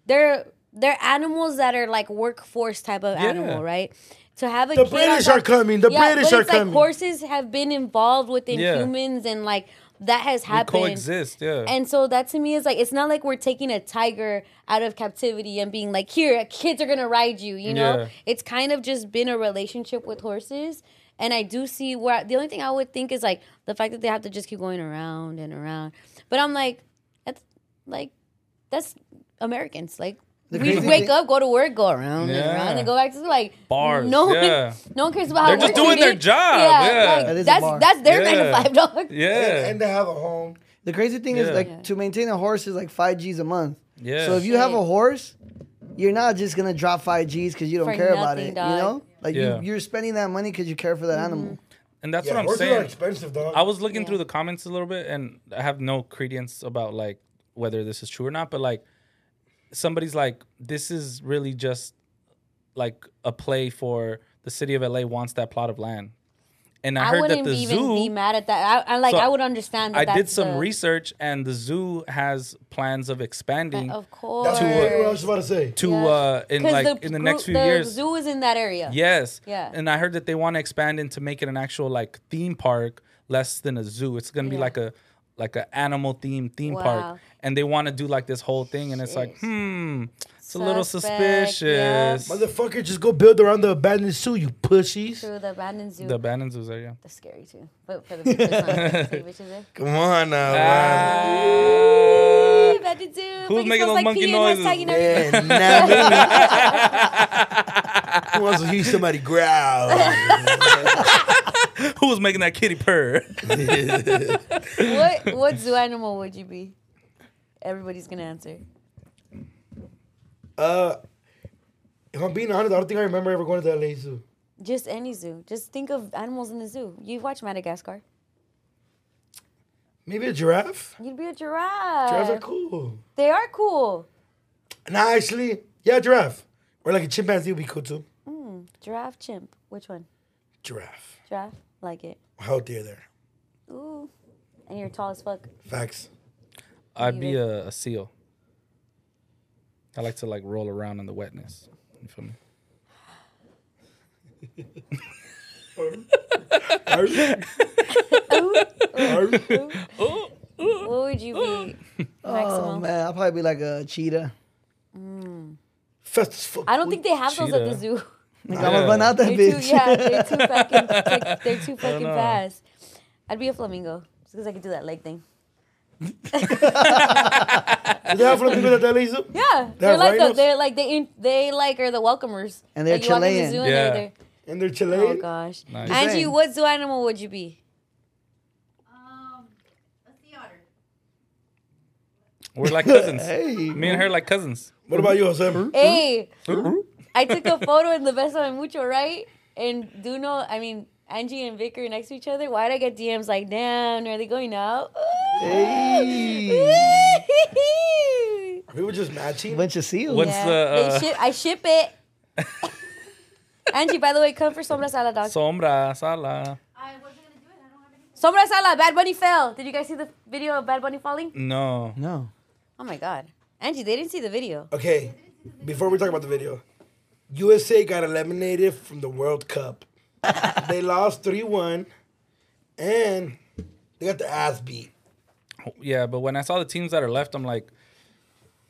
Speaker 4: they're they're animals that are like workforce type of
Speaker 5: Yeah.
Speaker 4: animal, right? To have a kid
Speaker 6: The
Speaker 4: on
Speaker 6: British
Speaker 4: top-
Speaker 6: are coming, the British
Speaker 4: but
Speaker 6: are
Speaker 4: it's like
Speaker 6: coming.
Speaker 4: Horses have been involved within
Speaker 5: Yeah.
Speaker 4: humans and like that has
Speaker 5: They
Speaker 4: happened.
Speaker 5: coexist. Yeah.
Speaker 4: And so that to me is like it's not like we're taking a tiger out of captivity and being like, here, kids are gonna ride you, you know?
Speaker 5: Yeah.
Speaker 4: It's kind of just been a relationship with horses. And I do see where the only thing I would think is like the fact that they have to just keep going around and around. But I'm like, that's like that's Americans. Like we
Speaker 2: crazy
Speaker 4: wake
Speaker 2: thing-
Speaker 4: up, go to work, go around and
Speaker 5: Yeah.
Speaker 4: around and go back to school. Like
Speaker 5: Bars,
Speaker 4: No one,
Speaker 5: yeah.
Speaker 4: no one cares about
Speaker 5: They're
Speaker 4: how
Speaker 5: just
Speaker 4: we're
Speaker 5: doing their
Speaker 4: treated.
Speaker 5: job, yeah.
Speaker 4: like,
Speaker 5: That
Speaker 2: is a
Speaker 4: that's
Speaker 2: bar.
Speaker 4: that's their nine to
Speaker 5: Yeah.
Speaker 4: five dog.
Speaker 5: yeah.
Speaker 6: And they have a home.
Speaker 2: The crazy thing
Speaker 5: Yeah.
Speaker 2: is like to maintain a horse is like five G's a month.
Speaker 5: Yeah.
Speaker 2: So if you have a
Speaker 4: Shit.
Speaker 2: horse, you're not just gonna drop five G's because you don't
Speaker 4: For
Speaker 2: care about
Speaker 4: nothing,
Speaker 2: it.
Speaker 4: dog. Mm-hmm.
Speaker 2: You know, like
Speaker 5: Yeah.
Speaker 2: you, you're spending that money because you care for that animal.
Speaker 5: and that's
Speaker 6: Yeah,
Speaker 5: what I'm
Speaker 6: horses are
Speaker 5: saying.
Speaker 6: expensive, dog.
Speaker 5: I was looking
Speaker 4: Yeah.
Speaker 5: through the comments a little bit, and I have no credence about like whether this is true or not. But like, somebody's like, "This is really just like a play for the city of LA wants that plot of land." And I,
Speaker 4: I,
Speaker 5: heard that
Speaker 4: wouldn't
Speaker 5: the
Speaker 4: even
Speaker 5: zoo.
Speaker 4: be mad at that. I, I like.
Speaker 5: So,
Speaker 4: I would understand. That
Speaker 5: I did
Speaker 4: that's
Speaker 5: some
Speaker 4: the-
Speaker 5: research, and the zoo has plans of expanding
Speaker 4: Of course.
Speaker 6: That's exactly what I
Speaker 4: Because
Speaker 6: was about to say.
Speaker 5: to uh, in like in the
Speaker 4: group-
Speaker 5: next few
Speaker 4: the
Speaker 5: years.
Speaker 4: zoo is in that area.
Speaker 5: Yes.
Speaker 4: Yeah.
Speaker 5: And I heard that they want to expand into make it an actual like theme park, less than a zoo. It's gonna be
Speaker 4: Yeah.
Speaker 5: like a like a animal themed theme
Speaker 4: Wow.
Speaker 5: park, and they want to do like this whole thing, and it's like,
Speaker 4: Shit.
Speaker 5: hmm, it's a little
Speaker 4: Suspect, yeah.
Speaker 5: suspicious.
Speaker 6: Motherfucker, just go build around the abandoned zoo, you pussies.
Speaker 4: Through the abandoned zoo.
Speaker 5: The abandoned zoos are yeah.
Speaker 4: that's scary too. But for the bitches, not- see the bitches there.
Speaker 6: Come on now, man.
Speaker 4: Ah.
Speaker 5: Ah.
Speaker 4: Abandoned zoo.
Speaker 5: Who's
Speaker 4: like, it
Speaker 5: making
Speaker 4: smells
Speaker 5: those
Speaker 4: like
Speaker 5: monkey
Speaker 4: pee and
Speaker 5: noises?
Speaker 4: hashtag, you know?
Speaker 6: Yeah, nah, me. Who wants to hear somebody growl?
Speaker 5: Who was making that kitty purr?
Speaker 4: What what zoo animal would you be? Everybody's gonna answer.
Speaker 6: Uh, if I'm being honest, I don't think I remember ever going to the LA Zoo.
Speaker 4: Just any zoo. Just think of animals in the zoo. You watch Madagascar.
Speaker 6: Maybe a giraffe.
Speaker 4: You'd be a giraffe.
Speaker 6: Giraffes are cool.
Speaker 4: They are cool.
Speaker 6: Nah, actually, yeah, giraffe. Or like a chimpanzee would be cool too.
Speaker 4: Giraffe, chimp. Which one?
Speaker 6: Giraffe.
Speaker 4: Giraffe. Like it.
Speaker 6: How dare there?
Speaker 4: Ooh. And you're tall as fuck.
Speaker 6: Facts.
Speaker 5: I'd be a, a seal. I like to like roll around in the wetness. You feel me?
Speaker 4: What would you be,
Speaker 2: Oh
Speaker 4: Maximo?
Speaker 2: man, I'll probably be like a cheetah.
Speaker 6: Fast as fuck.
Speaker 4: I don't think they have those at the zoo.
Speaker 2: Like, I'm gonna run out that
Speaker 4: They're too,
Speaker 2: bitch.
Speaker 4: yeah, they're too fucking, like, they're too fucking
Speaker 5: know.
Speaker 4: fast. I'd be a flamingo just because I could do that leg thing.
Speaker 6: Do they have flamingos at the LA Zoo?
Speaker 4: Yeah, they're like the,
Speaker 6: rhinos?
Speaker 4: they're like they in- they like are the welcomers.
Speaker 2: And they're
Speaker 4: like, you walk in the
Speaker 2: Chilean.
Speaker 4: zoo and
Speaker 5: Yeah.
Speaker 4: they're,
Speaker 6: And they're Chilean.
Speaker 4: Oh gosh,
Speaker 5: Nice.
Speaker 4: Angie,
Speaker 2: Same.
Speaker 4: what zoo animal would you be?
Speaker 3: Um, a sea otter.
Speaker 5: We're like cousins.
Speaker 2: Hey.
Speaker 5: Me and her like cousins.
Speaker 6: What about you, Jose?
Speaker 4: Mm-hmm.
Speaker 2: Hmm?
Speaker 4: Hey, I took a photo in the best of mucho, right? And Duno, I mean Angie and Vic are next to each other. Why did I get DMs like, damn, are they going out?
Speaker 2: Hey.
Speaker 6: We were just matching.
Speaker 2: Bunch of seals.
Speaker 5: What's
Speaker 4: Yeah,
Speaker 5: the
Speaker 4: they
Speaker 5: uh,
Speaker 4: ship, I ship it. Angie, by the way, come for Sombra Sala, dog.
Speaker 5: sombra sala?
Speaker 3: I wasn't gonna do it. I don't have anything.
Speaker 4: Sombra Sala, Bad Bunny fell. Did you guys see the video of Bad Bunny
Speaker 5: Mm.
Speaker 4: falling?
Speaker 5: No.
Speaker 2: No.
Speaker 4: Oh my God. Angie, they didn't see the video.
Speaker 6: Okay, before we talk about the video, USA got eliminated from the World Cup. they lost 3 1, and they got the ass beat.
Speaker 5: Yeah, but when I saw the teams that are left, I'm like,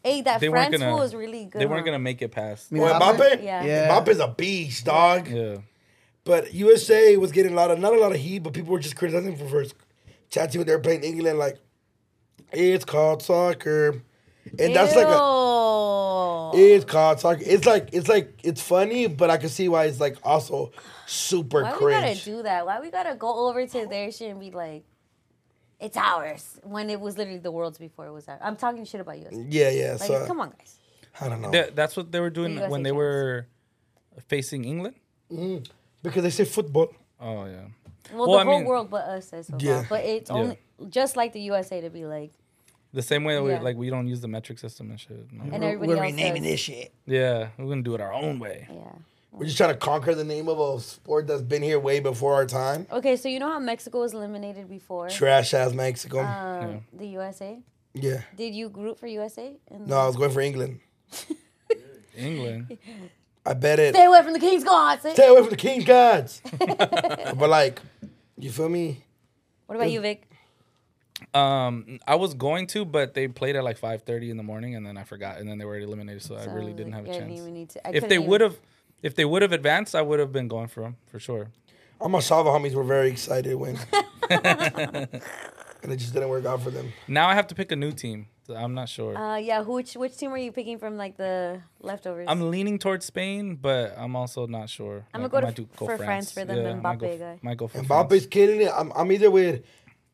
Speaker 4: Hey, that
Speaker 5: They weren't
Speaker 4: France
Speaker 5: gonna-
Speaker 4: fool was really good.
Speaker 5: they weren't
Speaker 4: huh?
Speaker 5: gonna make it past.
Speaker 6: Oh, Mbappe?
Speaker 4: Yeah.
Speaker 2: Yeah.
Speaker 6: Mbappe's a beast, dog.
Speaker 5: Yeah.
Speaker 6: But USA was getting a lot of, not a lot of heat, but people were just criticizing him for first chatting when they were playing England, like, it's called soccer. And that's like a.
Speaker 4: Ew.
Speaker 6: It's called soccer. It's like it's like it's funny, but I can see why it's like also super
Speaker 4: Why we
Speaker 6: cringe.
Speaker 4: gotta do that? Why we gotta go over to their shit and be like, it's ours when it was literally the world's before it was ours. I'm talking shit about you.
Speaker 6: yeah, yeah.
Speaker 4: Like,
Speaker 6: Mm, so
Speaker 4: come on, guys.
Speaker 6: I don't know.
Speaker 5: Th- that's what they were doing
Speaker 4: The USA
Speaker 5: when they
Speaker 4: chance.
Speaker 5: were facing England.
Speaker 6: Because they say football.
Speaker 5: Oh yeah.
Speaker 4: Well,
Speaker 5: Well,
Speaker 4: the
Speaker 5: I
Speaker 4: whole
Speaker 5: mean-
Speaker 4: world but us says so
Speaker 6: Yeah.
Speaker 4: But it's
Speaker 5: Yeah.
Speaker 4: only just like the USA to be like,
Speaker 5: The same way that we
Speaker 4: Yeah.
Speaker 5: like we don't use the metric system and shit. No.
Speaker 4: and
Speaker 2: We're,
Speaker 4: everybody
Speaker 2: we're
Speaker 4: else
Speaker 2: renaming
Speaker 4: does.
Speaker 2: this shit.
Speaker 5: Yeah, we're gonna do it our own way.
Speaker 4: Yeah.
Speaker 6: We're just trying to conquer the name of a sport that's been here way before our time.
Speaker 4: Okay, so you know how Mexico was eliminated before
Speaker 6: Trash ass Mexico.
Speaker 4: um, the USA?
Speaker 6: yeah.
Speaker 4: Did you group for USA? In
Speaker 6: No, I was going for England.
Speaker 5: England.
Speaker 6: I bet it.
Speaker 4: Stay away from the King's God. Say-
Speaker 6: Stay away from the King's Gods. but like, you feel me?
Speaker 4: What about you, Vic?
Speaker 5: Um, I was going to, but they played at like 5:30 in the morning, and then I forgot, and then they were eliminated, so, I
Speaker 4: So
Speaker 5: really
Speaker 4: was
Speaker 5: didn't
Speaker 4: like,
Speaker 5: have a
Speaker 4: I
Speaker 5: chance.
Speaker 4: even need to- I
Speaker 5: if
Speaker 4: couldn't
Speaker 5: they
Speaker 4: even-
Speaker 5: would have, if they would have advanced, I would have been going for them for sure.
Speaker 6: All my Sava homies were very excited when. and it just didn't work out for them.
Speaker 5: Now I have to pick a new team. So I'm not sure.
Speaker 4: Uh, yeah, who, which which team were you picking from like the leftovers?
Speaker 5: I'm leaning towards Spain, but I'm also not sure.
Speaker 4: I'ma
Speaker 5: Like,
Speaker 4: go
Speaker 5: I
Speaker 4: to
Speaker 5: might
Speaker 4: f- for France for them and
Speaker 5: I might go
Speaker 4: Mbappe
Speaker 5: f-
Speaker 4: guy.
Speaker 5: Might go for
Speaker 6: Mbappe's
Speaker 5: France.
Speaker 6: killing it. I'm, I'm either with.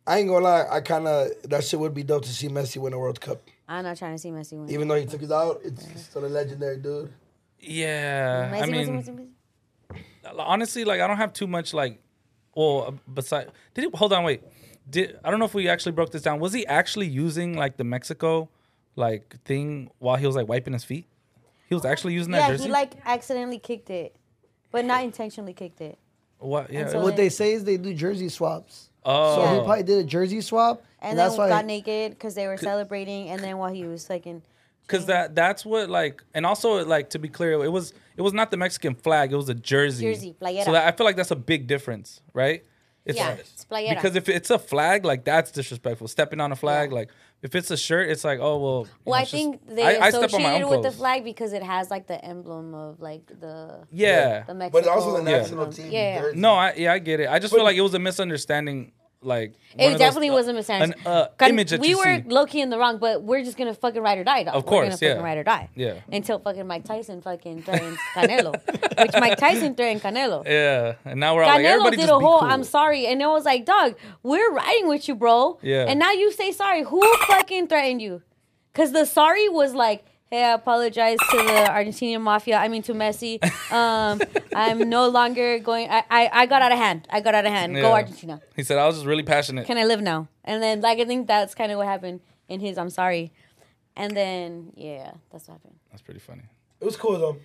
Speaker 6: I ain't gonna lie. I kind of that shit would be dope to see Messi win a World Cup.
Speaker 4: I'm not trying to see Messi win.
Speaker 6: Even though he took it out, it's still a legendary dude.
Speaker 5: Yeah,
Speaker 4: Messi,
Speaker 5: I mean,
Speaker 4: Messi, Messi, Messi.
Speaker 5: honestly, like I don't have too much like. Well, besides, did it? Hold on, wait. Did I don't know if we actually broke this down. Was he actually using like the Mexico, like thing while he was like wiping his feet? He was actually using that
Speaker 4: Yeah,
Speaker 5: jersey.
Speaker 4: he like accidentally kicked it, but not intentionally kicked it.
Speaker 5: what? Yeah.
Speaker 4: so
Speaker 5: it-
Speaker 4: then-
Speaker 2: What they say is they do jersey swaps. So he
Speaker 5: oh.
Speaker 2: probably did a jersey swap, and,
Speaker 4: And,
Speaker 2: that's
Speaker 4: then
Speaker 2: why.
Speaker 4: got naked because they were celebrating, and then while he was fucking.
Speaker 5: Cause that that's what like and also like to be clear it was it was not the Mexican flag it was a jersey
Speaker 4: Jersey, playera.
Speaker 5: so that, I feel like that's a big difference right it's,
Speaker 4: Yeah, it's playera.
Speaker 5: because if it's a flag like that's disrespectful stepping on a flag like if it's a shirt it's like oh well you
Speaker 4: Well,
Speaker 5: know,
Speaker 4: I
Speaker 5: it's just-
Speaker 4: think they
Speaker 5: I- I step on my
Speaker 4: associated
Speaker 5: own
Speaker 4: with the
Speaker 5: clothes.
Speaker 4: flag because it has like the emblem of like the
Speaker 5: yeah
Speaker 4: the Mexico.
Speaker 6: But also the
Speaker 5: Yeah.
Speaker 6: national
Speaker 4: emblem.
Speaker 6: team.
Speaker 4: Yeah, yeah.
Speaker 6: jersey.
Speaker 5: no I yeah I get it I just feel like it was a misunderstanding like one of
Speaker 4: It
Speaker 5: those-
Speaker 4: definitely
Speaker 5: uh,
Speaker 4: was a misunderstanding.
Speaker 5: an, uh,
Speaker 4: Con-
Speaker 5: image that
Speaker 4: we
Speaker 5: you
Speaker 4: were
Speaker 5: see.
Speaker 4: low key in the wrong, but we're just gonna fucking ride or die. Dog.
Speaker 5: Of
Speaker 4: we're gonna
Speaker 5: course, yeah.
Speaker 4: fucking ride or die.
Speaker 5: Yeah.
Speaker 4: Until fucking Mike Tyson fucking threatened Canelo, which Mike Tyson threatened Canelo.
Speaker 5: yeah and now we're all like
Speaker 4: Canelo
Speaker 5: everybody
Speaker 4: did
Speaker 5: just
Speaker 4: a
Speaker 5: be
Speaker 4: whole
Speaker 5: cool.
Speaker 4: "I'm sorry," and it was like, "Dog, we're riding with you, bro."
Speaker 5: Yeah.
Speaker 4: And now you say sorry. Who fucking threatened you? Because the sorry was like, "Hey, I apologize to the Argentinian mafia. I mean, to Messi. Um, I'm no longer going. I, I I got out of hand. I got out of hand.
Speaker 5: Yeah.
Speaker 4: Go Argentina.
Speaker 5: he said I was just really passionate
Speaker 4: Can I live now?" And then, like, I think that's kind of what happened in his "I'm sorry," and then yeah, that's what happened.
Speaker 5: that's pretty funny
Speaker 6: It was cool though.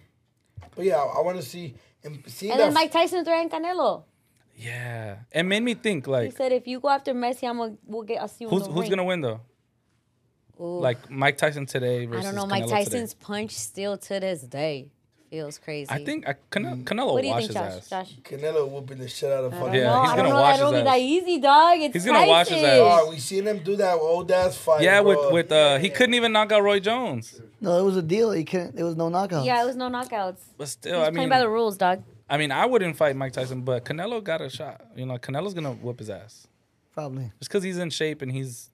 Speaker 6: But yeah, I, I want to see and see
Speaker 4: And
Speaker 6: that.
Speaker 4: then Mike Tyson threatened Canelo.
Speaker 5: yeah it made me think like
Speaker 4: He said, "If you go after Messi, I'm gonna we'll get. I'll see you
Speaker 5: Who's
Speaker 4: in the
Speaker 5: who's
Speaker 4: ring."
Speaker 5: gonna win though?
Speaker 4: Ooh.
Speaker 5: Like Mike Tyson today versus
Speaker 4: I don't know. Mike
Speaker 5: Canelo
Speaker 4: Tyson's
Speaker 5: Today.
Speaker 4: punch still to this day feels crazy.
Speaker 5: I think I,
Speaker 4: Mm.
Speaker 5: Cane- Canelo
Speaker 4: What do you
Speaker 5: washes
Speaker 4: think, Josh?
Speaker 5: his ass.
Speaker 4: Josh?
Speaker 6: Canelo whooping the shit out of fucking.
Speaker 5: Yeah,
Speaker 4: no,
Speaker 5: he's
Speaker 4: I
Speaker 5: gonna
Speaker 4: don't know.
Speaker 5: wash
Speaker 4: That don't
Speaker 5: his
Speaker 4: be that
Speaker 5: ass.
Speaker 4: easy, dog. It's
Speaker 5: He's gonna wash his
Speaker 4: Tyson.
Speaker 5: ass.
Speaker 6: Oh, we seen him do that old ass fight.
Speaker 4: Oh,
Speaker 5: Yeah, with
Speaker 6: bro.
Speaker 5: with uh, he couldn't even knock out Roy Jones.
Speaker 2: no, it was a deal. He couldn't. It was no knockout.
Speaker 4: Yeah, it was no knockouts.
Speaker 5: But
Speaker 4: He's
Speaker 5: still, I
Speaker 4: playing
Speaker 5: mean,
Speaker 4: by the rules, dog.
Speaker 5: I mean, I wouldn't fight Mike Tyson, but Canelo got a shot. You know, Canelo's gonna whoop his ass
Speaker 2: probably.
Speaker 5: just because he's in shape and he's,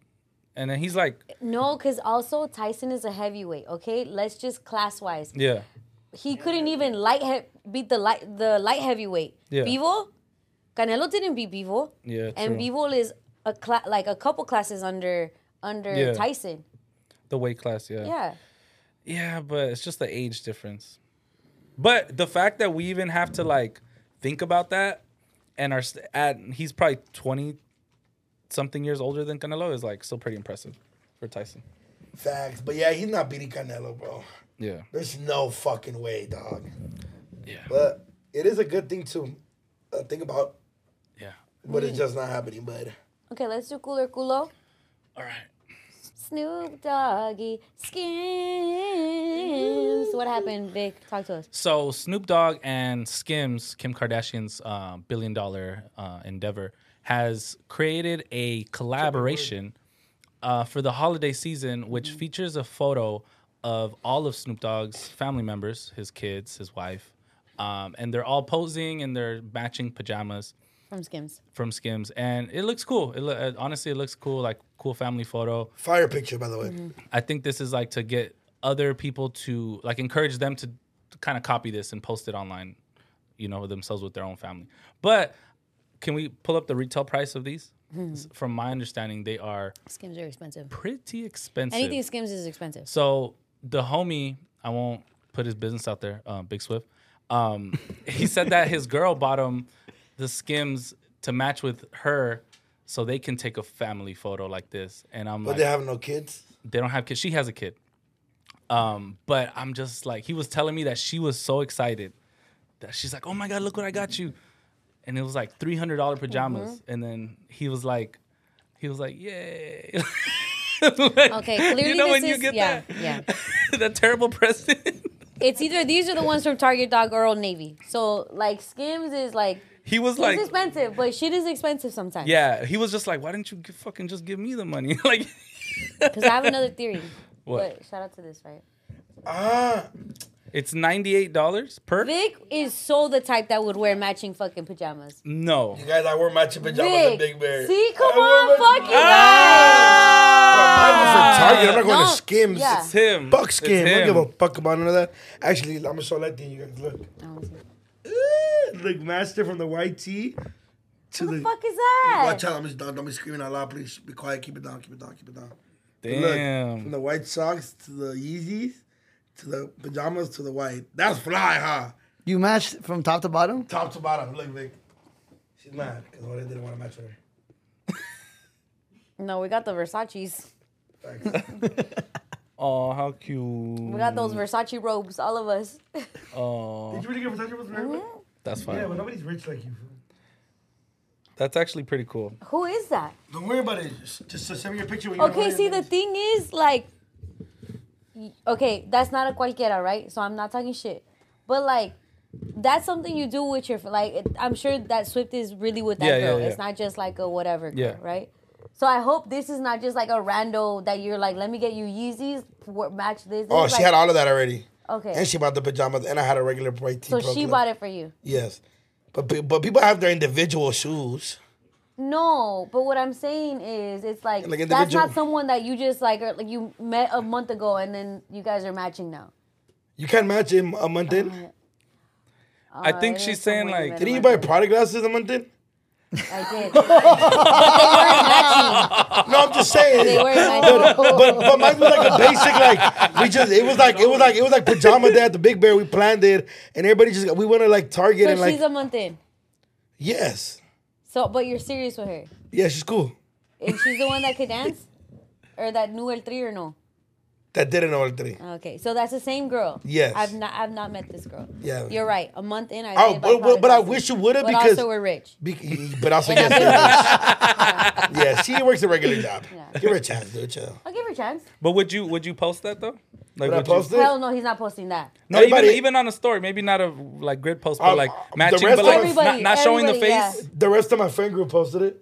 Speaker 5: and then he's like,
Speaker 4: No, because also Tyson is a heavyweight. Okay, let's just class wise.
Speaker 5: yeah,
Speaker 4: he couldn't even light he- beat the light the light heavyweight.
Speaker 5: Yeah.
Speaker 4: Bivol, Canelo didn't beat Bivol.
Speaker 5: Yeah,
Speaker 4: And
Speaker 5: true.
Speaker 4: Bivol is a cla- like a couple classes under under
Speaker 5: Yeah.
Speaker 4: Tyson.
Speaker 5: The weight class, yeah.
Speaker 4: Yeah.
Speaker 5: Yeah, but it's just the age difference. But the fact that we even have to like think about that and are st- at he's probably 20 something years older than Canelo is like still pretty impressive for Tyson.
Speaker 6: Facts. But yeah, he's not beating Canelo, bro.
Speaker 5: Yeah.
Speaker 6: There's no fucking way, dog.
Speaker 5: Yeah.
Speaker 6: But it is a good thing to uh, think about,
Speaker 5: Yeah.
Speaker 6: but
Speaker 4: Mm.
Speaker 6: it's just not happening, bud.
Speaker 4: Okay, let's do cooler culo.
Speaker 5: All right.
Speaker 4: Snoop Doggy Skins. What happened, Vic? Talk to us.
Speaker 5: So Snoop Dogg and Skims, Kim Kardashian's uh, billion dollar uh, endeavor, has created a collaboration uh, for the holiday season, which features a photo of all of Snoop Dogg's family members, his kids, his wife, um, and they're all posing in their matching pajamas
Speaker 4: From Skims.
Speaker 5: from Skims, and it looks cool. It lo- uh, honestly, it looks cool, like cool family photo.
Speaker 6: Fire picture, by the way.
Speaker 4: Mm-hmm.
Speaker 5: I think this is like to get other people to like encourage them to kind of copy this and post it online, you know, themselves with their own family. But can we pull up the retail price of these?
Speaker 4: Hmm.
Speaker 5: From my understanding, they are
Speaker 4: Skims are expensive.
Speaker 5: pretty expensive.
Speaker 4: Anything Skims is expensive.
Speaker 5: So the homie, I won't put his business out there, uh, Big Swift. Um, he said that his girl bought him the Skims to match with her, so they can take a family photo like this. And I'm
Speaker 6: But
Speaker 5: like,
Speaker 6: they have no kids.
Speaker 5: they don't have kids. She has a kid. Um, but I'm just like he was telling me that she was so excited that she's like, "Oh my god, look what I got you!" And it was like three hundred dollar pajamas.
Speaker 4: Mm-hmm.
Speaker 5: And then he was like, he was like, "Yay!"
Speaker 4: Okay,
Speaker 5: okay,
Speaker 4: clearly
Speaker 5: you know
Speaker 4: this
Speaker 5: when
Speaker 4: is
Speaker 5: you get
Speaker 4: yeah,
Speaker 5: that
Speaker 4: yeah.
Speaker 5: that terrible present.
Speaker 4: It's either these are the ones from Target Dog or Old Navy. So like Skims is like
Speaker 5: he was
Speaker 4: it's
Speaker 5: like,
Speaker 4: expensive, but shit is expensive sometimes.
Speaker 5: "Yeah." He was just like, "Why didn't you give, fucking just give me the money?" like,
Speaker 4: Because I have another theory.
Speaker 5: What?
Speaker 4: But shout out to this, right?
Speaker 6: Ah,
Speaker 5: it's ninety eight dollars per.
Speaker 4: Vic is so the type that would wear matching fucking pajamas.
Speaker 5: No.
Speaker 6: you guys, I wore matching pajamas
Speaker 4: Vic,
Speaker 6: and Big Bear.
Speaker 4: see, come
Speaker 6: I wore
Speaker 4: on,
Speaker 6: matching-
Speaker 4: fuck you
Speaker 5: Ah!
Speaker 4: guys.
Speaker 6: I'm for Target. I'm not going
Speaker 4: No.
Speaker 6: to Skims.
Speaker 4: Yeah.
Speaker 5: It's him.
Speaker 6: Fuck
Speaker 5: Mm. It's
Speaker 6: Skims. I don't
Speaker 5: him.
Speaker 6: give a fuck about none of that. Actually, I'm going to show that thing. You guys look. Ooh, Look, master from the white tee to
Speaker 4: What
Speaker 6: the.
Speaker 4: the fuck is that?
Speaker 6: Watch out! I'm just down. Don't be screaming out loud, please. Be quiet. Keep it down. Keep it down. Keep it down. But look,
Speaker 5: Damn.
Speaker 6: from the white socks to the Yeezys to the pajamas to the white. That's fly, huh?
Speaker 2: You matched from top to bottom.
Speaker 6: Top to bottom. Look, Vic. She's mad because Jorge didn't want to match with her.
Speaker 4: No, we got the Versace's.
Speaker 6: Thanks.
Speaker 5: Oh, how cute.
Speaker 4: We got
Speaker 6: Mm.
Speaker 4: those Versace robes, all of us.
Speaker 5: Oh,
Speaker 6: Did you really get Versace with her?
Speaker 5: that's fine.
Speaker 6: Yeah, but nobody's rich like you.
Speaker 5: That's actually pretty cool.
Speaker 4: Who is that?
Speaker 6: Don't worry about it. Just, just send me your picture. When you're
Speaker 4: Okay,
Speaker 6: Jorge.
Speaker 4: see, the thing is, like, y- okay, that's not a cualquiera, right? So I'm not talking shit. But, like, that's something you do with your, like, it, I'm sure that Swift is really with that
Speaker 5: Yeah, yeah,
Speaker 4: girl.
Speaker 5: yeah.
Speaker 4: It's not just like a whatever girl,
Speaker 5: Yeah.
Speaker 4: right? So I hope this is not just like a rando that you're like, let me get you Yeezys, wor- match this.
Speaker 6: Oh,
Speaker 4: It's
Speaker 6: she
Speaker 4: like-
Speaker 6: had all of that already.
Speaker 4: Okay.
Speaker 6: And she bought the pajamas, and I had a regular white tee.
Speaker 4: so
Speaker 6: Pro
Speaker 4: she
Speaker 6: Club.
Speaker 4: bought it for you.
Speaker 6: Yes, but pe- but people have their individual shoes.
Speaker 4: No, but what I'm saying is, it's like,
Speaker 6: Like
Speaker 4: that's
Speaker 6: individual-
Speaker 4: not someone that you just like, or, like you met a month ago and then you guys are matching now.
Speaker 6: You can't match uh, him a month in.
Speaker 4: Uh,
Speaker 5: I think
Speaker 4: Alright,
Speaker 5: she's
Speaker 4: Oh, so
Speaker 5: saying
Speaker 4: wait a
Speaker 5: like,
Speaker 4: minute.
Speaker 6: Didn't you buy Prada glasses a month in?
Speaker 4: I did. But they weren't matching.
Speaker 6: No, I'm just saying.
Speaker 4: They weren't matching.
Speaker 6: but but mine was like a basic like we just it was like it was like it was like pajama day at the Big Bear we planned it and everybody just we went to like Target
Speaker 4: So
Speaker 6: and like
Speaker 4: she's a month in.
Speaker 6: yes
Speaker 4: So, but you're serious with her,
Speaker 6: yeah she's cool
Speaker 4: and she's the one that could dance, or that knew el three or no.
Speaker 6: that didn't know all three
Speaker 4: Okay, so that's the same girl.
Speaker 6: Yes.
Speaker 4: I've not. I've not met this girl.
Speaker 6: Yeah.
Speaker 4: You're right. A month in, I.
Speaker 6: oh
Speaker 4: did buy
Speaker 6: but, but,
Speaker 4: Prada
Speaker 6: but I
Speaker 4: glasses.
Speaker 6: wish you would have
Speaker 4: But
Speaker 6: because
Speaker 4: also we're rich.
Speaker 6: be- but also
Speaker 4: And
Speaker 6: yes
Speaker 4: I've been
Speaker 6: you're rich. yeah she works a regular job
Speaker 4: Yeah.
Speaker 6: give her a chance dude chill
Speaker 4: I'll give her a chance.
Speaker 5: but would you would you post that though? Like
Speaker 6: Would I
Speaker 5: would you-
Speaker 6: post it?
Speaker 4: Hell no, he's not posting that.
Speaker 5: No, even,
Speaker 6: Everybody-
Speaker 5: even on a story, maybe not a like grid post, but
Speaker 6: Um,
Speaker 5: like
Speaker 6: the
Speaker 5: matching,
Speaker 6: rest
Speaker 5: but
Speaker 6: of
Speaker 5: like
Speaker 6: us-
Speaker 5: not, not showing the face.
Speaker 4: Everybody-
Speaker 6: the rest of my friend group posted it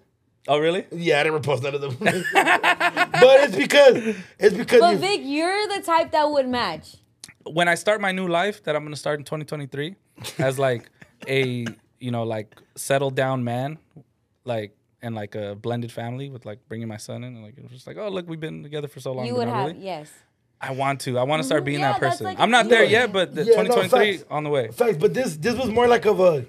Speaker 5: Oh, really?
Speaker 6: yeah I didn't post none of them but it's because it's because
Speaker 4: But
Speaker 6: you-
Speaker 4: Vic, you're the type that would match.
Speaker 5: When I start my new life that I'm gonna start in 2023, as like a you know like settled down man, like and like a blended family with like bringing my son in and like it was just like oh look we've been together for so long.
Speaker 4: You
Speaker 5: but
Speaker 4: would
Speaker 5: not
Speaker 4: have
Speaker 5: really.
Speaker 4: yes.
Speaker 5: I want to. I want to start
Speaker 4: Mhm.
Speaker 5: being
Speaker 4: Yeah,
Speaker 5: that
Speaker 4: that's
Speaker 5: person.
Speaker 4: like a
Speaker 5: I'm not there
Speaker 4: feeling.
Speaker 5: yet, but the
Speaker 6: Yeah, no,
Speaker 5: 2023
Speaker 6: facts.
Speaker 5: on the way.
Speaker 6: Facts, but this this was more like of a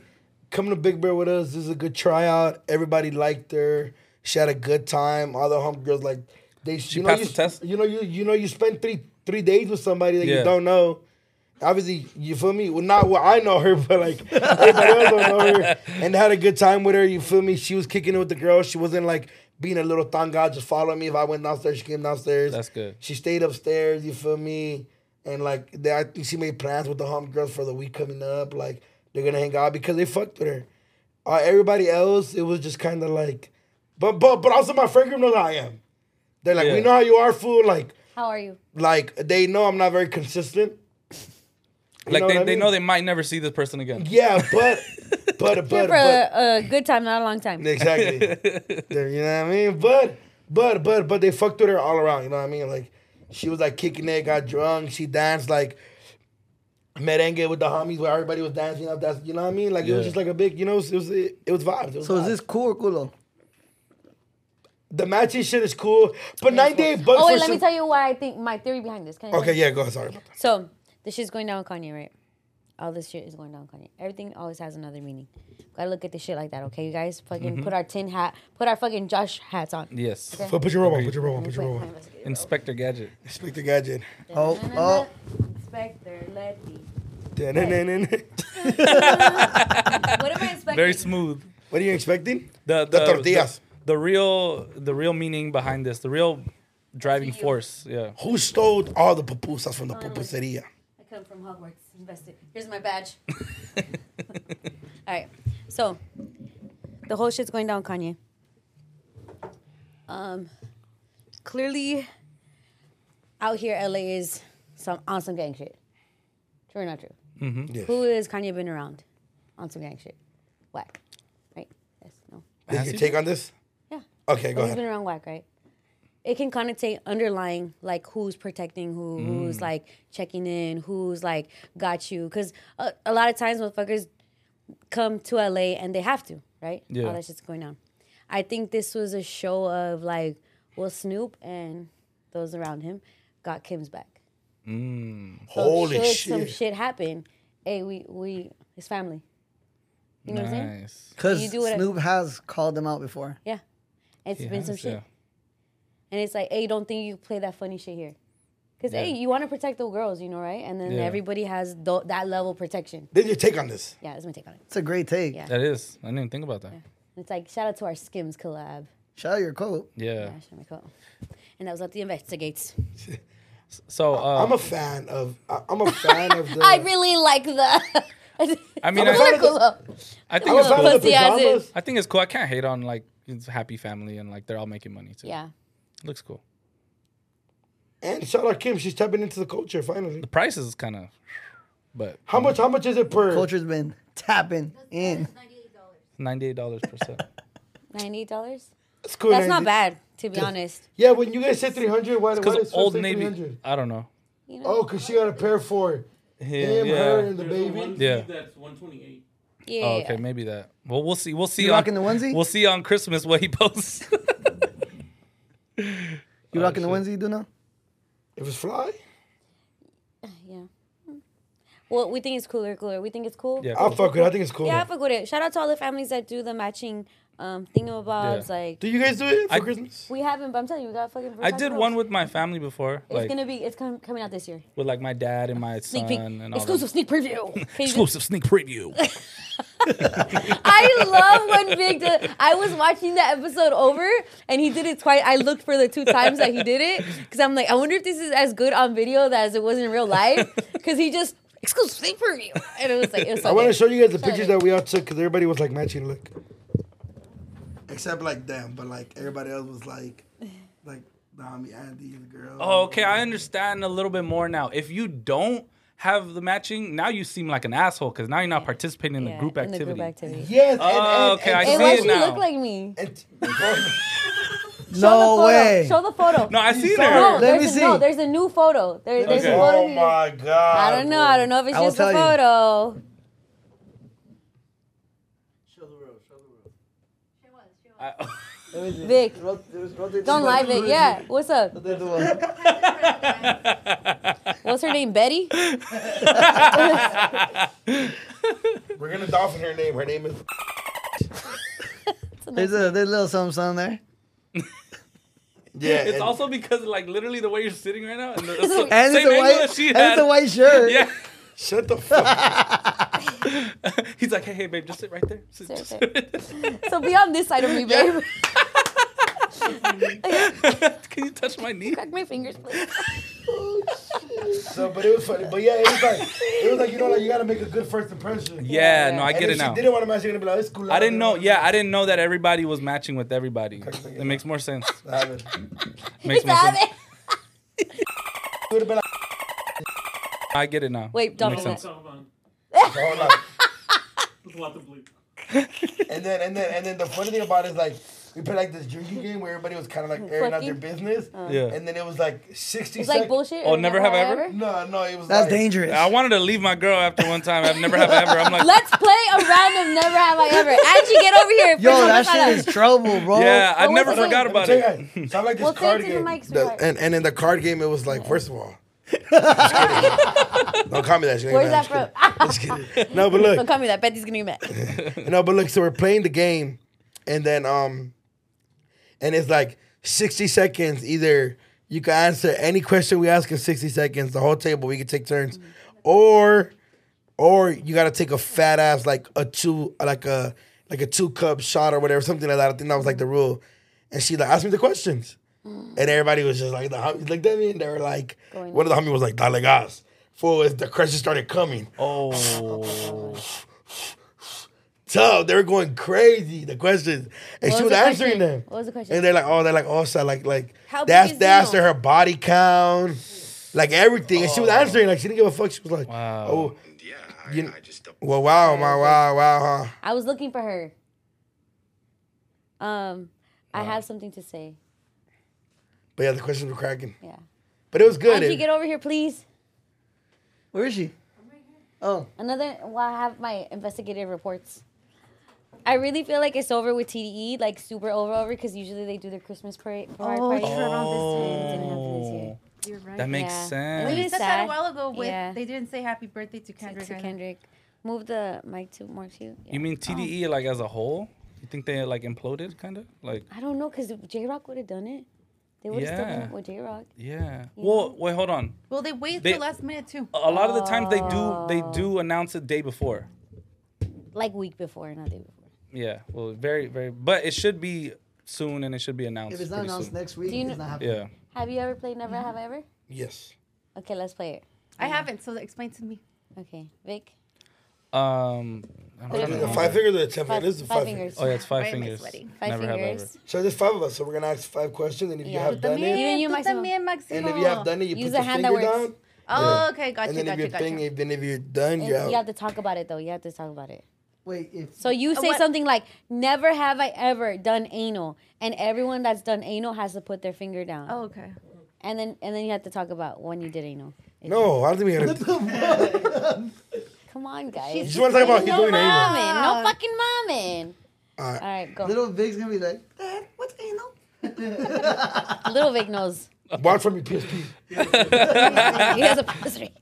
Speaker 6: come to Big Bear with us. This is a good tryout. Everybody liked her. She had a good time. All the homegirls like they. She you know,
Speaker 5: passed
Speaker 6: you,
Speaker 5: the test?
Speaker 6: You know you you know you spend three three days with somebody that
Speaker 5: Yeah.
Speaker 6: you don't know. Obviously, you feel me? Well, not well, I know her, but like everybody else don't know her. And had a good time with her, you feel me? She was kicking it with the girls. She wasn't like being a little thanga, just following me. If I went downstairs, she came downstairs.
Speaker 5: That's good.
Speaker 6: She stayed upstairs, you feel me? And like they, I think she made plans with the homegirls for the week coming up. Like they're gonna hang out because they fucked with her. Uh, everybody else, it was just kind of like, but but but also my friend group knows how I am. They're like,
Speaker 5: Yeah.
Speaker 6: we know how you are, fool. Like
Speaker 4: How are you?
Speaker 6: like they know I'm not very consistent. You
Speaker 5: Like
Speaker 6: know
Speaker 5: they,
Speaker 6: what I
Speaker 5: they
Speaker 6: mean?
Speaker 5: know they might never see this person again.
Speaker 6: Yeah, but but
Speaker 4: Here
Speaker 6: but,
Speaker 4: for
Speaker 6: but
Speaker 4: a, a good time, not a long time.
Speaker 6: Exactly. There, you know what I mean? But but but but they fucked with her all around, you know what I mean? Like she was like kicking it, got drunk, she danced like merengue with the homies where everybody was dancing up that's you know what I mean? Like it
Speaker 5: Yeah.
Speaker 6: was just like a big, you know, it was it was, it was vibes. It was
Speaker 2: So is
Speaker 6: vibes.
Speaker 2: this cool or culo?
Speaker 6: the matching shit is cool, but 98 bucks
Speaker 4: Oh
Speaker 6: for
Speaker 4: wait, let
Speaker 6: some-
Speaker 4: me tell you why I think my theory behind this. Can I
Speaker 6: Okay, yeah, go ahead, sorry about that.
Speaker 4: So this shit's going down with Kanye, right? All this shit is going down with Kanye. Everything always has another meaning. Gotta look at the shit like that, okay? You guys fucking
Speaker 6: Mm-hmm.
Speaker 4: put our tin hat, put our fucking Josh hats on.
Speaker 5: Yes.
Speaker 6: Put, put your robe on, put your robe on, put your robe on.
Speaker 5: Inspector Gadget.
Speaker 6: Speak the gadget.
Speaker 2: Oh, oh.
Speaker 4: Inspector Letty.
Speaker 6: what
Speaker 4: What am I inspecting?
Speaker 5: Very smooth.
Speaker 6: are you expecting?
Speaker 5: The,
Speaker 6: The tortillas.
Speaker 5: The, the real the real meaning behind this. The real driving force. Yeah.
Speaker 6: Who stole all the pupusas from the pupuseria?
Speaker 4: I come from Hogwarts. Invested. Here's my badge. All right. So the whole shit's going down, Kanye. Um, clearly, out here, LA is some on some gang shit. True or not true?
Speaker 6: Yes.
Speaker 4: Who has Kanye been around on some gang shit? Whack. Right? Yes. No.
Speaker 6: Did you take on this?
Speaker 4: Yeah.
Speaker 6: Okay, go
Speaker 4: But he's been
Speaker 6: ahead.
Speaker 4: around whack, right? It can connotate underlying, like who's protecting who, who's like checking in, who's like got you. Because a, a lot of times, motherfuckers come to LA and they have to, right?
Speaker 5: Yeah.
Speaker 4: All that shit's going on. I think this was a show of like, well, Snoop and those around him got Kim's back. So
Speaker 6: Holy
Speaker 4: should Some
Speaker 6: shit.
Speaker 4: shit happen. Hey, we we it's family. You know what I'm saying?
Speaker 5: Nice.
Speaker 2: Because
Speaker 4: You do what I-
Speaker 2: oh. Snoop has called them out before.
Speaker 4: Yeah. It's
Speaker 5: He
Speaker 4: been some
Speaker 5: has,
Speaker 4: shit.
Speaker 5: yeah.
Speaker 4: And it's like, hey, don't think you play that funny shit here. Because, hey,
Speaker 5: Yeah.
Speaker 4: you want to protect the girls, you know, right? And then
Speaker 5: Yeah.
Speaker 4: everybody has tho- that level of protection.
Speaker 6: Did you take on this?
Speaker 4: Yeah, that's my take on it.
Speaker 2: It's a great take.
Speaker 4: Yeah.
Speaker 5: That is. I didn't even think about that.
Speaker 4: It's like, shout out to our Skims collab.
Speaker 2: Shout out your coat.
Speaker 5: Yeah.
Speaker 4: Yeah, shout out my coat. And that was at the investigates.
Speaker 5: So uh,
Speaker 6: I'm a fan of. I- I'm a fan of the.
Speaker 4: I really like the.
Speaker 5: I mean,
Speaker 4: It's
Speaker 5: I-
Speaker 4: a collab.
Speaker 5: I think
Speaker 6: I'm a
Speaker 5: it's
Speaker 4: Hello,
Speaker 6: fan
Speaker 5: cool.
Speaker 6: of the
Speaker 4: pussy asses.
Speaker 6: pajamas.
Speaker 5: I think it's cool. I can't hate on like it's a happy family and like they're all making money too.
Speaker 4: Yeah.
Speaker 5: looks cool.
Speaker 6: And shout out Kim. She's tapping into the culture finally.
Speaker 5: The price is kind of, but
Speaker 6: How much? How much is it per?
Speaker 2: Culture's been tapping in.
Speaker 3: It's ninety-eight dollars.
Speaker 5: ninety eight dollars per set.
Speaker 4: $98?
Speaker 6: That's cool.
Speaker 4: That's not
Speaker 6: Andy.
Speaker 4: bad, to be honest.
Speaker 6: Yeah, when you guys say 300, why, why does
Speaker 5: Because
Speaker 6: Swift
Speaker 5: old
Speaker 6: say
Speaker 5: Navy,
Speaker 6: 300?
Speaker 5: I don't know.
Speaker 4: You know?
Speaker 6: Oh, cause she got a pair for
Speaker 5: Yeah,
Speaker 6: him, her,
Speaker 5: yeah.
Speaker 6: and the
Speaker 8: There's a
Speaker 6: baby.
Speaker 8: onesie
Speaker 5: Yeah.
Speaker 8: That's 128.
Speaker 4: yeah.
Speaker 5: Oh, okay, maybe that. Well, we'll see. We'll see.
Speaker 2: You
Speaker 5: on-
Speaker 2: rocking the onesie?
Speaker 5: We'll see on Christmas what he posts.
Speaker 2: You
Speaker 5: Oh,
Speaker 2: rocking the
Speaker 5: shit.
Speaker 2: onesie, do now?
Speaker 6: It was fly.
Speaker 4: Yeah. Well, we think it's cooler, cooler. We think it's cool.
Speaker 5: yeah,
Speaker 6: I
Speaker 5: cool.
Speaker 6: fuck it. I think it's cool.
Speaker 4: Yeah, I fuck with it. Shout out to all the families that do the matching um thingamabobs.
Speaker 5: Yeah.
Speaker 4: Like
Speaker 6: do you guys do it for
Speaker 5: I-
Speaker 6: Christmas?
Speaker 4: we haven't, but I'm telling you, we got fucking.
Speaker 5: I did one with my family before,
Speaker 4: It's
Speaker 5: like
Speaker 4: gonna be. It's com- coming out this year.
Speaker 5: with like my dad and my
Speaker 4: Sneak
Speaker 5: son
Speaker 4: peek.
Speaker 5: and all
Speaker 4: Exclusive
Speaker 5: that.
Speaker 4: sneak preview. Can you just-
Speaker 5: Exclusive sneak preview.
Speaker 4: I love when Big. Does, I was watching that episode over, and he did it twice. I looked for the two times that he did it because I'm like, I wonder if this is as good on video that as it was in real life because he just exclusive sneak preview, and it was like it was. So
Speaker 6: I want to
Speaker 4: good.
Speaker 6: show you guys the
Speaker 4: Sorry.
Speaker 6: pictures that we all took because everybody was like matching look. Except like them, but like everybody else was like, like Dami, Andy, the girl.
Speaker 5: Oh, okay, I understand a little bit more now. If you don't have the matching, now you seem like an asshole because now you're not participating in the
Speaker 4: Yeah,
Speaker 5: group
Speaker 4: in the
Speaker 5: activity.
Speaker 4: group activity.
Speaker 6: Yes. and-
Speaker 5: Oh,
Speaker 6: and-
Speaker 5: okay,
Speaker 6: and-
Speaker 5: I
Speaker 4: Hey,
Speaker 5: see
Speaker 4: why
Speaker 5: it
Speaker 4: she
Speaker 5: now.
Speaker 4: look like me?
Speaker 6: and-
Speaker 4: Show the
Speaker 2: No
Speaker 4: photo.
Speaker 2: way.
Speaker 4: Show the photo.
Speaker 5: No, I see
Speaker 4: No,
Speaker 5: her.
Speaker 2: Let
Speaker 4: there's
Speaker 2: me
Speaker 4: a, no,
Speaker 2: see.
Speaker 4: there's a new photo. There, there's
Speaker 5: Okay.
Speaker 4: a photo.
Speaker 6: oh my god.
Speaker 4: I don't know. I don't know if it's
Speaker 2: I will
Speaker 4: just a
Speaker 2: tell you.
Speaker 4: photo.
Speaker 3: She was. She was.
Speaker 5: I-
Speaker 4: Vic. Don't lie, Vic.
Speaker 2: it.
Speaker 4: Yeah. What's up? What's her name? Betty?
Speaker 6: We're gonna dolphin her name. Her name is.
Speaker 2: There's a there's a little something, something there.
Speaker 6: Yeah.
Speaker 5: It's
Speaker 6: and-
Speaker 5: also because like literally the way you're sitting right now, and the,
Speaker 2: And
Speaker 5: same
Speaker 2: it's a
Speaker 5: angle
Speaker 2: white
Speaker 5: that she
Speaker 2: and it's a
Speaker 5: had.
Speaker 2: white shirt.
Speaker 5: Yeah.
Speaker 6: Shut the fuck up.
Speaker 5: He's like, hey, hey, babe, just sit right there. Sit,
Speaker 4: Sit
Speaker 5: just
Speaker 4: right So be on this side of me, babe.
Speaker 5: Can you touch my knee?
Speaker 4: Crack my fingers, please.
Speaker 6: So, but it was funny. But yeah, it was like it was like you know like you gotta make a good first impression.
Speaker 5: Yeah, no, I
Speaker 6: And
Speaker 5: get
Speaker 6: if
Speaker 5: it now.
Speaker 6: She didn't want to match. You're gonna be like, it's cool.
Speaker 5: I didn't know. Yeah, I didn't know that everybody was matching with everybody. It makes more sense.
Speaker 6: I didn't.
Speaker 5: Makes more
Speaker 4: Stop
Speaker 5: sense.
Speaker 4: it.
Speaker 6: It would have been like,
Speaker 5: I get it now.
Speaker 4: Wait,
Speaker 5: It
Speaker 4: don't
Speaker 5: makes
Speaker 4: do that.
Speaker 5: sense.
Speaker 8: Hold on.
Speaker 6: hold on.
Speaker 8: There's a lot to bleep.
Speaker 6: And then and then and then the funny thing about it is like we played like this drinking game where everybody was kind of like airing out their
Speaker 4: Fucking- uh.
Speaker 6: business.
Speaker 5: Yeah.
Speaker 6: And then it was like sixty.
Speaker 4: It's like
Speaker 6: sec-
Speaker 4: bullshit.
Speaker 5: Oh,
Speaker 4: or
Speaker 5: never have I ever?
Speaker 6: No, no, it was.
Speaker 2: That's
Speaker 6: like,
Speaker 2: dangerous.
Speaker 5: I wanted to leave my girl after one time. I've never have I ever. I'm like,
Speaker 4: Let's play a random never have I ever. Angie, get over here.
Speaker 2: Yo,
Speaker 4: First
Speaker 2: that
Speaker 4: one I
Speaker 2: shit is trouble, bro.
Speaker 5: yeah, I
Speaker 4: What
Speaker 5: never
Speaker 4: was it?
Speaker 5: forgot
Speaker 4: Let
Speaker 5: about
Speaker 6: Check
Speaker 5: it.
Speaker 6: it. So I like this
Speaker 4: Well, say it
Speaker 6: card
Speaker 4: to the
Speaker 6: game.
Speaker 4: mic,
Speaker 6: The-
Speaker 4: sweetheart.
Speaker 6: and and in the card game, it was like first of all. Just kidding. Don't call me that. shit.
Speaker 4: Where's
Speaker 6: Nah,
Speaker 4: that from?
Speaker 6: just kidding. Just kidding. No, but look,
Speaker 4: Don't call me that. Betty's gonna be mad.
Speaker 6: No, but look, so we're playing the game, and then um, and it's like sixty seconds. Either you can answer any question we ask in sixty seconds, the whole table. We can take turns, or or you gotta take a fat ass like a two like a like a two cup shot or whatever something like that. I think that was like the rule. And she like asked me the questions, and everybody was just like the homies looked at me and they were like,
Speaker 4: Mm. Going
Speaker 6: one of the homies was like, "Dale gas." Fool, as the questions started coming.
Speaker 5: Oh,
Speaker 6: tough. They were going crazy. The questions, and
Speaker 4: What
Speaker 6: she
Speaker 4: was
Speaker 6: was
Speaker 4: the
Speaker 6: answering
Speaker 4: question?
Speaker 6: them.
Speaker 4: What was the question?
Speaker 6: And they're like, oh, they're like, oh, so like, like
Speaker 4: How big
Speaker 6: that's
Speaker 4: is
Speaker 6: they
Speaker 4: Nemo?
Speaker 6: asked her her body count, like everything, and she was answering like she didn't give a fuck. She was like,
Speaker 5: Wow.
Speaker 6: oh,
Speaker 7: Yeah, I,
Speaker 6: You-
Speaker 7: I just don't.
Speaker 6: well, wow, my wow, wow, huh?
Speaker 4: I was looking for her. Um, I have something to say.
Speaker 6: But yeah, the questions were cracking.
Speaker 4: Yeah.
Speaker 6: But it was good.
Speaker 4: Angie,
Speaker 6: It,
Speaker 4: get over here, please.
Speaker 2: Where is she? Oh,
Speaker 4: Another. Well, I have my investigative reports. I really feel like it's over with TDE, like super over over, because usually they do their Christmas parade. parade
Speaker 3: Oh,
Speaker 4: party.
Speaker 3: it's around
Speaker 4: Didn't happen this year.
Speaker 5: oh, that makes
Speaker 4: Yeah.
Speaker 5: sense.
Speaker 4: Really
Speaker 3: We said that
Speaker 4: sad.
Speaker 3: a while ago with
Speaker 4: Yeah.
Speaker 3: they didn't say happy birthday to Kendrick.
Speaker 4: To
Speaker 3: I-
Speaker 4: Kendrick, move the mic to more to you. Yeah.
Speaker 5: You mean TDE like as a whole? You think they like imploded, kind of like?
Speaker 4: I don't know, cause J Rock would have done it. They would have still done
Speaker 5: Yeah.
Speaker 4: it with J Rock.
Speaker 5: Yeah. Well, wait, hold on.
Speaker 3: Well, they waited
Speaker 5: They-
Speaker 3: till last minute too.
Speaker 8: Oh.
Speaker 5: A lot of the times they do
Speaker 2: Oh.
Speaker 5: they do announce it day before.
Speaker 4: Like week before, not day before.
Speaker 5: Yeah. Well, very very, but it should be soon and it should be announced.
Speaker 2: if it's not
Speaker 5: pretty
Speaker 2: announced
Speaker 5: soon.
Speaker 2: next week,
Speaker 4: Do you
Speaker 2: it's
Speaker 4: know-
Speaker 2: not happening.
Speaker 5: Yeah.
Speaker 4: Have you ever played Never Have I Ever?
Speaker 6: yes.
Speaker 4: Okay, let's play it.
Speaker 3: I haven't, so explain to me.
Speaker 4: Okay, Vic.
Speaker 5: Um. I'm
Speaker 4: Put
Speaker 5: trying to
Speaker 4: it in the
Speaker 5: remember.
Speaker 6: Five fingers or the ten
Speaker 4: Five,
Speaker 6: fingers? This is
Speaker 4: five fingers.
Speaker 5: Oh yeah, it's five
Speaker 3: Why am I
Speaker 5: fingers.
Speaker 3: sweating?
Speaker 4: Five
Speaker 5: Never have
Speaker 4: fingers.
Speaker 5: ever.
Speaker 6: So there's five of us. So we're gonna ask five questions, and if you
Speaker 4: Yeah.
Speaker 6: have done it,
Speaker 4: You and you,
Speaker 3: tú
Speaker 4: Maximo.
Speaker 3: también, Maximo.
Speaker 6: and if you have done it, you
Speaker 4: Use
Speaker 6: put
Speaker 4: the
Speaker 6: your
Speaker 4: hand that
Speaker 6: finger
Speaker 4: works.
Speaker 6: down. eh,
Speaker 3: Oh, okay, got
Speaker 6: And
Speaker 3: you,
Speaker 6: then if
Speaker 3: got you,
Speaker 6: you're
Speaker 3: got
Speaker 6: thing,
Speaker 3: you.
Speaker 6: even if you're done,
Speaker 4: You
Speaker 6: you're out.
Speaker 4: have to talk about it though. You have to talk about it.
Speaker 2: Wait, if
Speaker 4: So you say
Speaker 3: what-
Speaker 4: something like, "Never have I ever done anal," and everyone that's done anal has to put their finger down.
Speaker 3: Oh, okay.
Speaker 4: And then and then you have to talk about when you did anal.
Speaker 6: No, I don't think we gotta.
Speaker 4: Come on, guys.
Speaker 6: You just want to talk about you
Speaker 4: no
Speaker 6: doing anal.
Speaker 4: momming.
Speaker 3: Ah,
Speaker 4: No fucking momming.
Speaker 6: All right.
Speaker 4: All right, go. Little,
Speaker 2: little Vic's gonna be like,
Speaker 4: Vic knows.
Speaker 6: Bought from your PSP.
Speaker 4: He has a history.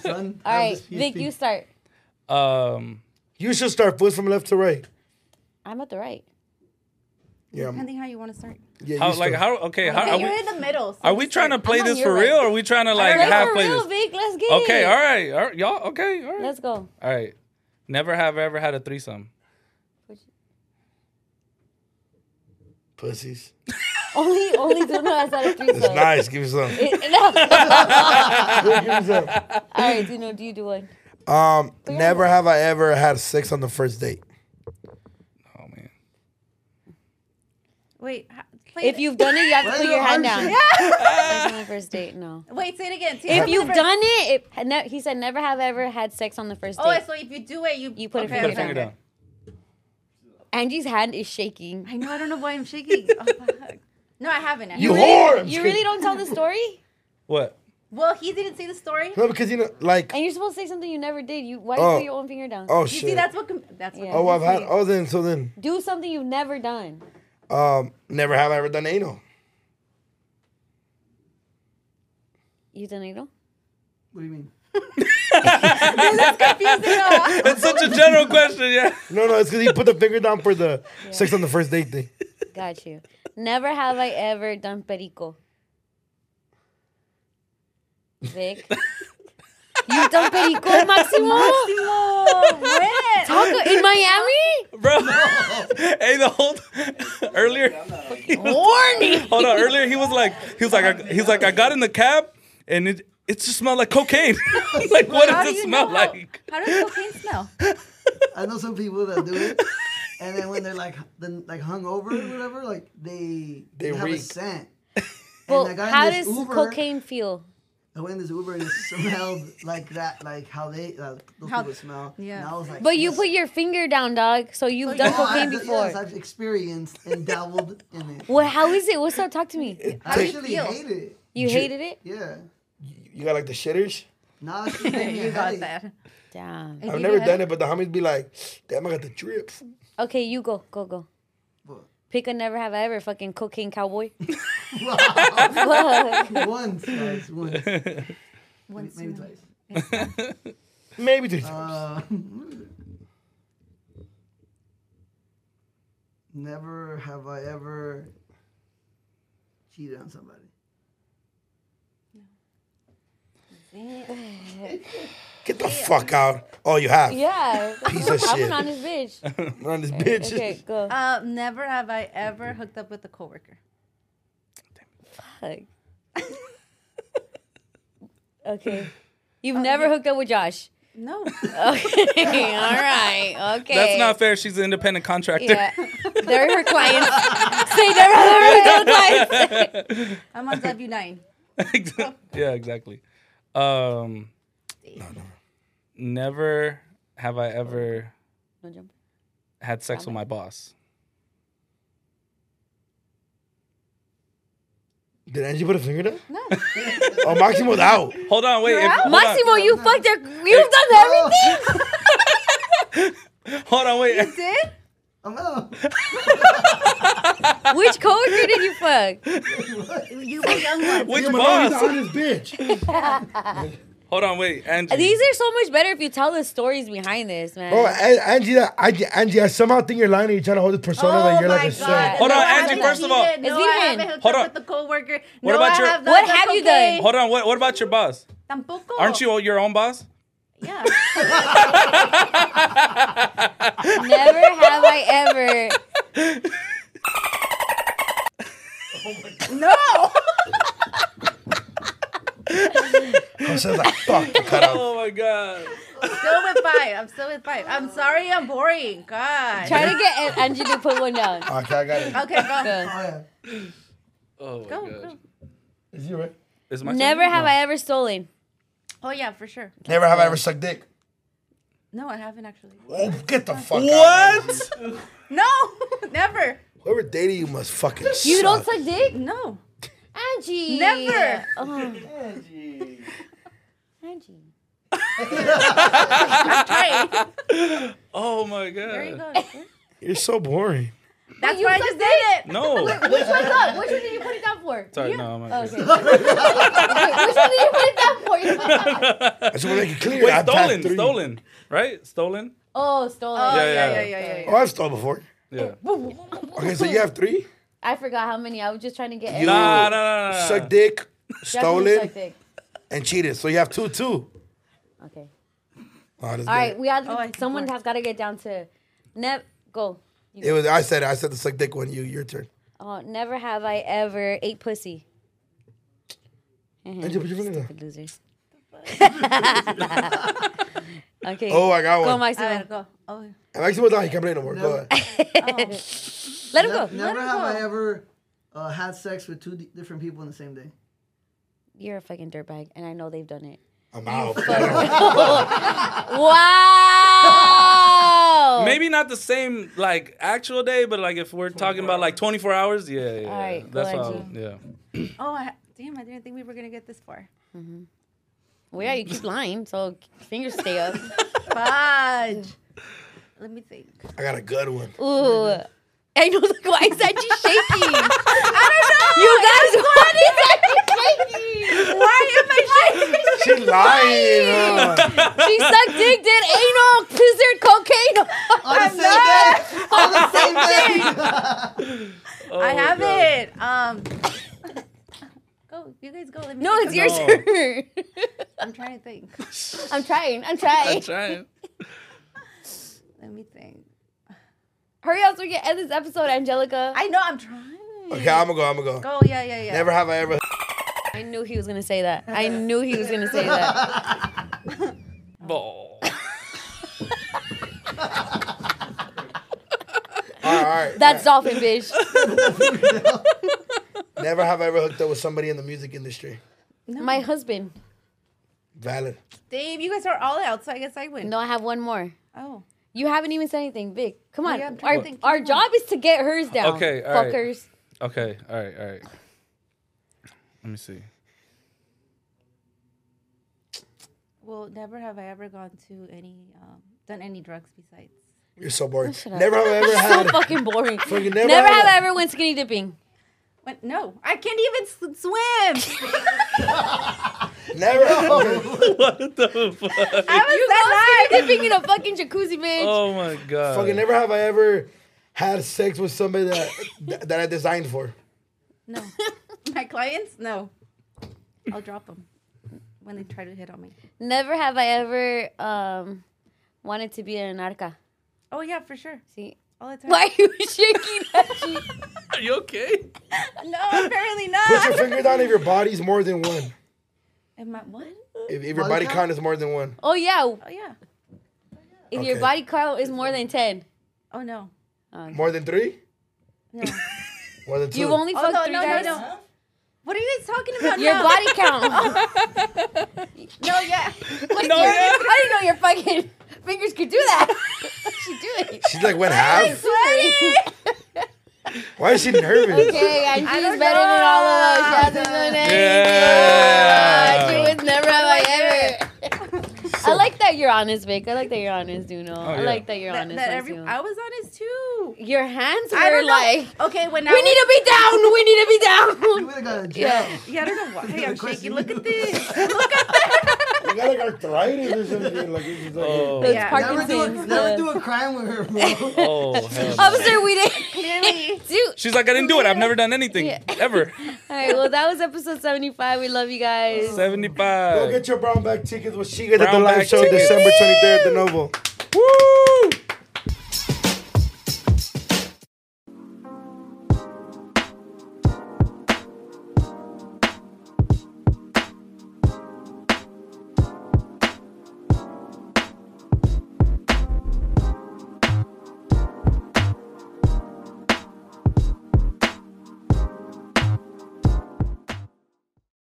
Speaker 2: son.
Speaker 4: All right, Vic, you start.
Speaker 5: Um.
Speaker 6: You should start foot from left to right.
Speaker 4: I'm at the right.
Speaker 6: Yeah. I'm-
Speaker 3: Depending how you want to start.
Speaker 6: yeah
Speaker 5: How
Speaker 6: you
Speaker 5: like
Speaker 6: start.
Speaker 5: how? Okay. How
Speaker 3: Okay,
Speaker 5: are
Speaker 3: you're
Speaker 5: we?
Speaker 3: in the middle. so
Speaker 5: Are we
Speaker 3: just
Speaker 5: trying to
Speaker 3: start.
Speaker 5: play
Speaker 4: I'm on
Speaker 5: this
Speaker 4: your
Speaker 5: for
Speaker 4: right.
Speaker 5: real? Or are we trying to like
Speaker 4: Play
Speaker 5: half
Speaker 4: for
Speaker 5: play
Speaker 4: real,
Speaker 5: this?
Speaker 4: Vic. Let's get it.
Speaker 5: Okay. All right. All right. Y'all. Okay. All right.
Speaker 4: Let's go.
Speaker 5: All right. Never have I ever had a threesome.
Speaker 6: Pussies.
Speaker 4: Only, only Duno has had a threesome.
Speaker 6: Nice. Give me some.
Speaker 4: It- no.
Speaker 6: Give me some.
Speaker 4: All right, Duno, do you do one?
Speaker 6: Um, never have I ever had sex on the first date.
Speaker 5: Oh man.
Speaker 3: Wait, ha- play
Speaker 4: If
Speaker 3: it-
Speaker 4: you've done it, you have to
Speaker 2: Why
Speaker 4: put
Speaker 2: no
Speaker 4: your hand down.
Speaker 2: action?
Speaker 4: That's my first date. No.
Speaker 3: wait, say it again. Say
Speaker 4: If
Speaker 3: it
Speaker 4: you've
Speaker 3: again.
Speaker 4: done it, it ne- he said, never have I ever had sex on the first date.
Speaker 3: Oh, so if you do it, you
Speaker 4: You put a
Speaker 5: Put a
Speaker 4: Okay.
Speaker 5: finger down.
Speaker 4: Angie's hand is shaking.
Speaker 3: I know. I don't know why I'm shaking. Oh, fuck. No, I haven't. I
Speaker 6: You
Speaker 3: haven't.
Speaker 6: whore. I'm just
Speaker 4: You
Speaker 6: kidding.
Speaker 4: really don't tell the story,
Speaker 5: What?
Speaker 3: Well, he didn't say the story.
Speaker 6: No, because you know, like,
Speaker 4: and you're supposed to say something you never did. You why do
Speaker 6: Oh.
Speaker 4: you put your own finger down?
Speaker 6: oh
Speaker 3: You
Speaker 6: shit.
Speaker 3: see, that's what. Com- that's what.
Speaker 4: Yeah.
Speaker 6: oh, I've had. Oh, then oh, so then.
Speaker 4: Do something you've never done.
Speaker 6: Um, never have I ever done anal.
Speaker 4: You done anal?
Speaker 2: What do you mean?
Speaker 5: It's such a general question, yeah.
Speaker 6: No, no, it's because he put the finger down for the sex on the first date thing.
Speaker 4: Got you. Never have I ever done perico. Vic. you done perico, Maximo? Taco in Miami?
Speaker 5: Bro. hey, the whole earlier
Speaker 4: Warning.
Speaker 5: hold on, earlier he was like he was like I, he was like I got in the cab and it it just smelled like cocaine. I was like what
Speaker 3: How do
Speaker 5: does it
Speaker 3: you
Speaker 5: smell
Speaker 3: know how-
Speaker 5: like?
Speaker 3: How does cocaine smell?
Speaker 2: I know some people that do it, and then when they're like then like hungover or whatever, like they
Speaker 6: They
Speaker 2: have
Speaker 6: reek.
Speaker 2: a scent.
Speaker 4: Well,
Speaker 2: And I got in
Speaker 4: how
Speaker 2: this
Speaker 4: does
Speaker 2: Uber.
Speaker 4: cocaine feel?
Speaker 2: I went in this Uber and it smelled like that, like how they uh, those
Speaker 3: How-
Speaker 2: people smell.
Speaker 3: yeah.
Speaker 2: And I was like,
Speaker 4: But you
Speaker 2: yes.
Speaker 4: put your finger down, dog. So you've done
Speaker 2: No,
Speaker 4: cocaine
Speaker 2: I've-
Speaker 4: before.
Speaker 2: Yes, I've experienced and dabbled in it.
Speaker 4: Well, how is it? What's up? Talk to me.
Speaker 2: I
Speaker 6: Take-
Speaker 2: actually
Speaker 3: feel?
Speaker 2: hate it.
Speaker 4: You hated it?
Speaker 2: Yeah.
Speaker 6: You got like the shitters.
Speaker 2: Nah, it's giving me a
Speaker 3: You got
Speaker 2: headache.
Speaker 3: that.
Speaker 4: Damn.
Speaker 6: I've never done it, but the homies be like, damn, I got the drips.
Speaker 4: Okay, you go. Go, go.
Speaker 2: What?
Speaker 4: Pick a never have I ever fucking cocaine cowboy.
Speaker 2: Wow.
Speaker 4: Fuck.
Speaker 2: once, guys, once.
Speaker 3: Once
Speaker 2: Maybe
Speaker 3: you-
Speaker 2: twice.
Speaker 6: Maybe three times.
Speaker 2: Uh, never have I ever cheated on somebody.
Speaker 6: Get the fuck out. Oh, you have.
Speaker 4: yeah.
Speaker 6: Piece of
Speaker 4: I'm
Speaker 6: shit.
Speaker 4: an honest bitch.
Speaker 6: Run this bitch.
Speaker 4: Okay, go.
Speaker 3: Uh, never have I ever hooked up with a coworker.
Speaker 4: Fuck. okay. You've
Speaker 2: Uh,
Speaker 4: never hooked up with Josh.
Speaker 3: No.
Speaker 4: Okay. All right. Okay.
Speaker 5: That's not fair. She's an independent contractor.
Speaker 4: Yeah. They're her clients. Say they're her clients.
Speaker 3: I'm on W9.
Speaker 5: Exa- yeah, exactly. Um, never have I ever
Speaker 4: No jump.
Speaker 5: had sex with my boss.
Speaker 6: Did Angie put a finger down?
Speaker 3: No.
Speaker 6: Oh, Maximo's out.
Speaker 5: Hold on, wait. If, hold, on,
Speaker 4: Maximo, you fucked her. You've done everything.
Speaker 5: hold on, wait.
Speaker 3: Did?
Speaker 2: I'm out.
Speaker 4: Which coworker did you fuck?
Speaker 3: You were young one.
Speaker 5: Which
Speaker 6: Damn, I know
Speaker 5: boss?
Speaker 6: he's an honest bitch.
Speaker 5: Hold on, wait. Angie.
Speaker 4: These are so much better if you tell the stories behind this, man.
Speaker 6: Oh, An- Angie, that- Angie, Angie, I somehow think you're lying and you're trying to hold this persona
Speaker 4: Oh
Speaker 6: like you're like a saint.
Speaker 5: Hold
Speaker 3: Oh No,
Speaker 5: on,
Speaker 3: I
Speaker 5: Angie,
Speaker 3: haven't
Speaker 5: first of all-
Speaker 3: cheated. no,
Speaker 4: It's
Speaker 3: I
Speaker 4: even.
Speaker 3: haven't hooked
Speaker 5: Hold
Speaker 3: up
Speaker 5: on.
Speaker 3: with the coworker.
Speaker 5: What
Speaker 3: no,
Speaker 5: about
Speaker 3: I
Speaker 5: your-
Speaker 3: have
Speaker 4: What
Speaker 3: done
Speaker 4: have you
Speaker 3: cocaine.
Speaker 5: Hold on, what, what about your boss?
Speaker 3: Tampoco.
Speaker 5: Aren't you all your own boss?
Speaker 3: Yeah.
Speaker 4: Never have I ever.
Speaker 3: no.
Speaker 6: I was just like, fuck, cut out.
Speaker 5: Oh my god.
Speaker 3: Still with five. I'm still with five. I'm sorry. I'm boring. God.
Speaker 4: Try to get An- Angie to put one down.
Speaker 6: Okay, I got it.
Speaker 3: Okay, go.
Speaker 2: Oh, yeah.
Speaker 5: Oh my
Speaker 3: Go,
Speaker 5: god.
Speaker 3: go.
Speaker 6: Is he right?
Speaker 5: Is my
Speaker 4: Never have I ever stolen.
Speaker 3: Oh yeah, for sure.
Speaker 6: Never have I ever sucked dick.
Speaker 3: No, I haven't actually.
Speaker 6: Oh, get the fuck out.
Speaker 5: What?
Speaker 3: No, never.
Speaker 6: Whoever dated you must fucking
Speaker 4: You don't
Speaker 6: suck.
Speaker 4: suck dick,
Speaker 3: No.
Speaker 4: Angie.
Speaker 3: Never.
Speaker 4: Oh. Angie.
Speaker 3: Try. it.
Speaker 5: Oh my
Speaker 3: There you
Speaker 5: god.
Speaker 3: go.
Speaker 6: You're so boring.
Speaker 3: That's what I just did. It.
Speaker 5: No.
Speaker 4: Which one's up? Which one did you put it down for?
Speaker 5: Sorry, no, I'm not.
Speaker 4: Okay. Wait, which one did you put it down for?
Speaker 6: I just want to make it clear.
Speaker 5: Wait,
Speaker 6: I've had
Speaker 5: stolen,
Speaker 6: three.
Speaker 5: stolen, right? Stolen.
Speaker 4: oh, stolen.
Speaker 3: Oh yeah,
Speaker 5: yeah,
Speaker 3: yeah, yeah,
Speaker 5: yeah.
Speaker 3: yeah. yeah,
Speaker 6: Oh, I've stolen before.
Speaker 5: Yeah.
Speaker 6: Okay, so you have three?
Speaker 4: I forgot how many. I was just trying to get.
Speaker 6: You
Speaker 4: everyone.
Speaker 5: Nah, nah, nah, nah.
Speaker 6: Suck dick,
Speaker 4: Definitely
Speaker 6: stolen,
Speaker 4: suck dick.
Speaker 6: and cheated. So you have two, two.
Speaker 4: Okay.
Speaker 6: Oh, let's
Speaker 4: All
Speaker 6: do
Speaker 4: right,
Speaker 6: it.
Speaker 4: we have.
Speaker 3: Oh, I see.
Speaker 4: someone has got to get down to. Never go.
Speaker 6: It was I said it. I said the suck dick one. You, your turn.
Speaker 4: Oh, never have I ever ate pussy.
Speaker 6: Angel, put your finger down.
Speaker 4: Losers. okay.
Speaker 6: Oh, I got
Speaker 4: go,
Speaker 6: one.
Speaker 4: Maximo.
Speaker 3: A ver, go. Oh,
Speaker 6: I'm actually down. He can't play no more. Go ahead.
Speaker 4: Let him
Speaker 2: Ne-
Speaker 4: go.
Speaker 2: never have
Speaker 3: him go.
Speaker 2: I ever uh, had sex with two d- different people in the same day.
Speaker 4: You're a fucking dirtbag, and I know they've done it.
Speaker 6: I'm out.
Speaker 4: Wow.
Speaker 5: Maybe not the same like actual day, but like if we're talking about like 24 hours, yeah, yeah. yeah.
Speaker 4: All right, go
Speaker 5: That's
Speaker 4: ahead,
Speaker 5: why. Yeah.
Speaker 3: oh I, damn! I didn't think we were gonna get this far.
Speaker 4: Well, yeah, you keep lying, so fingers stay up.
Speaker 3: Fudge. Let me think.
Speaker 6: I got a good one.
Speaker 4: Ooh. I know, like, why is that just shaking? I don't know. You guys, why is that just shaking?
Speaker 3: Why am I shaking?
Speaker 6: She lying. huh?
Speaker 4: She sucked dick, did anal, scissored cocaine.
Speaker 2: On the same day. On the same day.
Speaker 3: I haven't. Um, go, you guys go. Let me
Speaker 4: No, it's
Speaker 3: think of-
Speaker 4: your
Speaker 5: No.
Speaker 4: turn.
Speaker 3: I'm trying to think.
Speaker 4: I'm trying. I'm trying.
Speaker 5: I'm trying.
Speaker 3: Let me think.
Speaker 4: Hurry up so we can end this episode, Angelica. I,
Speaker 3: I know I'm trying.
Speaker 6: Okay, I'm gonna go. I'm gonna go.
Speaker 3: Go, yeah, yeah, yeah.
Speaker 6: Never have I ever.
Speaker 4: knew he was gonna say that. I knew he was gonna say that.
Speaker 5: Ball.
Speaker 6: All right, all right.
Speaker 4: That's dolphin, bitch.
Speaker 6: Never have I ever hooked up with somebody in the music industry.
Speaker 4: My husband.
Speaker 6: Valid.
Speaker 3: Dave, you guys are all out, so I guess I win.
Speaker 4: No, I have one more.
Speaker 3: Oh.
Speaker 4: You haven't even said anything, Vic. Come on.
Speaker 3: yeah, I'm trying
Speaker 4: our
Speaker 3: to think.
Speaker 4: our
Speaker 3: Come on.
Speaker 4: job is to get hers down.
Speaker 5: Okay, all right.
Speaker 4: fuckers.
Speaker 5: Okay. All right. All right. Let me see.
Speaker 3: Well, never have I ever gone to any, um, done any drugs besides.
Speaker 6: You're so boring.
Speaker 4: Shut up.
Speaker 6: Never have I ever
Speaker 4: So
Speaker 6: had.
Speaker 4: fucking boring.
Speaker 6: Fucking
Speaker 4: never, have I ever went skinny dipping.
Speaker 3: When, no, I can't even s- swim.
Speaker 6: Never. Okay.
Speaker 3: I was that
Speaker 4: Skinny dipping in a fucking jacuzzi, bitch.
Speaker 5: Oh my god.
Speaker 6: Fucking never have I ever had sex with somebody that that, that I designed for.
Speaker 3: live. No. My clients? No. I'll drop them when they try to hit on me.
Speaker 4: Never have I ever um wanted to be an arca.
Speaker 3: Oh, yeah, for sure.
Speaker 4: See.
Speaker 3: All the time.
Speaker 4: Why are you shaking that shit?
Speaker 5: Are you okay?
Speaker 3: No, apparently
Speaker 6: Put your
Speaker 3: not.
Speaker 6: finger down if your body's more than one.
Speaker 3: Am I, what?
Speaker 6: If, if your body count is more than one.
Speaker 4: Oh yeah.
Speaker 3: Oh, yeah.
Speaker 4: If your
Speaker 6: Okay.
Speaker 4: body count is more than ten.
Speaker 3: Oh, no.
Speaker 6: More than three?
Speaker 3: No.
Speaker 6: More than two.
Speaker 4: You've only
Speaker 3: Oh,
Speaker 4: fucked
Speaker 3: no,
Speaker 4: three
Speaker 3: no, no,
Speaker 4: guys.
Speaker 3: no. What are you guys talking about
Speaker 4: Your
Speaker 3: now?
Speaker 4: body count.
Speaker 3: No, yeah.
Speaker 4: Like, your- I didn't know your fucking fingers could do that. She's doing it.
Speaker 6: She's like, what half? Why is she nervous?
Speaker 4: Okay, and she's better
Speaker 3: don't
Speaker 4: than all of us. She
Speaker 3: know.
Speaker 4: hasn't done
Speaker 5: Yeah.
Speaker 4: anything. She was never have
Speaker 3: like
Speaker 4: I ever. I like that you're honest, Vic. I like that you're honest, Duno. I
Speaker 5: Oh, yeah.
Speaker 4: like that you're
Speaker 3: That-
Speaker 4: honest.
Speaker 3: that
Speaker 4: That
Speaker 3: every- I was honest too.
Speaker 4: your hands
Speaker 3: I
Speaker 4: were
Speaker 3: don't
Speaker 4: like,
Speaker 3: know. Okay, when I
Speaker 4: we need to be down. We need to be
Speaker 2: You
Speaker 4: down.
Speaker 2: would have got a jail.
Speaker 4: Yeah.
Speaker 3: to. Yeah, I don't know why I'm
Speaker 2: Question.
Speaker 3: shaking. Look at this.
Speaker 6: You got like arthritis or something. Like, it's just like
Speaker 5: Oh.
Speaker 4: That's
Speaker 3: Yeah.
Speaker 2: Never, do a,
Speaker 4: Parkinson's.
Speaker 2: never
Speaker 4: uh,
Speaker 2: do a crime with her, bro.
Speaker 5: Oh hell. no.
Speaker 4: Officer, we didn't do.
Speaker 5: She's like, I didn't do it. I've never done anything
Speaker 4: Yeah.
Speaker 5: ever.
Speaker 4: All right, well, that was episode 75. We love you guys.
Speaker 6: Go
Speaker 5: Seventy-five.
Speaker 6: get your brown bag tickets with She gets at the
Speaker 5: Brown
Speaker 6: live
Speaker 5: bag
Speaker 6: show
Speaker 5: tickets.
Speaker 6: December 23rd at the Novo.